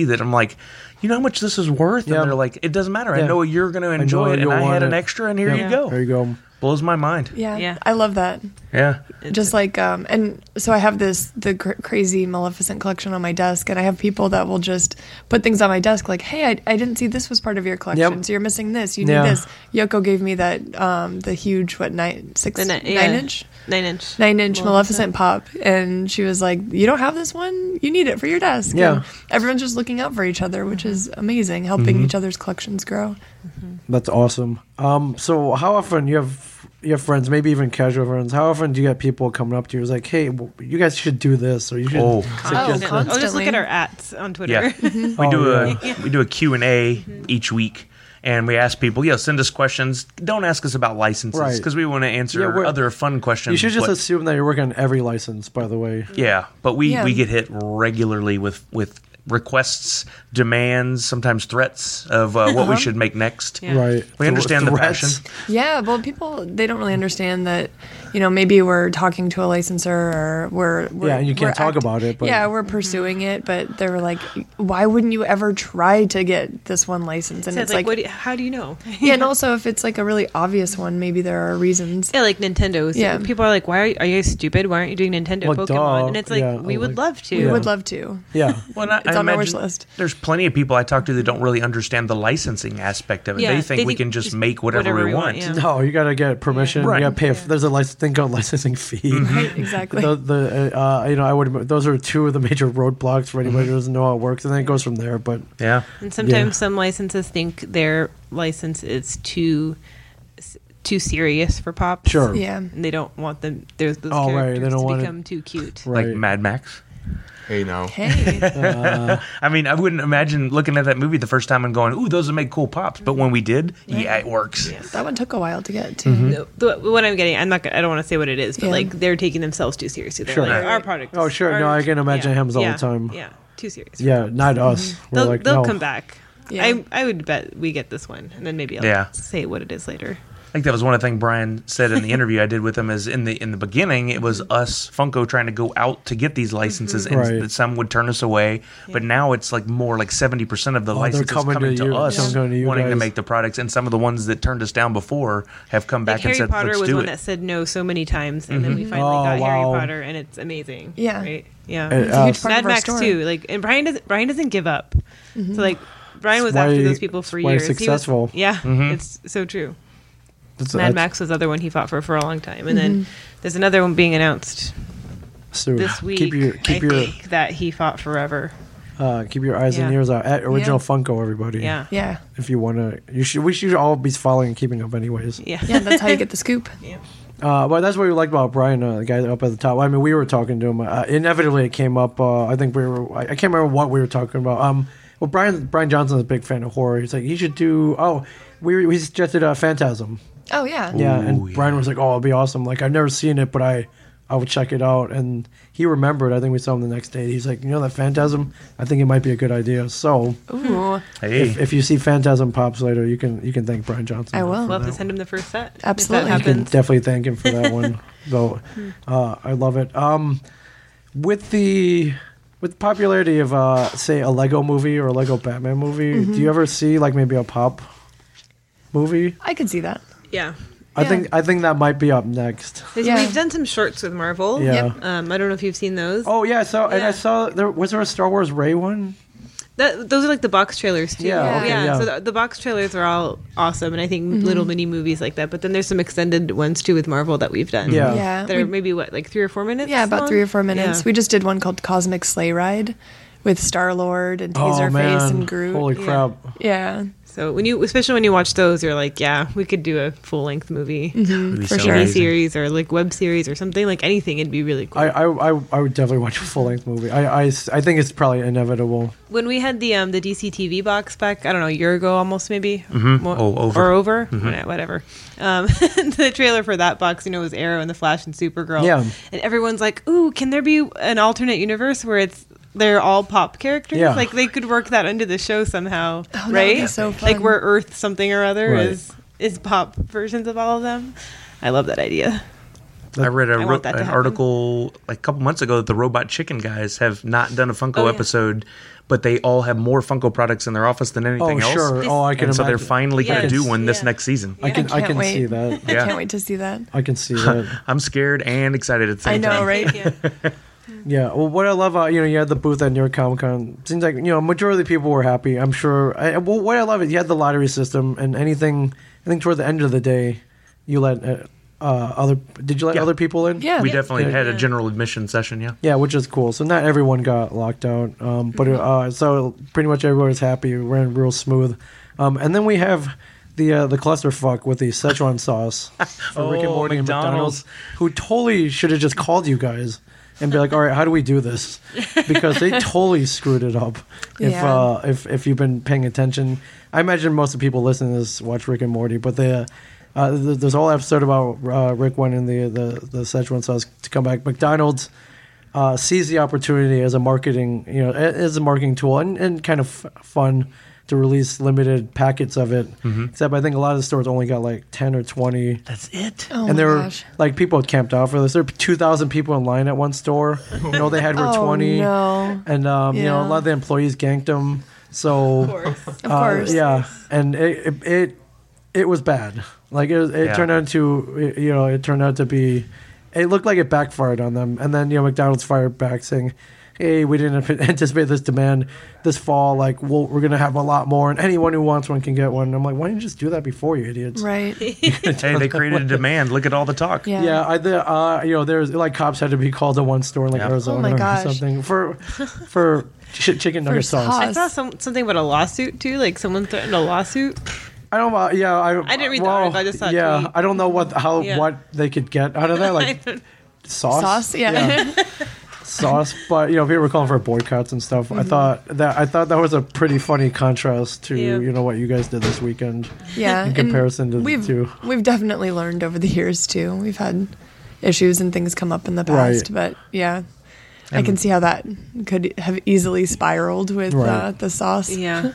[SPEAKER 3] Mm-hmm.
[SPEAKER 4] that I'm like, you know how much this is worth?
[SPEAKER 1] Yeah.
[SPEAKER 4] And they're like, it doesn't matter.
[SPEAKER 1] Yeah.
[SPEAKER 4] I know you're going to enjoy it, and
[SPEAKER 1] you'll
[SPEAKER 4] I had
[SPEAKER 1] want
[SPEAKER 4] an
[SPEAKER 1] it.
[SPEAKER 4] extra, and here
[SPEAKER 1] Yep.
[SPEAKER 4] you go.
[SPEAKER 1] There you go.
[SPEAKER 4] Blows my mind.
[SPEAKER 3] Yeah,
[SPEAKER 2] Yeah.
[SPEAKER 3] I love that.
[SPEAKER 4] Yeah.
[SPEAKER 3] Just like um, and so I have this the cr- crazy Maleficent collection on my desk, and I have people that will just put things on my desk like, "Hey, I, I didn't see this was part of your collection, so you're missing this. You need
[SPEAKER 1] Yeah.
[SPEAKER 3] this." Yoko gave me that um, the huge what nine six
[SPEAKER 2] The ni-
[SPEAKER 3] nine
[SPEAKER 2] yeah.
[SPEAKER 3] inch
[SPEAKER 2] Nine inch.
[SPEAKER 3] nine inch Maleficent pop, and she was like, "You don't have this one. You need it for your desk."
[SPEAKER 1] Yeah.
[SPEAKER 3] And everyone's just looking out for each other, which is amazing, helping each other's collections grow.
[SPEAKER 1] That's awesome. Um, so how often you have you have friends, maybe even casual friends? How often do you get people coming up to you who's like, "Hey, w- you guys should do this," or you should.
[SPEAKER 4] Oh.
[SPEAKER 1] suggest
[SPEAKER 2] Constantly.
[SPEAKER 1] that."
[SPEAKER 2] Oh, just look
[SPEAKER 3] Constantly.
[SPEAKER 2] at our ats on Twitter.
[SPEAKER 4] Yeah. we
[SPEAKER 1] Oh,
[SPEAKER 4] do a
[SPEAKER 1] yeah.
[SPEAKER 4] we do a Q&A each week and we ask people, yeah, send us questions. Don't ask us about licenses
[SPEAKER 1] Right.
[SPEAKER 4] because we want to answer
[SPEAKER 1] Yeah, we're-
[SPEAKER 4] other fun questions.
[SPEAKER 1] You should just
[SPEAKER 4] but-
[SPEAKER 1] assume that you're working on every license. By the way,
[SPEAKER 4] yeah, but we
[SPEAKER 3] Yeah.
[SPEAKER 4] we get hit regularly with with requests, demands, sometimes threats of uh, what we should make next.
[SPEAKER 2] Yeah.
[SPEAKER 1] right?
[SPEAKER 4] We understand the
[SPEAKER 1] Threats.
[SPEAKER 4] passion.
[SPEAKER 3] Yeah, well, people they don't really understand that you know, maybe we're talking to a licensor or we're, we're
[SPEAKER 1] Yeah, and you can't
[SPEAKER 3] we're
[SPEAKER 1] talk about it, but-
[SPEAKER 3] yeah, we're
[SPEAKER 2] Mm-hmm.
[SPEAKER 3] pursuing it. But they were like, why wouldn't you ever try to get this one license? And
[SPEAKER 2] So
[SPEAKER 3] it's
[SPEAKER 2] like,
[SPEAKER 3] like,
[SPEAKER 2] what? Do you, how do you know?
[SPEAKER 3] yeah, and also if it's like a really obvious one, maybe there are reasons.
[SPEAKER 2] Yeah, like Nintendo. So
[SPEAKER 3] Yeah.
[SPEAKER 2] People are like, why are you, are you guys stupid? Why aren't you doing Nintendo
[SPEAKER 1] Well,
[SPEAKER 2] Pokemon?
[SPEAKER 1] duh.
[SPEAKER 2] And it's like,
[SPEAKER 1] Yeah,
[SPEAKER 2] we
[SPEAKER 1] I
[SPEAKER 2] would
[SPEAKER 1] like-
[SPEAKER 2] love to.
[SPEAKER 3] We
[SPEAKER 1] Yeah.
[SPEAKER 3] would love to.
[SPEAKER 1] Yeah.
[SPEAKER 4] Well, not,
[SPEAKER 3] It's on my wish list.
[SPEAKER 4] There's plenty of people I talk to that don't really understand the licensing aspect of it.
[SPEAKER 2] Yeah,
[SPEAKER 4] they, think
[SPEAKER 2] they
[SPEAKER 4] we
[SPEAKER 2] think
[SPEAKER 4] can just,
[SPEAKER 2] just
[SPEAKER 4] make whatever, we want.
[SPEAKER 2] yeah.
[SPEAKER 1] No, you gotta get permission.
[SPEAKER 4] Right.
[SPEAKER 1] You gotta pay. A, there's a lic- thing called licensing fee.
[SPEAKER 4] Mm-hmm.
[SPEAKER 3] Right, exactly.
[SPEAKER 1] The, the uh, uh, you know I would those are two of the major roadblocks for
[SPEAKER 4] Mm-hmm.
[SPEAKER 1] anybody who doesn't know how it works, and then it goes from there. But
[SPEAKER 4] Yeah.
[SPEAKER 2] And sometimes some licenses think their license is too s- too serious for pop.
[SPEAKER 1] Sure.
[SPEAKER 3] yeah.
[SPEAKER 2] And they don't want them. There's those
[SPEAKER 1] Oh, right,
[SPEAKER 2] characters
[SPEAKER 1] they don't
[SPEAKER 2] to
[SPEAKER 1] want it-
[SPEAKER 2] become too cute.
[SPEAKER 1] right,
[SPEAKER 4] Like Mad Max.
[SPEAKER 5] Hey, no.
[SPEAKER 3] Hey,
[SPEAKER 4] I mean, I wouldn't imagine looking at that movie the first time and going, ooh, those would make cool pops. But when we did, yeah, it works.
[SPEAKER 3] that one took a while to get to.
[SPEAKER 1] Mm-hmm.
[SPEAKER 2] The- the- what I'm getting, I'm not. gonna- I don't want to say what it is, but
[SPEAKER 3] Yeah.
[SPEAKER 2] like they're taking themselves too seriously. They're
[SPEAKER 1] Sure.
[SPEAKER 2] like,
[SPEAKER 1] Right.
[SPEAKER 2] our product.
[SPEAKER 1] Oh,
[SPEAKER 2] is-
[SPEAKER 1] sure. No,
[SPEAKER 2] our-
[SPEAKER 1] I can imagine
[SPEAKER 2] yeah,
[SPEAKER 1] hymns all the
[SPEAKER 2] yeah,
[SPEAKER 1] time.
[SPEAKER 2] yeah, too serious.
[SPEAKER 1] yeah, not us. We're
[SPEAKER 2] Mm-hmm. They'll,
[SPEAKER 1] like
[SPEAKER 2] they'll
[SPEAKER 1] no.
[SPEAKER 2] come back.
[SPEAKER 3] Yeah.
[SPEAKER 2] I I would bet we get this one, and then maybe I'll
[SPEAKER 4] Yeah.
[SPEAKER 2] say what it is later.
[SPEAKER 4] I think that was one of the things Brian said in the interview I did with him is in the in the beginning it was us Funko trying to go out to get these licenses and
[SPEAKER 1] Right.
[SPEAKER 4] some would turn us away but now it's like more like 70% of the licenses
[SPEAKER 1] Oh, coming
[SPEAKER 4] coming,
[SPEAKER 1] to
[SPEAKER 4] to,
[SPEAKER 1] you.
[SPEAKER 4] us
[SPEAKER 1] Some going to you
[SPEAKER 4] wanting to
[SPEAKER 1] guys.
[SPEAKER 4] make the products and some of the ones that turned us down before have come
[SPEAKER 2] Like
[SPEAKER 4] back
[SPEAKER 2] Harry
[SPEAKER 4] and said
[SPEAKER 2] Potter
[SPEAKER 4] let's
[SPEAKER 2] was
[SPEAKER 4] do
[SPEAKER 2] one
[SPEAKER 4] it.
[SPEAKER 2] that said no so many times, and then we finally
[SPEAKER 1] Oh,
[SPEAKER 2] got
[SPEAKER 1] wow.
[SPEAKER 2] Harry Potter, and it's amazing.
[SPEAKER 3] Yeah.
[SPEAKER 2] right? Yeah,
[SPEAKER 1] And,
[SPEAKER 3] It's a huge
[SPEAKER 1] uh,
[SPEAKER 3] part
[SPEAKER 2] Mad
[SPEAKER 3] of our Mm-hmm.
[SPEAKER 2] Max
[SPEAKER 3] story.
[SPEAKER 2] too. Like, and Brian doesn't Brian doesn't give up. So like, Brian was
[SPEAKER 1] It's why-
[SPEAKER 2] after those people for
[SPEAKER 1] it's why he's
[SPEAKER 2] years. He was-
[SPEAKER 1] successful. Mm-hmm.
[SPEAKER 2] yeah, it's so true.
[SPEAKER 1] That's-
[SPEAKER 2] Mad
[SPEAKER 1] that's
[SPEAKER 2] Max was the other one he fought for for a long time, and
[SPEAKER 3] Mm-hmm.
[SPEAKER 2] then there's another one being announced
[SPEAKER 1] soon.
[SPEAKER 2] this week.
[SPEAKER 1] Keep your
[SPEAKER 2] I
[SPEAKER 1] keep your
[SPEAKER 2] think that he fought forever.
[SPEAKER 1] uh, keep your eyes and
[SPEAKER 2] Yeah.
[SPEAKER 1] ears out at original
[SPEAKER 3] Yeah.
[SPEAKER 1] Funko, everybody.
[SPEAKER 2] Yeah,
[SPEAKER 3] Yeah.
[SPEAKER 1] If you want to, you should. We should all be following and keeping up, anyways.
[SPEAKER 2] yeah,
[SPEAKER 3] Yeah, that's how you get the scoop.
[SPEAKER 1] Uh, well, that's what we liked about Brian, uh, the guy up at the top. I mean, we were talking to him. Uh, inevitably, it came up. Uh, I think we were. I, I can't remember what we were talking about. Um, well, Brian Brian Johnson's a big fan of horror. He's like, you should do. Oh, we we suggested uh, Phantasm.
[SPEAKER 3] Oh, yeah.
[SPEAKER 1] Yeah, and
[SPEAKER 4] Ooh,
[SPEAKER 1] Brian was like, "Oh, it'll be awesome." Like I've never seen it, but I I would check it out. And he remembered. I think we saw him the next day. He's like, "You know that Phantasm? I think it might be a good idea." So
[SPEAKER 3] Ooh,
[SPEAKER 4] Hey.
[SPEAKER 1] if you see Phantasm pops later, you can you can thank Brian Johnson.
[SPEAKER 3] I will.
[SPEAKER 2] We'll have to send him the first set. if that
[SPEAKER 3] Absolutely. You
[SPEAKER 1] You can
[SPEAKER 2] happens.
[SPEAKER 1] definitely thank him for that one. Though uh, I love it. Um, with the with the popularity of uh, say a Lego movie or a Lego Batman movie,
[SPEAKER 3] Mm-hmm.
[SPEAKER 1] do you ever see like maybe a pop movie?
[SPEAKER 3] I could see that.
[SPEAKER 2] Yeah.
[SPEAKER 1] I
[SPEAKER 3] Yeah.
[SPEAKER 1] think I think that might be up next.
[SPEAKER 2] 'Cause
[SPEAKER 3] Yeah.
[SPEAKER 2] We've done some shorts with Marvel.
[SPEAKER 1] Yeah.
[SPEAKER 3] Yep.
[SPEAKER 2] Um, I don't know if you've seen those.
[SPEAKER 1] Oh yeah, so and
[SPEAKER 2] Yeah.
[SPEAKER 1] I saw there was there a Star Wars Ray one.
[SPEAKER 2] That, those are like the box trailers too.
[SPEAKER 1] Yeah,
[SPEAKER 3] Yeah. okay,
[SPEAKER 1] yeah.
[SPEAKER 2] So the, the box trailers are all awesome, and I think
[SPEAKER 3] Mm-hmm.
[SPEAKER 2] little mini movies like that. But then there's some extended ones too with Marvel that we've done.
[SPEAKER 1] Yeah.
[SPEAKER 3] Yeah.
[SPEAKER 2] That are
[SPEAKER 3] we-
[SPEAKER 2] maybe what like three or four minutes.
[SPEAKER 3] yeah, about
[SPEAKER 2] long?
[SPEAKER 3] three or four minutes.
[SPEAKER 2] Yeah.
[SPEAKER 3] We just did one called Cosmic Sleigh Ride with Star Lord and Taserface and Groot.
[SPEAKER 1] Oh, Holy
[SPEAKER 2] Yeah.
[SPEAKER 1] crap!
[SPEAKER 3] yeah. Oh,
[SPEAKER 2] so when you, especially when you watch those, you're like, yeah, we could do a full length movie,
[SPEAKER 4] It'd be
[SPEAKER 3] Mm, for
[SPEAKER 4] so
[SPEAKER 3] sure.
[SPEAKER 2] TV
[SPEAKER 4] amazing.
[SPEAKER 2] series, or like web series, or something like anything. It'd be really cool.
[SPEAKER 1] I, I I I would definitely watch a full length movie. I, I s- I think it's probably inevitable.
[SPEAKER 2] when we had the um the DC TV box back, I don't know, a year ago almost maybe, Mo-
[SPEAKER 4] Oh, over.
[SPEAKER 2] or over, Wha- whatever. Um, the trailer for that box, you know, was Arrow and the Flash and Supergirl.
[SPEAKER 1] Yeah.
[SPEAKER 2] and everyone's like, "Ooh, can there be an alternate universe where it's they're all pop characters?
[SPEAKER 1] Yeah.
[SPEAKER 2] Like they could work that into the show somehow,
[SPEAKER 3] that would
[SPEAKER 2] right?
[SPEAKER 3] be so
[SPEAKER 2] Like
[SPEAKER 3] fun.
[SPEAKER 2] where Earth something or other
[SPEAKER 1] Right.
[SPEAKER 2] is is pop versions of all of them. I love that idea.
[SPEAKER 4] I read a
[SPEAKER 2] I
[SPEAKER 4] ro-
[SPEAKER 2] want that to
[SPEAKER 4] an
[SPEAKER 2] happen.
[SPEAKER 4] article like a couple months ago that the Robot Chicken guys have not done a Funko
[SPEAKER 2] Oh, yeah.
[SPEAKER 4] episode, but they all have more Funko products in their office than anything
[SPEAKER 1] Oh
[SPEAKER 4] else.
[SPEAKER 1] sure.
[SPEAKER 2] This-
[SPEAKER 1] Oh, I can
[SPEAKER 4] and so they're
[SPEAKER 1] imagine.
[SPEAKER 4] finally going
[SPEAKER 2] Yeah.
[SPEAKER 4] to do one this
[SPEAKER 2] Yeah.
[SPEAKER 4] next season.
[SPEAKER 1] I can I,
[SPEAKER 3] Can't
[SPEAKER 1] can
[SPEAKER 3] wait.
[SPEAKER 1] see that.
[SPEAKER 3] I
[SPEAKER 4] Yeah.
[SPEAKER 3] can't wait to see that.
[SPEAKER 1] I can see that.
[SPEAKER 4] I'm scared and excited at the same
[SPEAKER 3] I know,
[SPEAKER 4] time.
[SPEAKER 3] right?
[SPEAKER 2] Oh, Yeah.
[SPEAKER 1] Yeah. Well, what I love, uh, you know, you had the booth at New York Comic Con. Seems like you know, majority of the people were happy. I'm sure. I, well, what I love is you had the lottery system, and anything. I think toward the end of the day, you let uh, uh, other. Did you let
[SPEAKER 4] Yeah.
[SPEAKER 1] other people in?
[SPEAKER 3] Yeah. Oh,
[SPEAKER 4] We
[SPEAKER 3] Yeah.
[SPEAKER 4] definitely
[SPEAKER 1] Yeah.
[SPEAKER 4] had a general admission session, yeah.
[SPEAKER 1] Yeah, which is cool. So not everyone got locked out, um, but
[SPEAKER 4] Mm-hmm.
[SPEAKER 1] uh, so pretty much everyone was happy. It ran real smooth, um, and then we have the uh, the clusterfuck with the Szechuan sauce for Rick and
[SPEAKER 4] Oh,
[SPEAKER 1] Morty and McDonald's,
[SPEAKER 4] McDonald's.
[SPEAKER 1] who totally should have just called you guys and be like, "All right, how do we do this?" Because they totally screwed it up. If
[SPEAKER 3] Yeah.
[SPEAKER 1] uh, if if you've been paying attention, I imagine most of the people listening to this watch Rick and Morty, but they. Uh, uh, th- there's a whole episode about uh, Rick wanting the the the Szechuan sauce to come back. McDonald's uh, sees the opportunity as a marketing, you know, a- as a marketing tool and, and kind of f- fun to release limited packets of it. Except I think a lot of the stores only got like ten or twenty.
[SPEAKER 4] That's it.
[SPEAKER 3] Oh
[SPEAKER 1] and
[SPEAKER 3] my
[SPEAKER 1] there were
[SPEAKER 3] gosh.
[SPEAKER 1] like people had camped out for this. There were two thousand people in line at one store. You know they had were
[SPEAKER 3] Oh,
[SPEAKER 1] twenty,
[SPEAKER 3] no.
[SPEAKER 1] and um, you know a
[SPEAKER 3] Yeah.
[SPEAKER 1] lot of the employees ganked them. So
[SPEAKER 3] Of
[SPEAKER 1] uh,
[SPEAKER 3] course.
[SPEAKER 1] yeah, and it it it, it was bad. Like it, it
[SPEAKER 4] Yeah.
[SPEAKER 1] turned out to you know it turned out to be, it looked like it backfired on them, and then you know McDonald's fired back saying. Hey, we didn't anticipate this demand this fall. Like, well, we're gonna have a lot more, and anyone who wants one can get one. And I'm like, why didn't you just do that before, you idiots?
[SPEAKER 3] Right.
[SPEAKER 4] Hey, they created a demand. Look at all the talk.
[SPEAKER 3] Yeah.
[SPEAKER 1] Yeah, I the uh, you know there's like cops had to be called to one store in like
[SPEAKER 4] Yeah.
[SPEAKER 1] Arizona
[SPEAKER 3] Oh my
[SPEAKER 1] or
[SPEAKER 3] gosh.
[SPEAKER 1] something for for ch- chicken nugget sauce.
[SPEAKER 3] sauce.
[SPEAKER 2] I saw some, something about a lawsuit too. Like someone threatened a lawsuit.
[SPEAKER 1] I don't. Uh, yeah, I,
[SPEAKER 2] I didn't read the article, I just saw a
[SPEAKER 1] Yeah,
[SPEAKER 2] tweet.
[SPEAKER 1] I don't know what how
[SPEAKER 2] Yeah.
[SPEAKER 1] what they could get out of that like sauce.
[SPEAKER 3] Sauce. Yeah.
[SPEAKER 1] sauce. But you know, people were calling for boycotts and stuff.
[SPEAKER 2] Mm-hmm.
[SPEAKER 1] I thought that I thought that was a pretty funny contrast to
[SPEAKER 2] Yeah.
[SPEAKER 1] you know what you guys did this weekend.
[SPEAKER 3] yeah.
[SPEAKER 1] In
[SPEAKER 3] and
[SPEAKER 1] comparison to the
[SPEAKER 3] we've,
[SPEAKER 1] two.
[SPEAKER 3] We've definitely learned over the years too. We've had issues and things come up in the
[SPEAKER 1] Right.
[SPEAKER 3] past, but yeah. I can see how that could have easily spiraled with uh,
[SPEAKER 1] Right.
[SPEAKER 3] the sauce.
[SPEAKER 2] Yeah.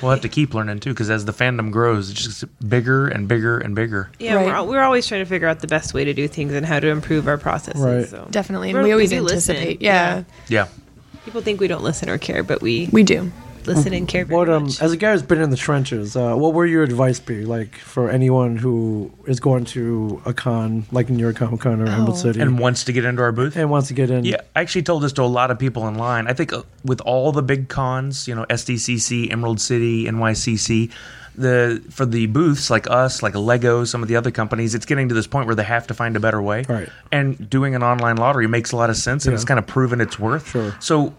[SPEAKER 4] We'll have to keep learning too, because as the fandom grows, it just gets bigger and bigger and bigger.
[SPEAKER 2] Yeah,
[SPEAKER 3] Right.
[SPEAKER 2] we're, al- we're always trying to figure out the best way to do things and how to improve our processes.
[SPEAKER 1] Right.
[SPEAKER 2] So.
[SPEAKER 3] Definitely.
[SPEAKER 2] We're-
[SPEAKER 3] And we always
[SPEAKER 2] do listen.
[SPEAKER 3] anticipate. Yeah,
[SPEAKER 4] Yeah.
[SPEAKER 2] People think we don't listen or care, but we,
[SPEAKER 3] We do.
[SPEAKER 2] listen and care very
[SPEAKER 1] What um,
[SPEAKER 2] much.
[SPEAKER 1] as a guy who's been in the trenches, uh, what would your advice be like for anyone who is going to a con like New York Comic Con or Emerald
[SPEAKER 3] Oh.
[SPEAKER 1] City
[SPEAKER 4] And wants to get into our booth.
[SPEAKER 1] and wants to get in?
[SPEAKER 4] Yeah, I actually told this to a lot of people in line. I think uh, with all the big cons, you know, SDCC, Emerald City, NYCC, the for the booths like us, like Lego, some of the other companies, it's getting to this point where they have to find a better way.
[SPEAKER 1] Right.
[SPEAKER 4] And doing an online lottery makes a lot of sense, and
[SPEAKER 1] Yeah.
[SPEAKER 4] it's kind of proven its worth.
[SPEAKER 1] Sure.
[SPEAKER 4] So.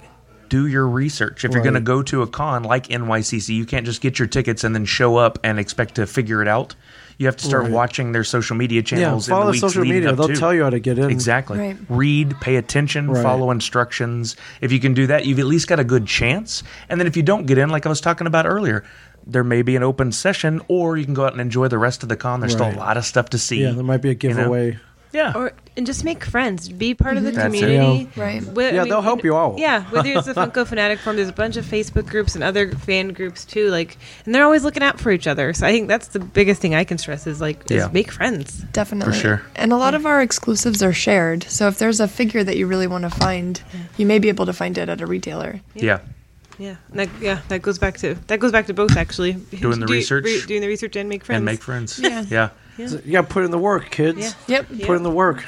[SPEAKER 4] Do your research. If you're
[SPEAKER 1] Right.
[SPEAKER 4] going to go to a con like NYCC, you can't just get your tickets and then show up and expect to figure it out. You have to start
[SPEAKER 1] Right.
[SPEAKER 4] watching their social media
[SPEAKER 1] yeah.
[SPEAKER 4] channels. in
[SPEAKER 1] Follow
[SPEAKER 4] the
[SPEAKER 1] the
[SPEAKER 4] weeks
[SPEAKER 1] social
[SPEAKER 4] leading
[SPEAKER 1] media;
[SPEAKER 4] up
[SPEAKER 1] they'll
[SPEAKER 4] to.
[SPEAKER 1] tell you how to get in.
[SPEAKER 4] Exactly.
[SPEAKER 3] Right.
[SPEAKER 4] Read, pay attention,
[SPEAKER 1] Right.
[SPEAKER 4] follow instructions. If you can do that, you've at least got a good chance. And then if you don't get in, like I was talking about earlier, there may be an open session, or you can go out and enjoy the rest of the con. There's
[SPEAKER 1] Right.
[SPEAKER 4] still a lot of stuff to see.
[SPEAKER 1] Yeah, there might be a
[SPEAKER 4] know?
[SPEAKER 1] giveaway.
[SPEAKER 4] Yeah.
[SPEAKER 2] or and just make friends. Be part of the
[SPEAKER 4] That's it.
[SPEAKER 2] community.
[SPEAKER 3] Yeah. Right.
[SPEAKER 2] Wh- I
[SPEAKER 1] Mm-hmm. Yeah, they'll help you out.
[SPEAKER 2] Yeah, whether it's the Funko Fanatic Forum, there's a bunch of Facebook groups and other fan groups too. Like, and they're always looking out for each other. So I think that's the biggest thing I can stress is like, is
[SPEAKER 4] Yeah.
[SPEAKER 2] make friends.
[SPEAKER 3] Definitely.
[SPEAKER 4] sure.
[SPEAKER 3] And a lot of our exclusives are shared. So if there's a figure that you really want to find, you may be able to find it at a retailer.
[SPEAKER 4] yeah.
[SPEAKER 2] Yeah, and that, yeah, that goes back to that goes back to both actually.
[SPEAKER 4] Doing the research.
[SPEAKER 2] doing the research, and make friends.
[SPEAKER 4] And make friends.
[SPEAKER 3] Yeah.
[SPEAKER 4] Yeah.
[SPEAKER 1] So you got to put in the work, kids.
[SPEAKER 2] Yeah.
[SPEAKER 3] Yep.
[SPEAKER 1] Put in the work.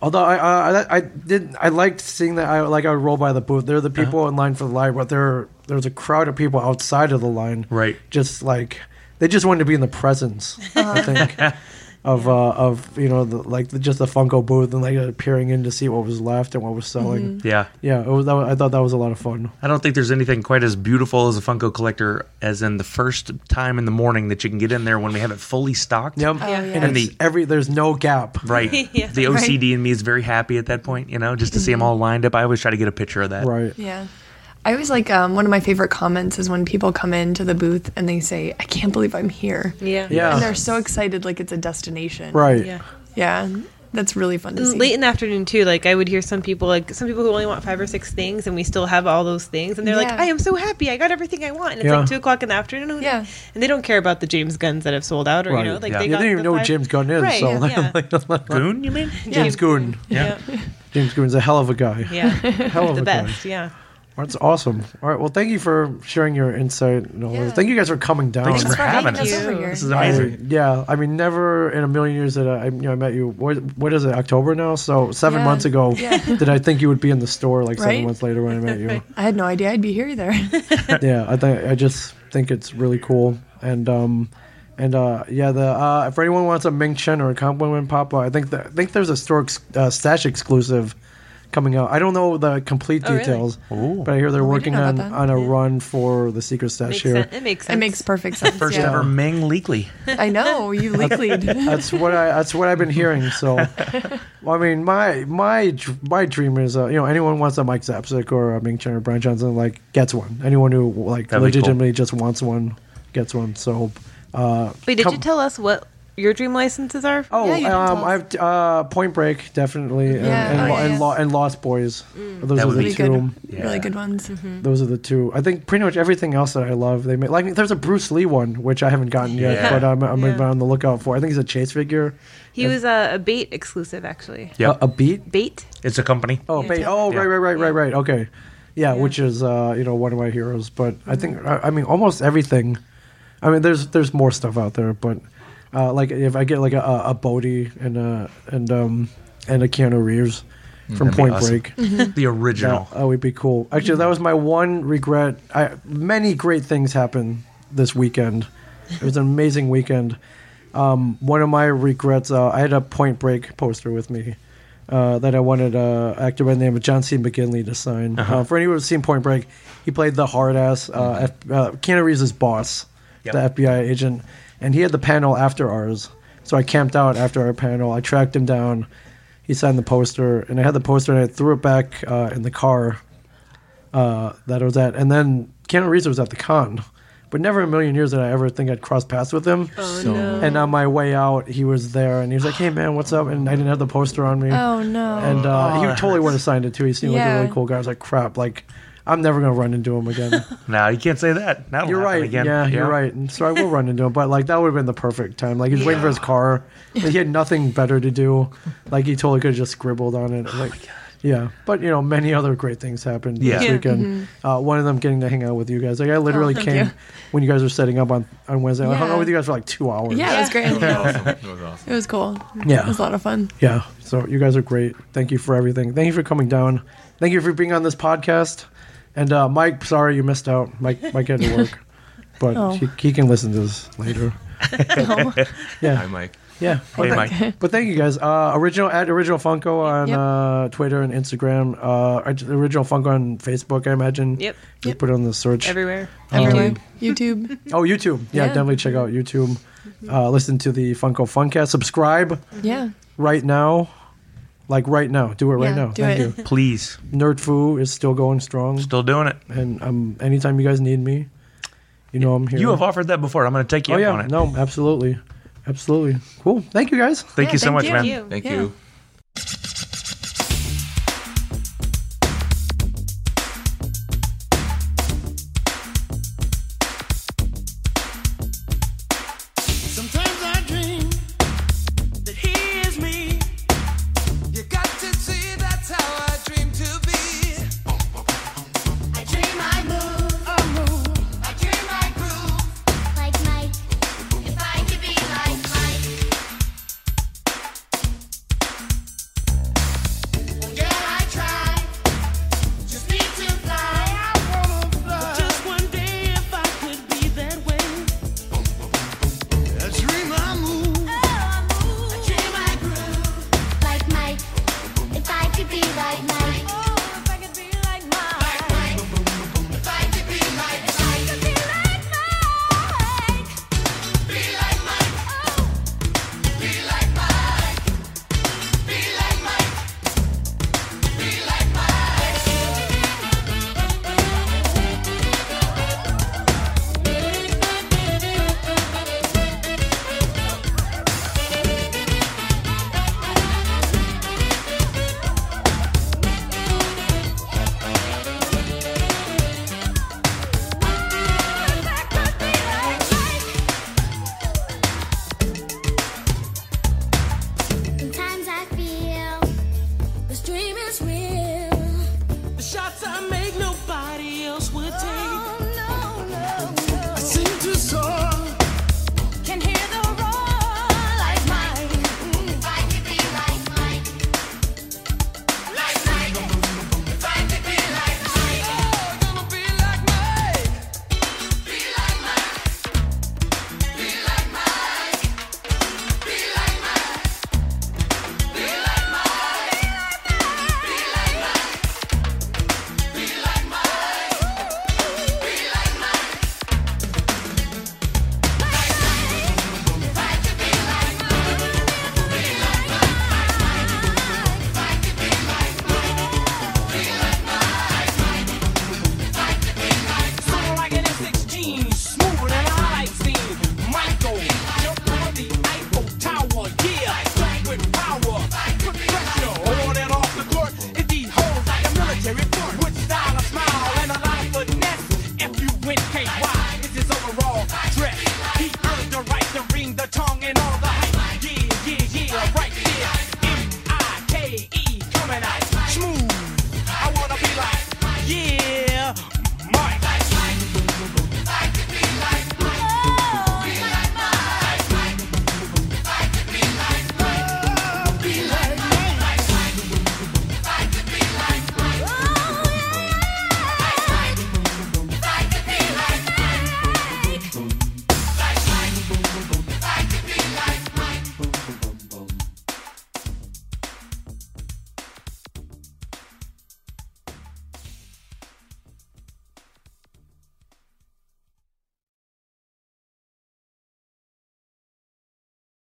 [SPEAKER 1] Although I, uh, I I did I liked seeing that I like I would roll by the booth. They're the
[SPEAKER 4] Uh-huh.
[SPEAKER 1] people in line for the line, but there there's a crowd of people outside of the line,
[SPEAKER 4] Right.
[SPEAKER 1] Just like they just wanted to be in the presence, I think, of uh, of you know the, like the, just the Funko booth and like peering in to see what was left and what was selling.
[SPEAKER 4] Yeah.
[SPEAKER 1] Yeah, it was, that was, I thought that was a lot of fun.
[SPEAKER 4] I don't think there's anything quite as beautiful as a Funko collector as in the first time in the morning that you can get in there when we have it fully stocked.
[SPEAKER 1] Yep.
[SPEAKER 3] yeah.
[SPEAKER 1] And,
[SPEAKER 4] And
[SPEAKER 1] it's
[SPEAKER 4] the-
[SPEAKER 1] every there's no gap.
[SPEAKER 4] Right. The OCD in me is very happy at that point, you know, just to see them all lined up. I always try to get a picture of that.
[SPEAKER 1] Right.
[SPEAKER 3] Yeah. I always like um, one of my favorite comments is when people come into the booth and they say, I can't believe I'm here.
[SPEAKER 2] Yeah.
[SPEAKER 1] Yeah.
[SPEAKER 3] And they're so excited, like it's a destination.
[SPEAKER 1] Right.
[SPEAKER 2] Yeah.
[SPEAKER 3] Yeah. That's really fun to see.
[SPEAKER 2] late in the afternoon too like i would hear some people like some people who only want five or six things and we still have all those things and they're like
[SPEAKER 3] Yeah.
[SPEAKER 2] i am so happy i got everything i want and it's
[SPEAKER 1] Yeah.
[SPEAKER 2] like two o'clock in the afternoon
[SPEAKER 3] Yeah.
[SPEAKER 2] and they don't care about the james guns that have sold out or
[SPEAKER 1] Right,
[SPEAKER 2] you know like
[SPEAKER 4] yeah.
[SPEAKER 2] they
[SPEAKER 1] Yeah,
[SPEAKER 2] got
[SPEAKER 1] they don't
[SPEAKER 2] the
[SPEAKER 1] even know what
[SPEAKER 2] five-
[SPEAKER 1] James Gunn is.
[SPEAKER 2] right,
[SPEAKER 1] so
[SPEAKER 2] yeah,
[SPEAKER 4] Goon, you mean?
[SPEAKER 1] James Gunn.
[SPEAKER 2] yeah
[SPEAKER 1] James Gunn's a hell of a guy.
[SPEAKER 2] yeah,
[SPEAKER 1] Hell of
[SPEAKER 2] the
[SPEAKER 1] a guy.
[SPEAKER 2] best yeah
[SPEAKER 1] That's awesome. All right. Well, thank you for sharing your insight. And all
[SPEAKER 3] Yeah.
[SPEAKER 1] this. Thank you guys for coming down.
[SPEAKER 4] Thanks for
[SPEAKER 3] That's right.
[SPEAKER 4] having
[SPEAKER 3] Thank
[SPEAKER 4] us.
[SPEAKER 3] you. Over here.
[SPEAKER 4] This is
[SPEAKER 1] I-
[SPEAKER 4] amazing.
[SPEAKER 1] yeah, I mean, never in a million years that I, you know, I met you. What, what is it? October now? So seven
[SPEAKER 3] Yeah.
[SPEAKER 1] months ago,
[SPEAKER 3] Yeah.
[SPEAKER 1] did I think you would be in the store like seven
[SPEAKER 3] Right?
[SPEAKER 1] months later when I met you?
[SPEAKER 3] I had no idea I'd be here either.
[SPEAKER 1] yeah, I think I just think it's really cool, and um, and uh, yeah, the uh, if anyone wants a Ming Chen or a compliment pop, I think that I think there's a store ex- uh, stash exclusive coming out. I don't know the complete
[SPEAKER 2] Oh, really?
[SPEAKER 1] details,
[SPEAKER 4] Ooh.
[SPEAKER 1] but I hear they're
[SPEAKER 3] Oh, we
[SPEAKER 1] working
[SPEAKER 3] didn't know
[SPEAKER 1] on
[SPEAKER 3] about that.
[SPEAKER 1] on a run for the secret stash
[SPEAKER 2] makes
[SPEAKER 1] here.
[SPEAKER 2] sense. it makes sense
[SPEAKER 3] it makes perfect sense.
[SPEAKER 4] First
[SPEAKER 3] yeah.
[SPEAKER 4] ever Ming Leakley.
[SPEAKER 3] I know. You leak lead.
[SPEAKER 1] That's what I. That's what I've been hearing. So, well, I mean, my my dr- my dream is, uh, you know, anyone wants a Mike Zapsik or a Ming Chen or Brian Johnson, like gets one. Anyone who like
[SPEAKER 4] That'd be cool.
[SPEAKER 1] legitimately just wants one gets one. So, uh,
[SPEAKER 2] wait did
[SPEAKER 1] come-
[SPEAKER 2] you tell us what your dream licenses are?
[SPEAKER 1] Oh,
[SPEAKER 3] Yeah, you didn't
[SPEAKER 1] um,
[SPEAKER 3] tell
[SPEAKER 1] I've uh, Point Break definitely, and
[SPEAKER 3] Yeah. Mm.
[SPEAKER 1] and,
[SPEAKER 3] Oh,
[SPEAKER 1] Lo-
[SPEAKER 3] yeah,
[SPEAKER 1] and,
[SPEAKER 3] yeah.
[SPEAKER 1] Lo- and Lost Boys. Those
[SPEAKER 4] That
[SPEAKER 1] are
[SPEAKER 4] would
[SPEAKER 1] the
[SPEAKER 3] really
[SPEAKER 4] be
[SPEAKER 1] two.
[SPEAKER 3] good,
[SPEAKER 4] Yeah.
[SPEAKER 3] really good ones.
[SPEAKER 1] Those are the two. I think pretty much everything else that I love, they make. Like there's a Bruce Lee one, which I haven't gotten yet,
[SPEAKER 4] Yeah.
[SPEAKER 1] but I'm, I'm
[SPEAKER 2] Yeah.
[SPEAKER 1] on the lookout for. I think he's a chase figure.
[SPEAKER 2] He was a, a bait exclusive, actually.
[SPEAKER 4] Yep.
[SPEAKER 1] A, a beat.
[SPEAKER 2] Bait.
[SPEAKER 4] it's a company.
[SPEAKER 1] Oh,
[SPEAKER 2] Yeah.
[SPEAKER 1] ba- oh,
[SPEAKER 4] Yeah.
[SPEAKER 1] right, right, right, right, right. Okay, yeah,
[SPEAKER 2] Yeah.
[SPEAKER 1] which is uh, you know one of my heroes. But I
[SPEAKER 4] Mm-hmm.
[SPEAKER 1] think I, I mean almost everything. I mean, there's there's more stuff out there, but uh, like if I get like a, a a Bodhi and a and um and a Keanu Reeves from
[SPEAKER 4] Mm, That'd be
[SPEAKER 1] Point
[SPEAKER 4] awesome. Mm-hmm.
[SPEAKER 1] Break.
[SPEAKER 4] The original.
[SPEAKER 1] That, that would be cool. Actually, that was my one regret. I, many great things happened this weekend. It was an amazing weekend. Um, one of my regrets, uh, I had a Point Break poster with me uh, that I wanted uh, actor by the name of John C. McGinley to sign. uh for anyone who's seen Point Break, he played the hard ass uh, F- uh, Keanu Reeves' boss,
[SPEAKER 4] Yep.
[SPEAKER 1] the FBI agent, and he had the panel after ours. So I camped out after our panel. I tracked him down. He signed the poster, and I had the poster, and I threw it back uh, in the car uh, that I was at. And then Keanu Reeves was at the con, but never in a million years did I ever think I'd cross paths with him.
[SPEAKER 5] so
[SPEAKER 1] And on my way out, he was there, and he was like, "Hey man, what's up?" And I didn't have the poster on me,
[SPEAKER 3] Oh no.
[SPEAKER 1] and uh, he
[SPEAKER 4] that
[SPEAKER 1] totally would have signed it too. He seemed like a
[SPEAKER 3] Yeah.
[SPEAKER 1] really cool guy. I was like, "Crap!" Like, I'm never gonna run into him again.
[SPEAKER 4] No, you can't say that. That'll
[SPEAKER 1] You're
[SPEAKER 4] happen
[SPEAKER 1] right.
[SPEAKER 4] Again.
[SPEAKER 1] Yeah, you're right. And so I will run into him, but like that would have been the perfect time. Like he was waiting for his car. Like, he had nothing better to do. Like he totally could have just scribbled on
[SPEAKER 4] Oh
[SPEAKER 1] it. Like, yeah. But you know, many other great things happened
[SPEAKER 4] Yeah.
[SPEAKER 1] this
[SPEAKER 4] Yeah.
[SPEAKER 1] weekend. Uh, one of them getting to hang out with you guys. Like I literally came
[SPEAKER 3] Mm-hmm. Oh, you.
[SPEAKER 1] when you guys were setting up on on Wednesday. I hung
[SPEAKER 3] Yeah.
[SPEAKER 1] out with you guys for like two hours.
[SPEAKER 3] yeah, it was great.
[SPEAKER 5] awesome. It was awesome.
[SPEAKER 3] It was cool.
[SPEAKER 1] Yeah.
[SPEAKER 3] It was a lot of fun.
[SPEAKER 1] Yeah. So you guys are great. Thank you for everything. Thank you for coming down. Thank you for being on this podcast. And uh, Mike, sorry you missed out. Mike, Mike had to work, but
[SPEAKER 3] Oh.
[SPEAKER 1] he, he can listen to this later.
[SPEAKER 5] Hi,
[SPEAKER 1] yeah,
[SPEAKER 5] Mike.
[SPEAKER 1] yeah. But,
[SPEAKER 4] Hey, Mike.
[SPEAKER 1] but thank you guys. Uh, original at original Funko on
[SPEAKER 3] Yep.
[SPEAKER 1] uh, Twitter and Instagram. Uh, at original Funko on Facebook, I imagine.
[SPEAKER 2] Yep.
[SPEAKER 1] Just put it on the search. Um,
[SPEAKER 2] Everywhere.
[SPEAKER 3] Everywhere. YouTube.
[SPEAKER 1] oh, YouTube. Yeah,
[SPEAKER 3] Yeah. Mm-hmm.
[SPEAKER 1] definitely check out YouTube. Uh, listen to the Funko Funcast. Subscribe
[SPEAKER 3] Yeah.
[SPEAKER 1] right now. Like right now, do it right now.
[SPEAKER 3] Yeah, do
[SPEAKER 1] Thank
[SPEAKER 3] it.
[SPEAKER 1] you.
[SPEAKER 4] Please,
[SPEAKER 1] Nerd Foo is still going strong,
[SPEAKER 4] still doing it.
[SPEAKER 1] and um, anytime you guys need me, you know I'm here.
[SPEAKER 4] You have offered that before. I'm going to take you
[SPEAKER 1] oh
[SPEAKER 4] up
[SPEAKER 1] yeah,
[SPEAKER 4] on it.
[SPEAKER 1] no, absolutely, absolutely, cool. Thank you guys.
[SPEAKER 4] Thank
[SPEAKER 3] Yeah,
[SPEAKER 4] you so
[SPEAKER 3] thank
[SPEAKER 4] much,
[SPEAKER 3] you.
[SPEAKER 4] man.
[SPEAKER 2] You.
[SPEAKER 5] Thank
[SPEAKER 3] Yeah.
[SPEAKER 5] you.